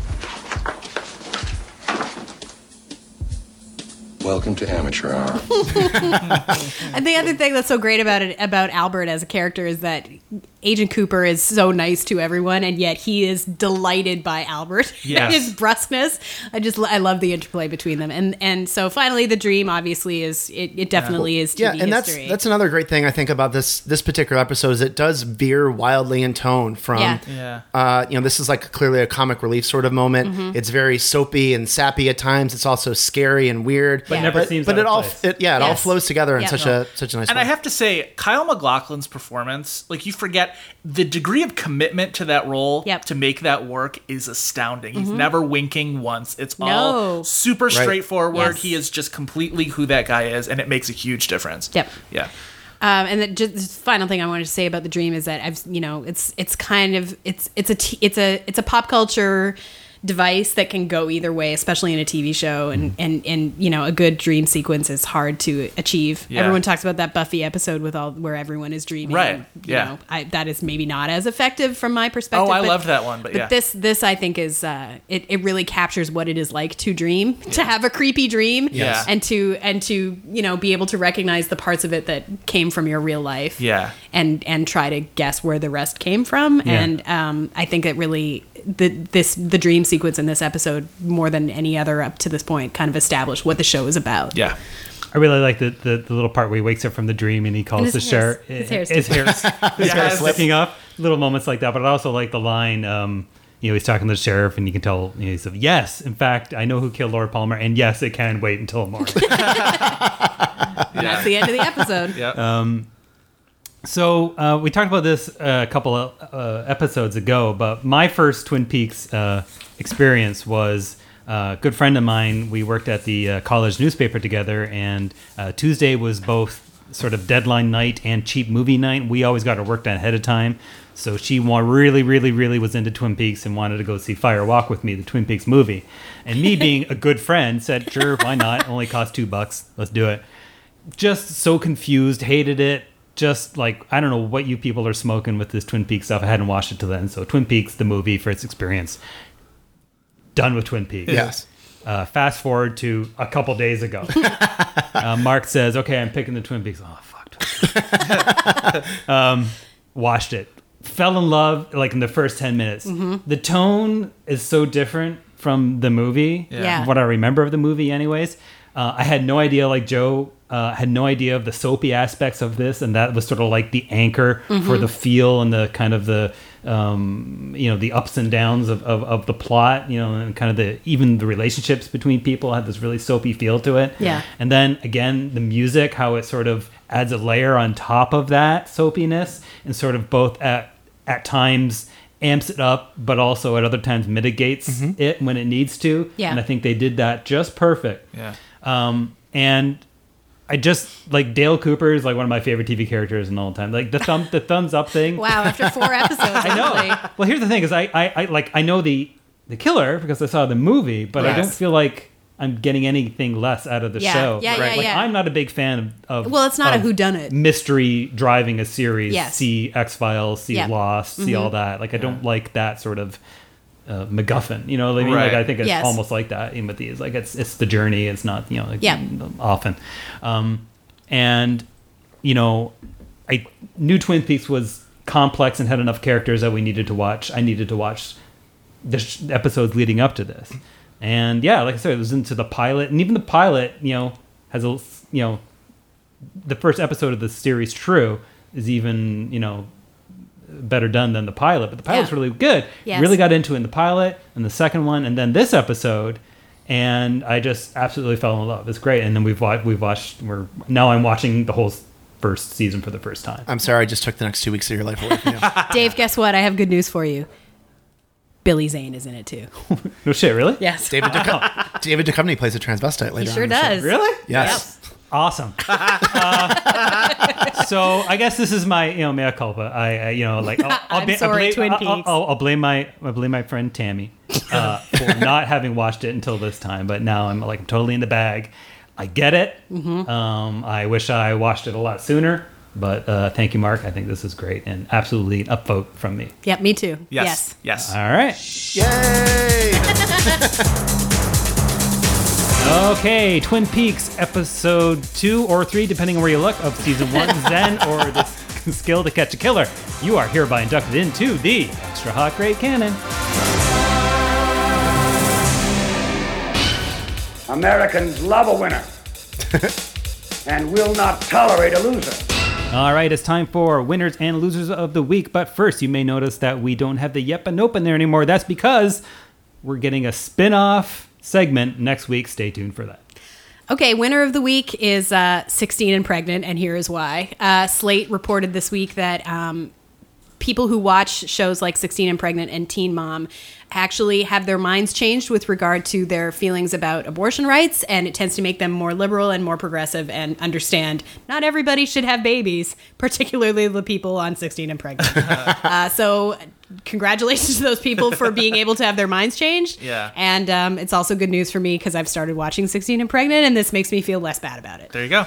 [SPEAKER 10] Welcome to Amateur Hour.
[SPEAKER 4] and the other thing that's so great about it about Albert as a character is that Agent Cooper is so nice to everyone, and yet he is delighted by Albert *laughs*
[SPEAKER 7] Yes.
[SPEAKER 4] his brusqueness. I just I love the interplay between them, and and so finally the dream obviously is it, it definitely is TV
[SPEAKER 5] yeah, and
[SPEAKER 4] history.
[SPEAKER 5] that's that's another great thing I think about this this particular episode is it does veer wildly in tone from
[SPEAKER 4] Yeah.
[SPEAKER 3] Yeah.
[SPEAKER 5] Uh, you know, this is like clearly a comic relief sort of moment.
[SPEAKER 3] Mhm.
[SPEAKER 4] Mm-hmm.
[SPEAKER 5] It's very soapy and sappy at times. It's also scary and weird,
[SPEAKER 2] But Yeah. never
[SPEAKER 5] but,
[SPEAKER 2] seems
[SPEAKER 5] But
[SPEAKER 2] out
[SPEAKER 5] it
[SPEAKER 2] of
[SPEAKER 5] all,
[SPEAKER 2] place.
[SPEAKER 5] it, yeah, it all
[SPEAKER 2] Yes.
[SPEAKER 5] flows together in
[SPEAKER 2] Yeah.
[SPEAKER 5] such
[SPEAKER 2] No.
[SPEAKER 5] a such a nice.
[SPEAKER 3] and
[SPEAKER 5] way.
[SPEAKER 3] I have to say, Kyle McLaughlin's performance, like you forget the degree of commitment to that role to make that work is astounding. He's
[SPEAKER 4] Mhm.
[SPEAKER 3] never winking once. It's
[SPEAKER 4] No.
[SPEAKER 3] all super
[SPEAKER 4] Right.
[SPEAKER 3] straightforward.
[SPEAKER 4] Yes.
[SPEAKER 3] He is just completely who that guy is, and it makes a huge difference.
[SPEAKER 4] Yep.
[SPEAKER 3] Yeah.
[SPEAKER 4] Um, and the just, the final thing I wanted to say about the dream is that I've you know it's it's kind of it's it's a t- it's a it's a pop culture device that can go either way, especially in a TV show.
[SPEAKER 3] Mm.
[SPEAKER 4] And and and you know a good dream sequence is hard to achieve.
[SPEAKER 7] Yeah.
[SPEAKER 4] Everyone talks about that Buffy episode with all where everyone is dreaming.
[SPEAKER 3] Right.
[SPEAKER 4] You
[SPEAKER 3] Yeah.
[SPEAKER 4] know, I, that is maybe not as effective from my perspective.
[SPEAKER 3] Oh, I
[SPEAKER 4] but-
[SPEAKER 3] loved that one, but yeah.
[SPEAKER 4] this this I think is uh, it it really captures what it is like to dream, to have a creepy dream,
[SPEAKER 3] Yes.
[SPEAKER 4] and to and to you know be able to recognize the parts of it that came from your real life,
[SPEAKER 3] Yeah.
[SPEAKER 4] and and try to guess where the rest came from.
[SPEAKER 3] Yeah.
[SPEAKER 4] And um, I think it really the this the dream sequence in this episode more than any other up to this point kind of established what the show is about.
[SPEAKER 3] Yeah.
[SPEAKER 2] I really like the, the, the little part where he wakes up from the dream and he calls
[SPEAKER 4] Mm-hmm. And
[SPEAKER 2] the
[SPEAKER 4] his
[SPEAKER 2] sheriff.
[SPEAKER 4] hair's-
[SPEAKER 2] His
[SPEAKER 4] his hair's slipping.
[SPEAKER 2] hair's, his
[SPEAKER 4] *laughs* Yeah,
[SPEAKER 2] hair's
[SPEAKER 4] it's-
[SPEAKER 2] slipping up. Little moments like that. But I also like the line, um, you know, he's talking to the sheriff and you can tell, you know, he said, yes, in fact, I know who killed Laura Palmer. And yes, it can wait until tomorrow.
[SPEAKER 4] And that's the end of the episode.
[SPEAKER 2] Um, so uh, we talked about this uh, a couple of uh, episodes ago, but my first Twin Peaks uh, experience was uh, a good friend of mine. We worked at the uh, college newspaper together, and uh, Tuesday was both sort of deadline night and cheap movie night. We always got our work done ahead of time. So she wa- really, really, really was into Twin Peaks and wanted to go see Fire Walk with me, the Twin Peaks movie. And me being a good friend said, sure, why not? Only cost two bucks. Let's do it just so confused, hated it. Just like I don't know what you people are smoking with this Twin Peaks stuff. I hadn't watched it till then. So Twin Peaks, the movie for its experience, done with Twin Peaks.
[SPEAKER 5] Yes.
[SPEAKER 2] Uh, fast forward to a couple days ago. uh, Mark says, "Okay, I'm picking the Twin Peaks." Oh fuck! Twin Peaks. *laughs* um, watched it, fell in love like in the first ten minutes.
[SPEAKER 4] Mhm.
[SPEAKER 2] The tone is so different from the movie.
[SPEAKER 4] Yeah. Yeah.
[SPEAKER 2] What I remember of the movie, anyways. Uh, I had no idea. Like Joe uh, had no idea of the soapy aspects of this, and that was sort of like the anchor for
[SPEAKER 15] Mhm.
[SPEAKER 2] the feel and the kind of the um, you know the ups and downs of, of, of the plot you know and kind of the even the relationships between people had this really soapy feel to it
[SPEAKER 4] Yeah.
[SPEAKER 2] and then again the music how it sort of adds a layer on top of that soapiness and sort of both at at times amps it up but also at other times mitigates it when it needs to
[SPEAKER 4] Yeah.
[SPEAKER 2] and i think they did that just perfect
[SPEAKER 3] Yeah.
[SPEAKER 2] um, and I just like Dale Cooper is like one of my favorite TV characters in all time. Like the thumb, the thumbs up thing.
[SPEAKER 4] *laughs* Wow, after four episodes,
[SPEAKER 2] I know.
[SPEAKER 4] honestly.
[SPEAKER 2] *laughs* Well, here's the thing: is I, I, I like I know the the killer because I saw the movie, but I
[SPEAKER 4] Yes.
[SPEAKER 2] don't feel like I'm getting anything less out of the
[SPEAKER 4] Yeah,
[SPEAKER 2] show.
[SPEAKER 4] yeah, yeah,
[SPEAKER 2] like,
[SPEAKER 4] yeah.
[SPEAKER 2] I'm not a big fan of. of
[SPEAKER 4] Well, it's not a
[SPEAKER 2] of
[SPEAKER 4] whodunit.
[SPEAKER 2] Mystery driving a series.
[SPEAKER 4] Yes.
[SPEAKER 2] See X Files. See
[SPEAKER 4] Yep.
[SPEAKER 2] Lost. See all
[SPEAKER 4] Mhm.
[SPEAKER 2] that. Like I don't like that sort of. Uh, MacGuffin, you know, what I mean, like
[SPEAKER 3] Right.
[SPEAKER 2] I think it's
[SPEAKER 4] Yes.
[SPEAKER 2] almost like that in with these. Like it's it's the journey. It's not you know like
[SPEAKER 4] Yeah.
[SPEAKER 2] often, um, and you know, I knew Twin Peaks was complex and had enough characters that we needed to watch. I needed to watch the sh- episodes leading up to this, and yeah, like I said, it was into the pilot, and even the pilot, you know, has a l- you know, the first episode of the series, True, is even you know better done than the pilot, but the pilot's
[SPEAKER 4] Yeah.
[SPEAKER 2] really good.
[SPEAKER 4] Yes.
[SPEAKER 2] Really got into it in the pilot and the second one, and then this episode, and I just absolutely fell in love. It's great, and then we've watched, we've watched. We're now I'm watching the whole s- first season for the first time.
[SPEAKER 5] I'm sorry, I just took the next two weeks of your life
[SPEAKER 2] *laughs*
[SPEAKER 5] away from you.
[SPEAKER 4] Dave, guess what? I have good news for you. Billy Zane is in it too.
[SPEAKER 2] no shit, really?
[SPEAKER 4] Yes.
[SPEAKER 5] David, Duchovny, David Duchovny plays a transvestite later.
[SPEAKER 4] he
[SPEAKER 5] on
[SPEAKER 4] sure
[SPEAKER 5] in the show.
[SPEAKER 4] does.
[SPEAKER 2] Really?
[SPEAKER 5] Yes.
[SPEAKER 2] Awesome. *laughs* Uh, so I guess this is my you know mea culpa. I uh, you know like I'll, I'll
[SPEAKER 4] *laughs* I'm
[SPEAKER 2] bla-
[SPEAKER 4] sorry,
[SPEAKER 2] I blame,
[SPEAKER 4] Twin
[SPEAKER 2] I'll- I'll-
[SPEAKER 4] Peaks.
[SPEAKER 2] I'll, I'll blame my I blame my friend Tammy uh,
[SPEAKER 4] *laughs*
[SPEAKER 2] for not having watched it until this time. But now I'm like I'm totally in the bag. I get it.
[SPEAKER 4] Mhm.
[SPEAKER 2] Um, I wish I watched it a lot sooner. But uh, thank you, Mark. I think this is great and absolutely an upvote from me.
[SPEAKER 4] Yep, me too. Yes.
[SPEAKER 3] Yes.
[SPEAKER 2] All right. Okay, Twin Peaks episode two or three, depending on where you look, of season one, Zen or the S- Skill to Catch a Killer. You are hereby inducted into the Extra Hot Great Cannon.
[SPEAKER 16] Americans love a winner and will not tolerate a loser.
[SPEAKER 2] All right, it's time for winners and losers of the week. But first, you may notice that we don't have the Yep and Nope in there anymore. That's because we're getting a spin off segment next week. Stay tuned for that.
[SPEAKER 4] Okay, winner of the week is uh, 16 and pregnant, and here is why. Uh, Slate reported this week that um, people who watch shows like 16 and Pregnant and Teen Mom actually have their minds changed with regard to their feelings about abortion rights, and it tends to make them more liberal and more progressive and understand not everybody should have babies, particularly the people on 16 and Pregnant. uh, so, congratulations to those people for being able to have their minds changed.
[SPEAKER 3] Yeah.
[SPEAKER 4] And um, it's also good news for me because I've started watching 16 and Pregnant, and this makes me feel less bad about it.
[SPEAKER 2] *laughs*
[SPEAKER 3] There you go.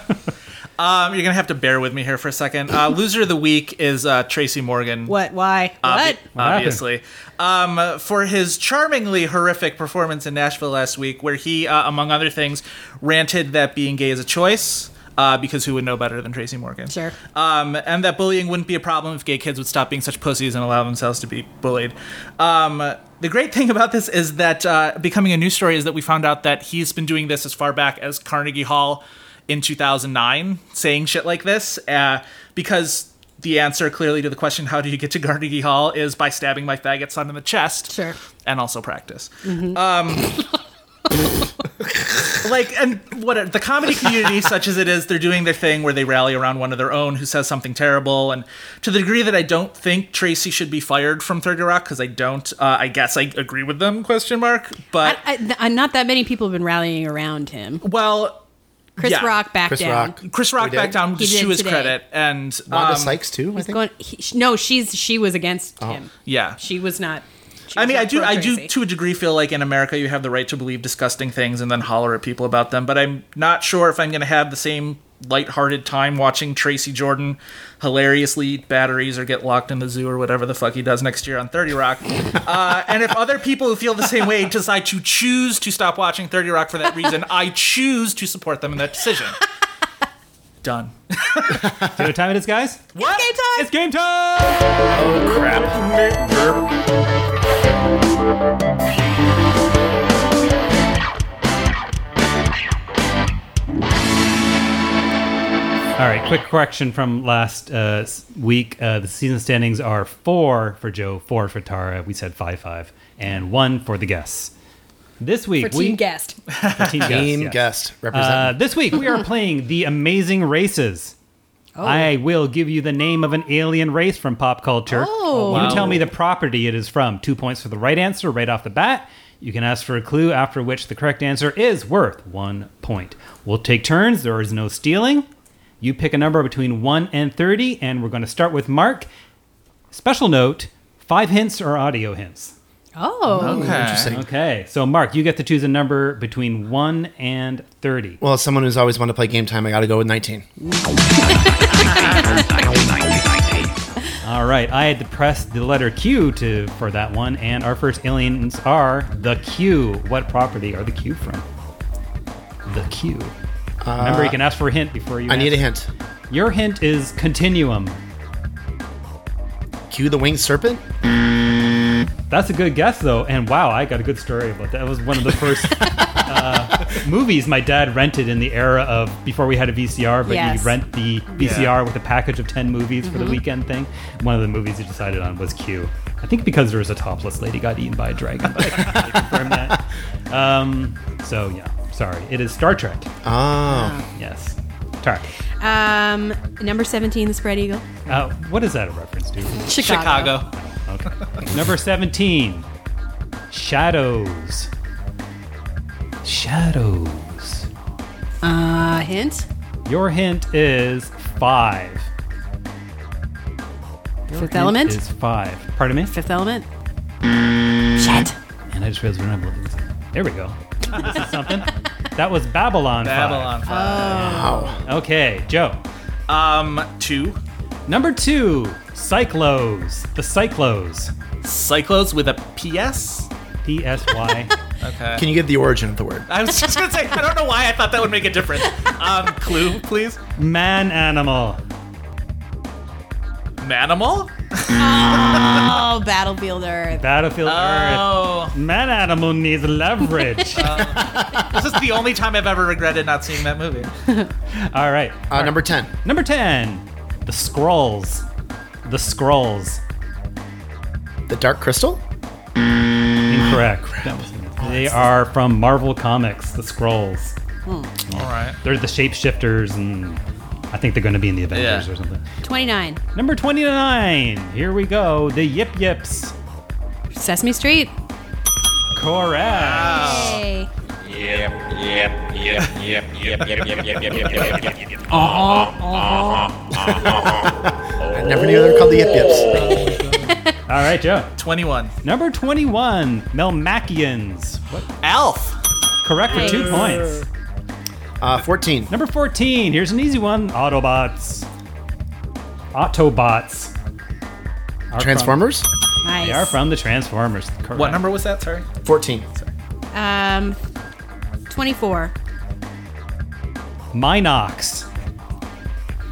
[SPEAKER 3] Um, you're gonna have to bear with me here for a second. Uh, loser of the week is uh, Tracy Morgan.
[SPEAKER 4] What? Why?
[SPEAKER 3] Obvi-
[SPEAKER 4] what?
[SPEAKER 3] Obviously. Um, uh, for his charmingly horrific performance in Nashville last week, where he, uh, among other things, ranted that being gay is a choice. Uh, because who would know better than Tracy Morgan?
[SPEAKER 4] Sure.
[SPEAKER 3] Um, and that bullying wouldn't be a problem if gay kids would stop being such pussies and allow themselves to be bullied. Um, the great thing about this is that uh, becoming a news story is that we found out that he's been doing this as far back as Carnegie Hall in 2009, saying shit like this, uh, because the answer clearly to the question, how do you get to Carnegie Hall, is by stabbing my faggot son in the chest.
[SPEAKER 4] Sure.
[SPEAKER 3] And also practice.
[SPEAKER 4] Mhm.
[SPEAKER 3] Um, like and what the comedy community such as it is they're doing their thing where they rally around one of their own who says something terrible and to the degree that i don't think tracy should be fired from 30 rock because i don't uh, i guess i agree with them question mark but
[SPEAKER 4] I, th- uh, not that many people have been rallying around him.
[SPEAKER 3] Well,
[SPEAKER 4] Chris
[SPEAKER 3] yeah.
[SPEAKER 4] Rock back
[SPEAKER 3] Chris
[SPEAKER 4] down.
[SPEAKER 3] Rock. Chris Rock He back did? down
[SPEAKER 4] He
[SPEAKER 3] to
[SPEAKER 4] did
[SPEAKER 3] his
[SPEAKER 4] today.
[SPEAKER 3] credit, and,
[SPEAKER 5] Wanda um, Sykes, too, I
[SPEAKER 4] He's
[SPEAKER 5] think?
[SPEAKER 4] going. He, sh- no, she's she was against
[SPEAKER 3] Oh.
[SPEAKER 4] him.
[SPEAKER 3] yeah
[SPEAKER 4] She was not. she
[SPEAKER 3] I
[SPEAKER 4] was
[SPEAKER 3] mean, I
[SPEAKER 4] not
[SPEAKER 3] do, I
[SPEAKER 4] pro-Tracy.
[SPEAKER 3] do, to a degree, feel like in America you have the right to believe disgusting things and then holler at people about them. But I'm not sure if I'm going to have the same lighthearted time watching Tracy Jordan hilariously eat batteries or get locked in the zoo or whatever the fuck he does next year on Thirty Rock. *laughs* uh, and if other people who feel the same way decide to choose to stop watching Thirty Rock for that reason, I choose to support them in that decision. Done.
[SPEAKER 2] Do you know what time it is, guys?
[SPEAKER 3] What?
[SPEAKER 2] It's game time! Oh, crap. All right, quick correction from last uh, s- week. Uh, the season standings are four for Joe, four for Tara. We said five five, and one for the guests. This week
[SPEAKER 4] For team
[SPEAKER 2] we
[SPEAKER 4] guest.
[SPEAKER 2] for team guest,
[SPEAKER 5] Team
[SPEAKER 2] yes.
[SPEAKER 5] guest,
[SPEAKER 2] Uh,
[SPEAKER 5] represent.
[SPEAKER 2] this week we
[SPEAKER 4] *laughs*
[SPEAKER 2] are playing the Amazing Races.
[SPEAKER 4] Oh.
[SPEAKER 2] I will give you the name of an alien race from pop culture.
[SPEAKER 4] Oh.
[SPEAKER 2] You
[SPEAKER 4] Wow.
[SPEAKER 2] tell me the property it is from. Two points for the right answer right off the bat. You can ask for a clue, after which the correct answer is worth one point. We'll take turns. There is no stealing. You pick a number between 1 and 30, and we're going to start with Mark. Special note five hints or audio hints.
[SPEAKER 4] Oh.
[SPEAKER 2] Okay. So, Mark, you get to choose a number between 1 and 30.
[SPEAKER 5] Well, as someone who's always wanted to play game time, I got to go with 19.
[SPEAKER 2] All right, I had to press the letter Q to for that one, and our first aliens are the Q. What property are the Q from? The Q. Remember, you can ask for a hint before you.
[SPEAKER 5] Uh, I need a
[SPEAKER 2] answer. Your hint is continuum.
[SPEAKER 5] Q the winged serpent.
[SPEAKER 2] That's a good guess, though, and wow, I got a good story about that. That was one of the first uh, movies my dad rented in the era of before we had a VCR, but
[SPEAKER 15] Yes.
[SPEAKER 2] you rent the VCR
[SPEAKER 15] Yeah.
[SPEAKER 2] with a package of ten movies for the
[SPEAKER 15] Mhm.
[SPEAKER 2] weekend thing. One of the movies he decided on was Q. I think because there was a topless lady got eaten by a dragon. But I can't really confirm that. Um, so yeah, sorry, it is Star Trek.
[SPEAKER 5] Oh,
[SPEAKER 2] yes, Tara.
[SPEAKER 4] Um, number 17, the spread eagle.
[SPEAKER 2] Uh, what is that a reference to?
[SPEAKER 4] Chicago.
[SPEAKER 2] Okay. Number 17, Shadows. Shadows.
[SPEAKER 4] Uh, hint?
[SPEAKER 2] Your hint is five. Your
[SPEAKER 4] Fifth
[SPEAKER 2] hint
[SPEAKER 4] element?
[SPEAKER 2] Is five. Pardon me?
[SPEAKER 4] Fifth element?
[SPEAKER 2] Shit. And I just realized we're not looking. There we go. this is something. That was Babylon 5.
[SPEAKER 3] Babylon 5.
[SPEAKER 2] Wow. Okay, Joe. Um, two. Number two, Cyclos. The Cyclos.
[SPEAKER 3] Cyclos with a PS?
[SPEAKER 2] PSY.
[SPEAKER 3] okay.
[SPEAKER 5] Can you give the origin of the word? Uh,
[SPEAKER 3] I was just gonna say, I don't know why I thought that would make a difference. Um, clue, please.
[SPEAKER 2] Man animal.
[SPEAKER 3] Manimal?
[SPEAKER 4] Oh, Battlefield Earth.
[SPEAKER 2] Battlefield
[SPEAKER 3] Oh.
[SPEAKER 2] Earth. Man animal needs leverage.
[SPEAKER 3] This is the only time I've ever regretted not seeing that movie.
[SPEAKER 2] All right.
[SPEAKER 5] Uh, number 10.
[SPEAKER 2] Number 10. The Scrolls. The Scrolls.
[SPEAKER 5] The Dark Crystal?
[SPEAKER 2] Incorrect. That was- they are from Marvel Comics, the Scrolls.
[SPEAKER 4] Hmm.
[SPEAKER 3] All right.
[SPEAKER 2] They're the shapeshifters, and I think they're going to be in the Avengers
[SPEAKER 3] Yeah.
[SPEAKER 2] or something.
[SPEAKER 4] 29.
[SPEAKER 2] Number 29. Here we go. The Yip Yips.
[SPEAKER 4] Sesame Street.
[SPEAKER 2] Correct.
[SPEAKER 4] Yay.
[SPEAKER 8] Yep, yep, yep, yep, yep, yep, yep, yep, yep, yep, yep, yep, yep.
[SPEAKER 5] I never knew they were called the Yip Yips.
[SPEAKER 2] All right, Joe.
[SPEAKER 3] 21.
[SPEAKER 2] Number 21. Melmacians. What?
[SPEAKER 3] Alf.
[SPEAKER 2] Correct for two points.
[SPEAKER 5] Nice.
[SPEAKER 2] Oh.
[SPEAKER 5] Uh, 14.
[SPEAKER 2] Number 14. Here's an easy one Autobots. Autobots. are from-
[SPEAKER 5] Transformers?
[SPEAKER 4] Nice.
[SPEAKER 2] They are from the Transformers. Correct.
[SPEAKER 3] What number was that? Sorry.
[SPEAKER 5] 14.
[SPEAKER 4] Um, 24.
[SPEAKER 2] Minox.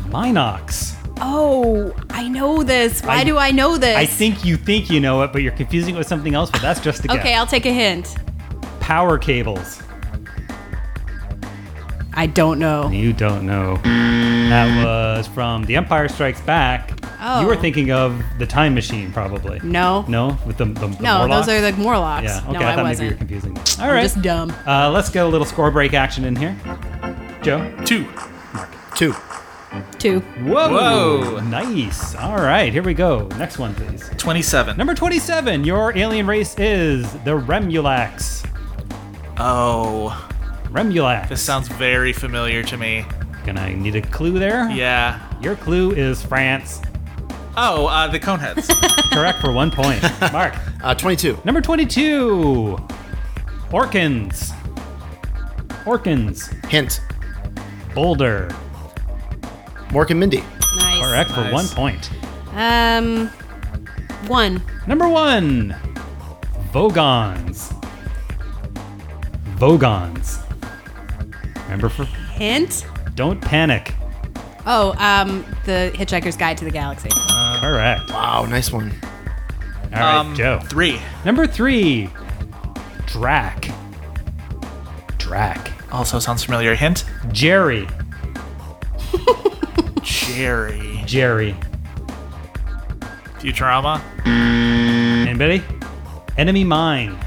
[SPEAKER 2] Minox.
[SPEAKER 4] Oh, I know this. Why
[SPEAKER 2] I-
[SPEAKER 4] do I know this?
[SPEAKER 2] I think you think you know it, but you're confusing it with something else, but that's just a guess.
[SPEAKER 4] Okay, I'll take a hint.
[SPEAKER 2] Power cables.
[SPEAKER 4] I don't know.
[SPEAKER 2] You don't know. That was from The Empire Strikes Back. You were
[SPEAKER 4] Oh.
[SPEAKER 2] thinking of The Time Machine, probably.
[SPEAKER 4] No.
[SPEAKER 2] No? With the, the, the
[SPEAKER 4] No,
[SPEAKER 2] Morlocks?
[SPEAKER 4] those are the Morlocks.
[SPEAKER 2] Yeah, okay,
[SPEAKER 4] no,
[SPEAKER 2] I thought
[SPEAKER 4] I,
[SPEAKER 2] maybe you
[SPEAKER 4] wasn't.
[SPEAKER 2] were confusing them.
[SPEAKER 4] I'm
[SPEAKER 2] All right.
[SPEAKER 4] just dumb.
[SPEAKER 2] Uh, let's get a little score break action in here. Joe?
[SPEAKER 3] Two.
[SPEAKER 2] Mark?
[SPEAKER 5] Two.
[SPEAKER 4] Two.
[SPEAKER 2] Whoa. Nice. All right, here we go. Next one, please.
[SPEAKER 3] 27.
[SPEAKER 2] Number 27, your alien race is the Remulax.
[SPEAKER 3] Oh.
[SPEAKER 2] Remulax.
[SPEAKER 3] This sounds very familiar to me.
[SPEAKER 2] Gonna need a clue there?
[SPEAKER 3] Yeah.
[SPEAKER 2] Your clue is France.
[SPEAKER 3] Oh, uh, the Coneheads.
[SPEAKER 2] Correct for one
[SPEAKER 3] *laughs*
[SPEAKER 2] point. Mark?
[SPEAKER 5] Uh, 22.
[SPEAKER 2] Number 22, Orkins. Orkins.
[SPEAKER 5] Hint.
[SPEAKER 2] Boulder.
[SPEAKER 5] Mork and Mindy.
[SPEAKER 4] Nice.
[SPEAKER 2] Correct for one point.
[SPEAKER 4] Um, one.
[SPEAKER 2] Number one, Vogons. Vogons. Remember for
[SPEAKER 4] Hint?
[SPEAKER 2] don't panic.
[SPEAKER 4] Oh, um, the Hitchhiker's Guide to the Galaxy.
[SPEAKER 2] Correct.
[SPEAKER 5] Wow, nice one.
[SPEAKER 2] All right,
[SPEAKER 3] Uh, Um,
[SPEAKER 2] Joe.
[SPEAKER 3] Three.
[SPEAKER 2] Number three. Drac. Drac.
[SPEAKER 3] Also sounds familiar. Hint?
[SPEAKER 2] Jerry.
[SPEAKER 3] Jerry.
[SPEAKER 2] Jerry.
[SPEAKER 3] Futurama?
[SPEAKER 2] Anybody? Enemy Mine.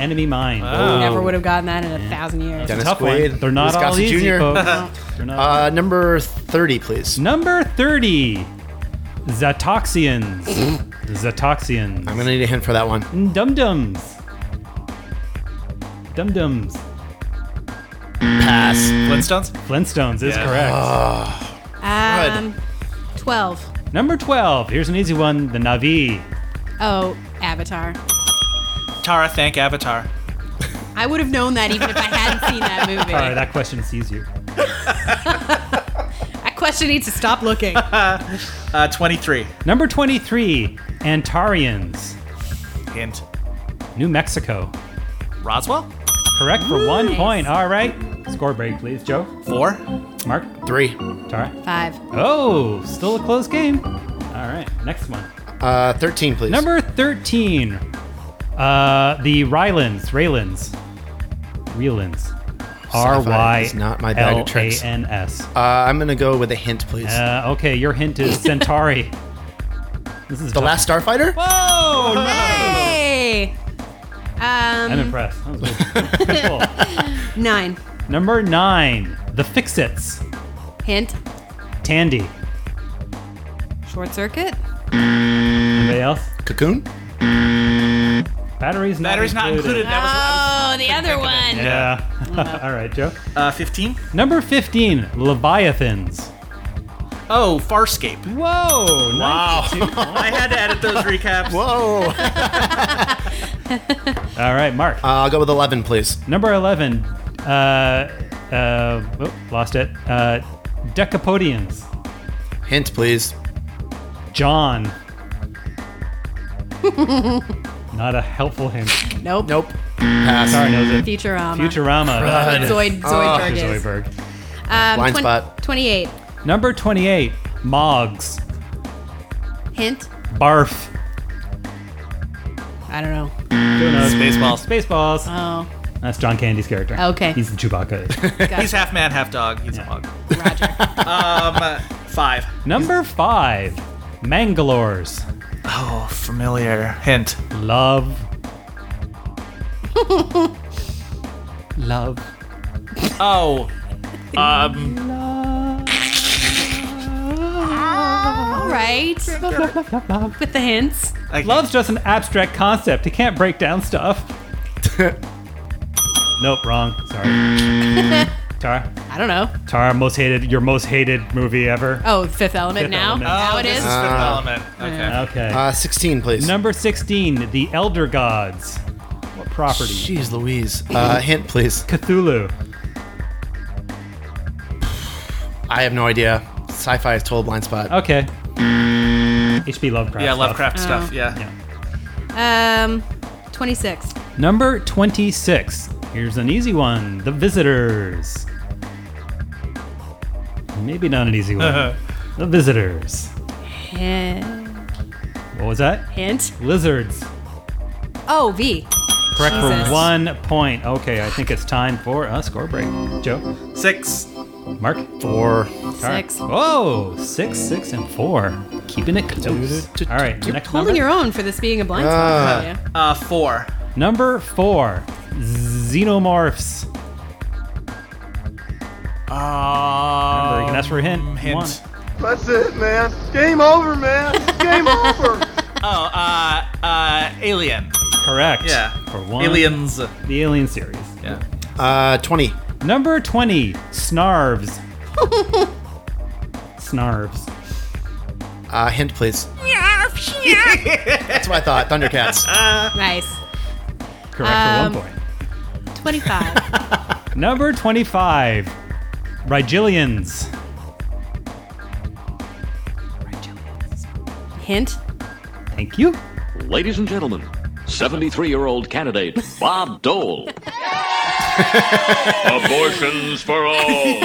[SPEAKER 2] Enemy Mine.
[SPEAKER 4] Oh. Never would have gotten that in a thousand years.
[SPEAKER 2] Dennis tough one. Quaid. They're not
[SPEAKER 5] Wisconsin
[SPEAKER 2] all easy,
[SPEAKER 5] Junior.
[SPEAKER 2] folks.
[SPEAKER 5] uh, number 30, please.
[SPEAKER 2] Number 30. Zatoxians. Zatoxians. I'm
[SPEAKER 5] going to need a hint for that one.
[SPEAKER 2] Dum dums. Dum dums.
[SPEAKER 5] Pass.
[SPEAKER 3] Flintstones?
[SPEAKER 2] Flintstones is
[SPEAKER 3] Yeah.
[SPEAKER 2] correct.
[SPEAKER 4] Um, twelve.
[SPEAKER 2] Number 12. Here's an easy one the Navi.
[SPEAKER 4] Oh, Avatar.
[SPEAKER 3] Tara, thank Avatar.
[SPEAKER 4] I would have known that even if I hadn't
[SPEAKER 2] *laughs*
[SPEAKER 4] seen that movie.
[SPEAKER 2] Sorry, that question sees you.
[SPEAKER 4] That question needs to stop looking.
[SPEAKER 3] Uh, 23.
[SPEAKER 2] Number 23. Antarians.
[SPEAKER 3] Hint.
[SPEAKER 2] New Mexico.
[SPEAKER 3] Roswell?
[SPEAKER 2] Correct for one point. All right. Score break, please, Joe.
[SPEAKER 3] Four.
[SPEAKER 2] Mark.
[SPEAKER 5] Three.
[SPEAKER 2] Tara.
[SPEAKER 4] Five.
[SPEAKER 2] Oh, still a close game. All right, next one.
[SPEAKER 5] Uh, 13, please.
[SPEAKER 2] Number 13. Uh, the Rylands. Raylands. Rylands. R Y
[SPEAKER 5] It's not my bag
[SPEAKER 2] L
[SPEAKER 5] of
[SPEAKER 2] A
[SPEAKER 5] tricks.
[SPEAKER 2] N S.
[SPEAKER 5] Uh, I'm going to go with a hint, please.
[SPEAKER 2] Uh, Okay, your hint
[SPEAKER 5] *laughs*
[SPEAKER 2] is Centauri. This is
[SPEAKER 5] the Last Starfighter?
[SPEAKER 2] Whoa! nice.
[SPEAKER 4] Hey. Um,
[SPEAKER 2] *laughs* I'm impressed. That was good. Cool.
[SPEAKER 4] Nine.
[SPEAKER 2] Number nine, the Fixits.
[SPEAKER 4] Hint.
[SPEAKER 2] Tandy.
[SPEAKER 4] Short circuit.
[SPEAKER 2] Anybody else?
[SPEAKER 5] Cocoon?
[SPEAKER 2] Batteries not
[SPEAKER 3] Batteries not included. That was
[SPEAKER 4] Oh, the other one. *laughs*
[SPEAKER 2] Yeah. *laughs* All right, Joe.
[SPEAKER 3] Uh, 15?
[SPEAKER 2] Number 15, Leviathans.
[SPEAKER 3] Oh, Farscape.
[SPEAKER 2] Whoa! Wow.
[SPEAKER 3] *laughs*
[SPEAKER 5] *laughs*
[SPEAKER 3] I had to edit those recaps.
[SPEAKER 5] Whoa.
[SPEAKER 2] All right, Mark.
[SPEAKER 5] Uh, I'll go with 11, please.
[SPEAKER 2] Number 11, uh, uh, oh, lost it. Uh, Decapodians.
[SPEAKER 5] Hint, please.
[SPEAKER 4] *laughs*
[SPEAKER 2] John. Not a helpful hint.
[SPEAKER 4] Nope.
[SPEAKER 5] Nope. Pass.
[SPEAKER 2] Sorry, knows
[SPEAKER 4] *laughs*
[SPEAKER 2] it.
[SPEAKER 4] Futurama.
[SPEAKER 2] Futurama.
[SPEAKER 5] Crud.
[SPEAKER 4] Zoid- Zoidberg is.
[SPEAKER 2] Oh. Zoidberg.
[SPEAKER 4] Um,
[SPEAKER 2] Blind
[SPEAKER 4] twen-
[SPEAKER 2] spot.
[SPEAKER 4] Twenty-eight.
[SPEAKER 2] Number 28, Moggs.
[SPEAKER 4] Hint.
[SPEAKER 2] Barf.
[SPEAKER 4] I don't know.
[SPEAKER 2] Don't know.
[SPEAKER 3] Spaceballs.
[SPEAKER 2] Uh, Spaceballs.
[SPEAKER 4] Oh.
[SPEAKER 2] That's John Candy's character. *laughs*
[SPEAKER 4] Okay.
[SPEAKER 2] He's the
[SPEAKER 4] *laughs*
[SPEAKER 2] Chewbacca.
[SPEAKER 3] He's half man, half dog. He's a hog. um, uh, five.
[SPEAKER 2] Number five, Mangalores.
[SPEAKER 3] Oh, familiar. Hint.
[SPEAKER 2] Love. Love.
[SPEAKER 3] Oh. Um,
[SPEAKER 4] All
[SPEAKER 2] *laughs*
[SPEAKER 4] right. With the hints.
[SPEAKER 2] Love's just an abstract concept. It can't break down stuff. nope, wrong. Sorry. Tara?
[SPEAKER 4] I don't know.
[SPEAKER 2] Tara, most hated, your most hated movie ever.
[SPEAKER 4] Oh, Fifth Element
[SPEAKER 2] Fifth
[SPEAKER 4] now.
[SPEAKER 2] Element.
[SPEAKER 4] Now
[SPEAKER 3] Oh,
[SPEAKER 4] it
[SPEAKER 3] this
[SPEAKER 4] is.
[SPEAKER 3] is Fifth
[SPEAKER 5] Ah.
[SPEAKER 3] Element. Okay.
[SPEAKER 2] Okay.
[SPEAKER 5] Uh, 16, please.
[SPEAKER 2] Number 16, The Elder Gods. What property?
[SPEAKER 5] Jeez Louise. Uh, hint, please.
[SPEAKER 2] Cthulhu.
[SPEAKER 5] I have no idea. Sci fi is total blind spot.
[SPEAKER 2] Okay. H.P. Lovecraft.
[SPEAKER 3] Yeah,
[SPEAKER 2] stuff.
[SPEAKER 3] Lovecraft
[SPEAKER 4] stuff.
[SPEAKER 3] stuff. Yeah.
[SPEAKER 4] Um, twenty-six.
[SPEAKER 2] Number 26. Here's an easy one The Visitors. Maybe not an easy
[SPEAKER 3] *laughs*
[SPEAKER 2] one. the Visitors.
[SPEAKER 4] Hint.
[SPEAKER 2] What was that?
[SPEAKER 4] Hint.
[SPEAKER 2] Lizards.
[SPEAKER 4] Oh, V.
[SPEAKER 2] Correct
[SPEAKER 4] Jesus.
[SPEAKER 2] for one point. Okay, I think it's time for a score break. Joe,
[SPEAKER 3] Six.
[SPEAKER 2] Mark,
[SPEAKER 5] Four.
[SPEAKER 4] Six.
[SPEAKER 2] Oh, six, six, and four. Keeping it close. All right, next
[SPEAKER 4] Holding
[SPEAKER 2] number. Ah.
[SPEAKER 4] your own for this being a blind spot. yeah.
[SPEAKER 3] Uh, four.
[SPEAKER 2] Number four, xenomorphs. Remember, you
[SPEAKER 3] Um,
[SPEAKER 2] can ask for a hint. if you
[SPEAKER 3] hint.
[SPEAKER 2] want it.
[SPEAKER 16] That's it, man. Game over, man.
[SPEAKER 3] *laughs*
[SPEAKER 16] Game over.
[SPEAKER 3] Oh, uh, uh, Alien.
[SPEAKER 2] Correct.
[SPEAKER 3] Yeah.
[SPEAKER 2] For one.
[SPEAKER 3] Aliens.
[SPEAKER 2] The Alien series.
[SPEAKER 3] Yeah.
[SPEAKER 2] Oh.
[SPEAKER 5] Uh, 20.
[SPEAKER 2] Number twenty, snarves. snarves.
[SPEAKER 5] Uh, hint, please. That's what I thought. Thundercats.
[SPEAKER 4] *laughs* Nice.
[SPEAKER 2] Correct
[SPEAKER 4] Um,
[SPEAKER 2] for one point.
[SPEAKER 4] Twenty-five.
[SPEAKER 2] *laughs* Number 25, Rigilians.
[SPEAKER 4] Hint.
[SPEAKER 2] Thank you.
[SPEAKER 9] Ladies and gentlemen, 73 year old candidate Bob Dole. Abortions for all.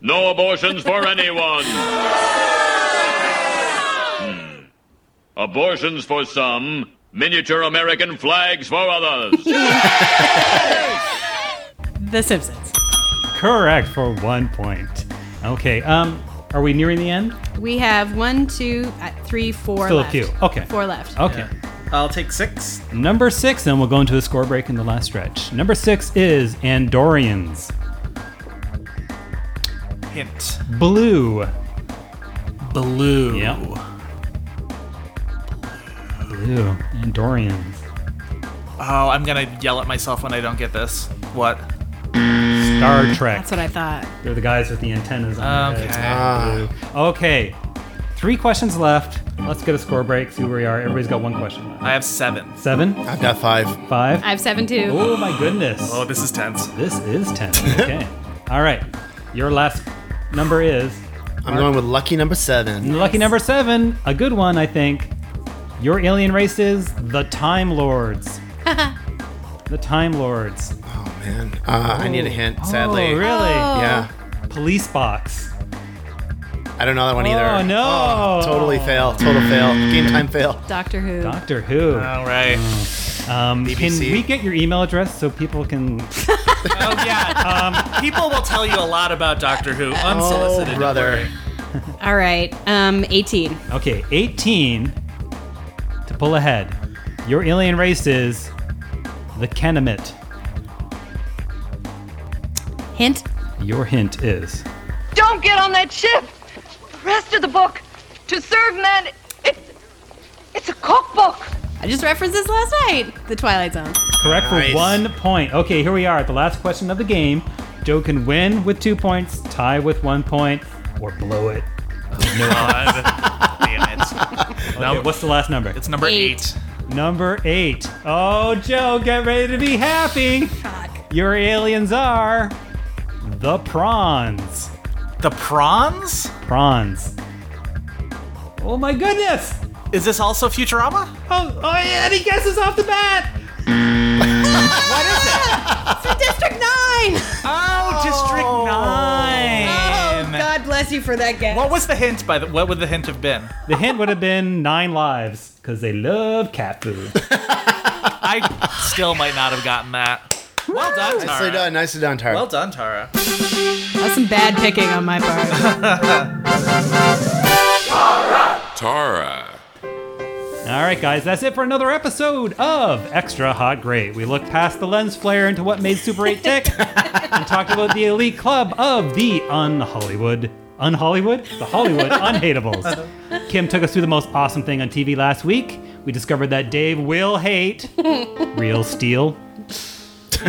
[SPEAKER 15] No abortions for anyone. Hmm. Abortions for some, miniature American flags for others.
[SPEAKER 4] The Simpsons.
[SPEAKER 2] Correct for one point. Okay. Um, are we nearing the end?
[SPEAKER 4] We have one, two, uh, three, four
[SPEAKER 2] Still
[SPEAKER 4] left.
[SPEAKER 2] a few. Okay.
[SPEAKER 4] Four left.
[SPEAKER 2] Okay.
[SPEAKER 3] I'll take six.
[SPEAKER 2] Number six, and we'll go into a score break in the last stretch. Number six is Andorians.
[SPEAKER 3] Hint.
[SPEAKER 2] Blue.
[SPEAKER 3] Blue.
[SPEAKER 2] Yep. Blue. Andorians.
[SPEAKER 3] Oh, I'm gonna yell at myself when I don't get this. What?
[SPEAKER 2] Star Trek.
[SPEAKER 4] That's what I thought.
[SPEAKER 2] They're the guys with the antennas on their
[SPEAKER 3] Mm. Okay.
[SPEAKER 2] heads. Okay. Three questions left. Let's get a score break, see where we are. Everybody's got one question.
[SPEAKER 3] I have seven.
[SPEAKER 2] Seven? I've got five. Five?
[SPEAKER 4] I have seven too.
[SPEAKER 2] Oh my goodness. Oh,
[SPEAKER 3] this is tense.
[SPEAKER 2] This is tense. Okay. *laughs* All right. Your last number is.
[SPEAKER 5] I'm going with lucky number seven.
[SPEAKER 2] Lucky number seven. A good one, I think. Your alien race is the Time Lords. the Time Lords.
[SPEAKER 5] Oh, man. Uh, I need a hint,
[SPEAKER 2] Oh,
[SPEAKER 5] sadly.
[SPEAKER 2] really?
[SPEAKER 5] Oh. Yeah.
[SPEAKER 2] Police box.
[SPEAKER 5] I don't know that one either.
[SPEAKER 2] Oh, no.
[SPEAKER 5] Oh, totally fail. Total fail. Game time fail.
[SPEAKER 4] Doctor Who.
[SPEAKER 2] Doctor Who.
[SPEAKER 3] All right. *laughs*
[SPEAKER 2] Um, can
[SPEAKER 5] BBC.
[SPEAKER 2] we get your email address so people can?
[SPEAKER 3] Oh, Um, People will tell you a lot about Doctor Who unsolicited.
[SPEAKER 5] Oh, brother.
[SPEAKER 3] don't worry.
[SPEAKER 4] All right. Um, 18.
[SPEAKER 2] Okay, 18 to pull ahead. Your alien race is the Kenemit.
[SPEAKER 4] Hint.
[SPEAKER 2] Your hint is
[SPEAKER 17] Don't get on that ship. Rest of the book, to serve men, it's it's a cookbook.
[SPEAKER 4] I just referenced this last night. The Twilight Zone.
[SPEAKER 2] correct
[SPEAKER 4] Nice.
[SPEAKER 2] for one point. Okay, here we are at the last question of the game. Joe can win with two points, tie with one point, or blow it. *laughs*
[SPEAKER 3] Damn it.
[SPEAKER 2] Okay, what's the last number?
[SPEAKER 3] It's number eight.
[SPEAKER 2] Number eight. Oh, Joe, get ready to be happy. Your aliens are the prawns.
[SPEAKER 3] The prawns?
[SPEAKER 2] Prawns. Oh my goodness!
[SPEAKER 3] Is this also Futurama?
[SPEAKER 2] Oh, oh yeah, any guesses off the bat?
[SPEAKER 3] What is it?
[SPEAKER 4] it's District 9!
[SPEAKER 3] Oh, District 9!
[SPEAKER 4] Oh, God bless you for that guess.
[SPEAKER 3] What was the hint, by the What would the hint have been?
[SPEAKER 2] The hint would have been nine lives because they love cat food.
[SPEAKER 3] I still might not have gotten *laughs* that. Well done, Tara.
[SPEAKER 5] Nicely done. Nicely done, Tara.
[SPEAKER 3] Well done, Tara.
[SPEAKER 4] That's some bad picking on my part.
[SPEAKER 18] Tara.
[SPEAKER 2] All right, guys, that's it for another episode of Extra Hot Great. We look past the lens flare into what made Super 8 tick *laughs* and talked about the elite club of the un-Hollywood. Un-Hollywood? The *laughs* Hollywood Unhateables. Kim took us through the most awesome thing on TV last week. We discovered that Dave will *laughs* hate real steel.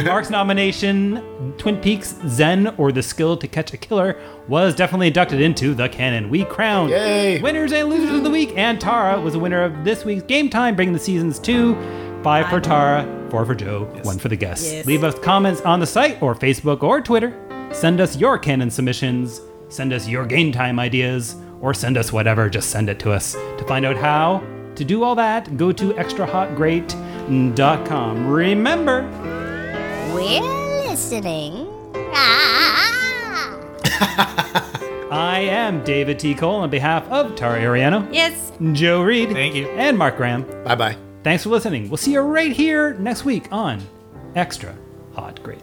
[SPEAKER 2] Mark's nomination, Twin Peaks, Zen, or The Skill to Catch a Killer, was definitely inducted into the canon. We crowned winners and losers of the week, and Tara was the winner of this week's game time, bringing the seasons two. Five for Tara, four for Joe, one for the guests.
[SPEAKER 19] Yes.
[SPEAKER 2] Leave us comments on the site or Facebook or Twitter. Send us your canon submissions, send us your game time ideas, or send us whatever. Just send it to us. To find out how to do all that, go to extrahotgreat.com. Remember,
[SPEAKER 20] *laughs* We're listening. Ah.
[SPEAKER 2] I am David T. Cole on behalf of Tara Ariano.
[SPEAKER 20] Yes.
[SPEAKER 2] Joe Reed.
[SPEAKER 3] Thank you.
[SPEAKER 2] And Mark Graham.
[SPEAKER 5] Bye bye.
[SPEAKER 2] Thanks for listening. We'll see you right here next week on Extra Hot Great.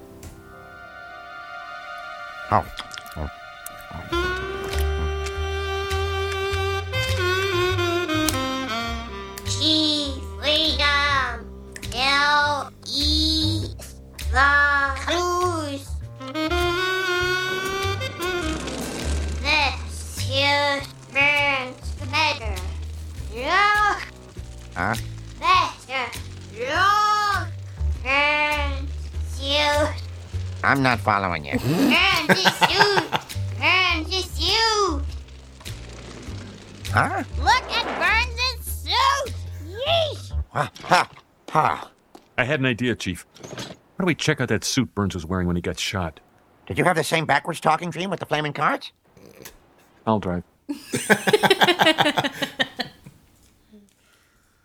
[SPEAKER 20] Key freedom. L E the clues. This here burns better. Look
[SPEAKER 21] Huh?
[SPEAKER 20] better. Look burns you.
[SPEAKER 21] I'm not following you.
[SPEAKER 20] Burns is you. Burns is you.
[SPEAKER 21] huh?
[SPEAKER 20] Look at Burns' suit! Yeesh!
[SPEAKER 18] Ha, ha, ha. I had an idea, Chief. Why don't we check out that suit Burns was wearing when he got shot?
[SPEAKER 21] Did you have the same backwards talking dream with the flaming cards?
[SPEAKER 18] I'll drive.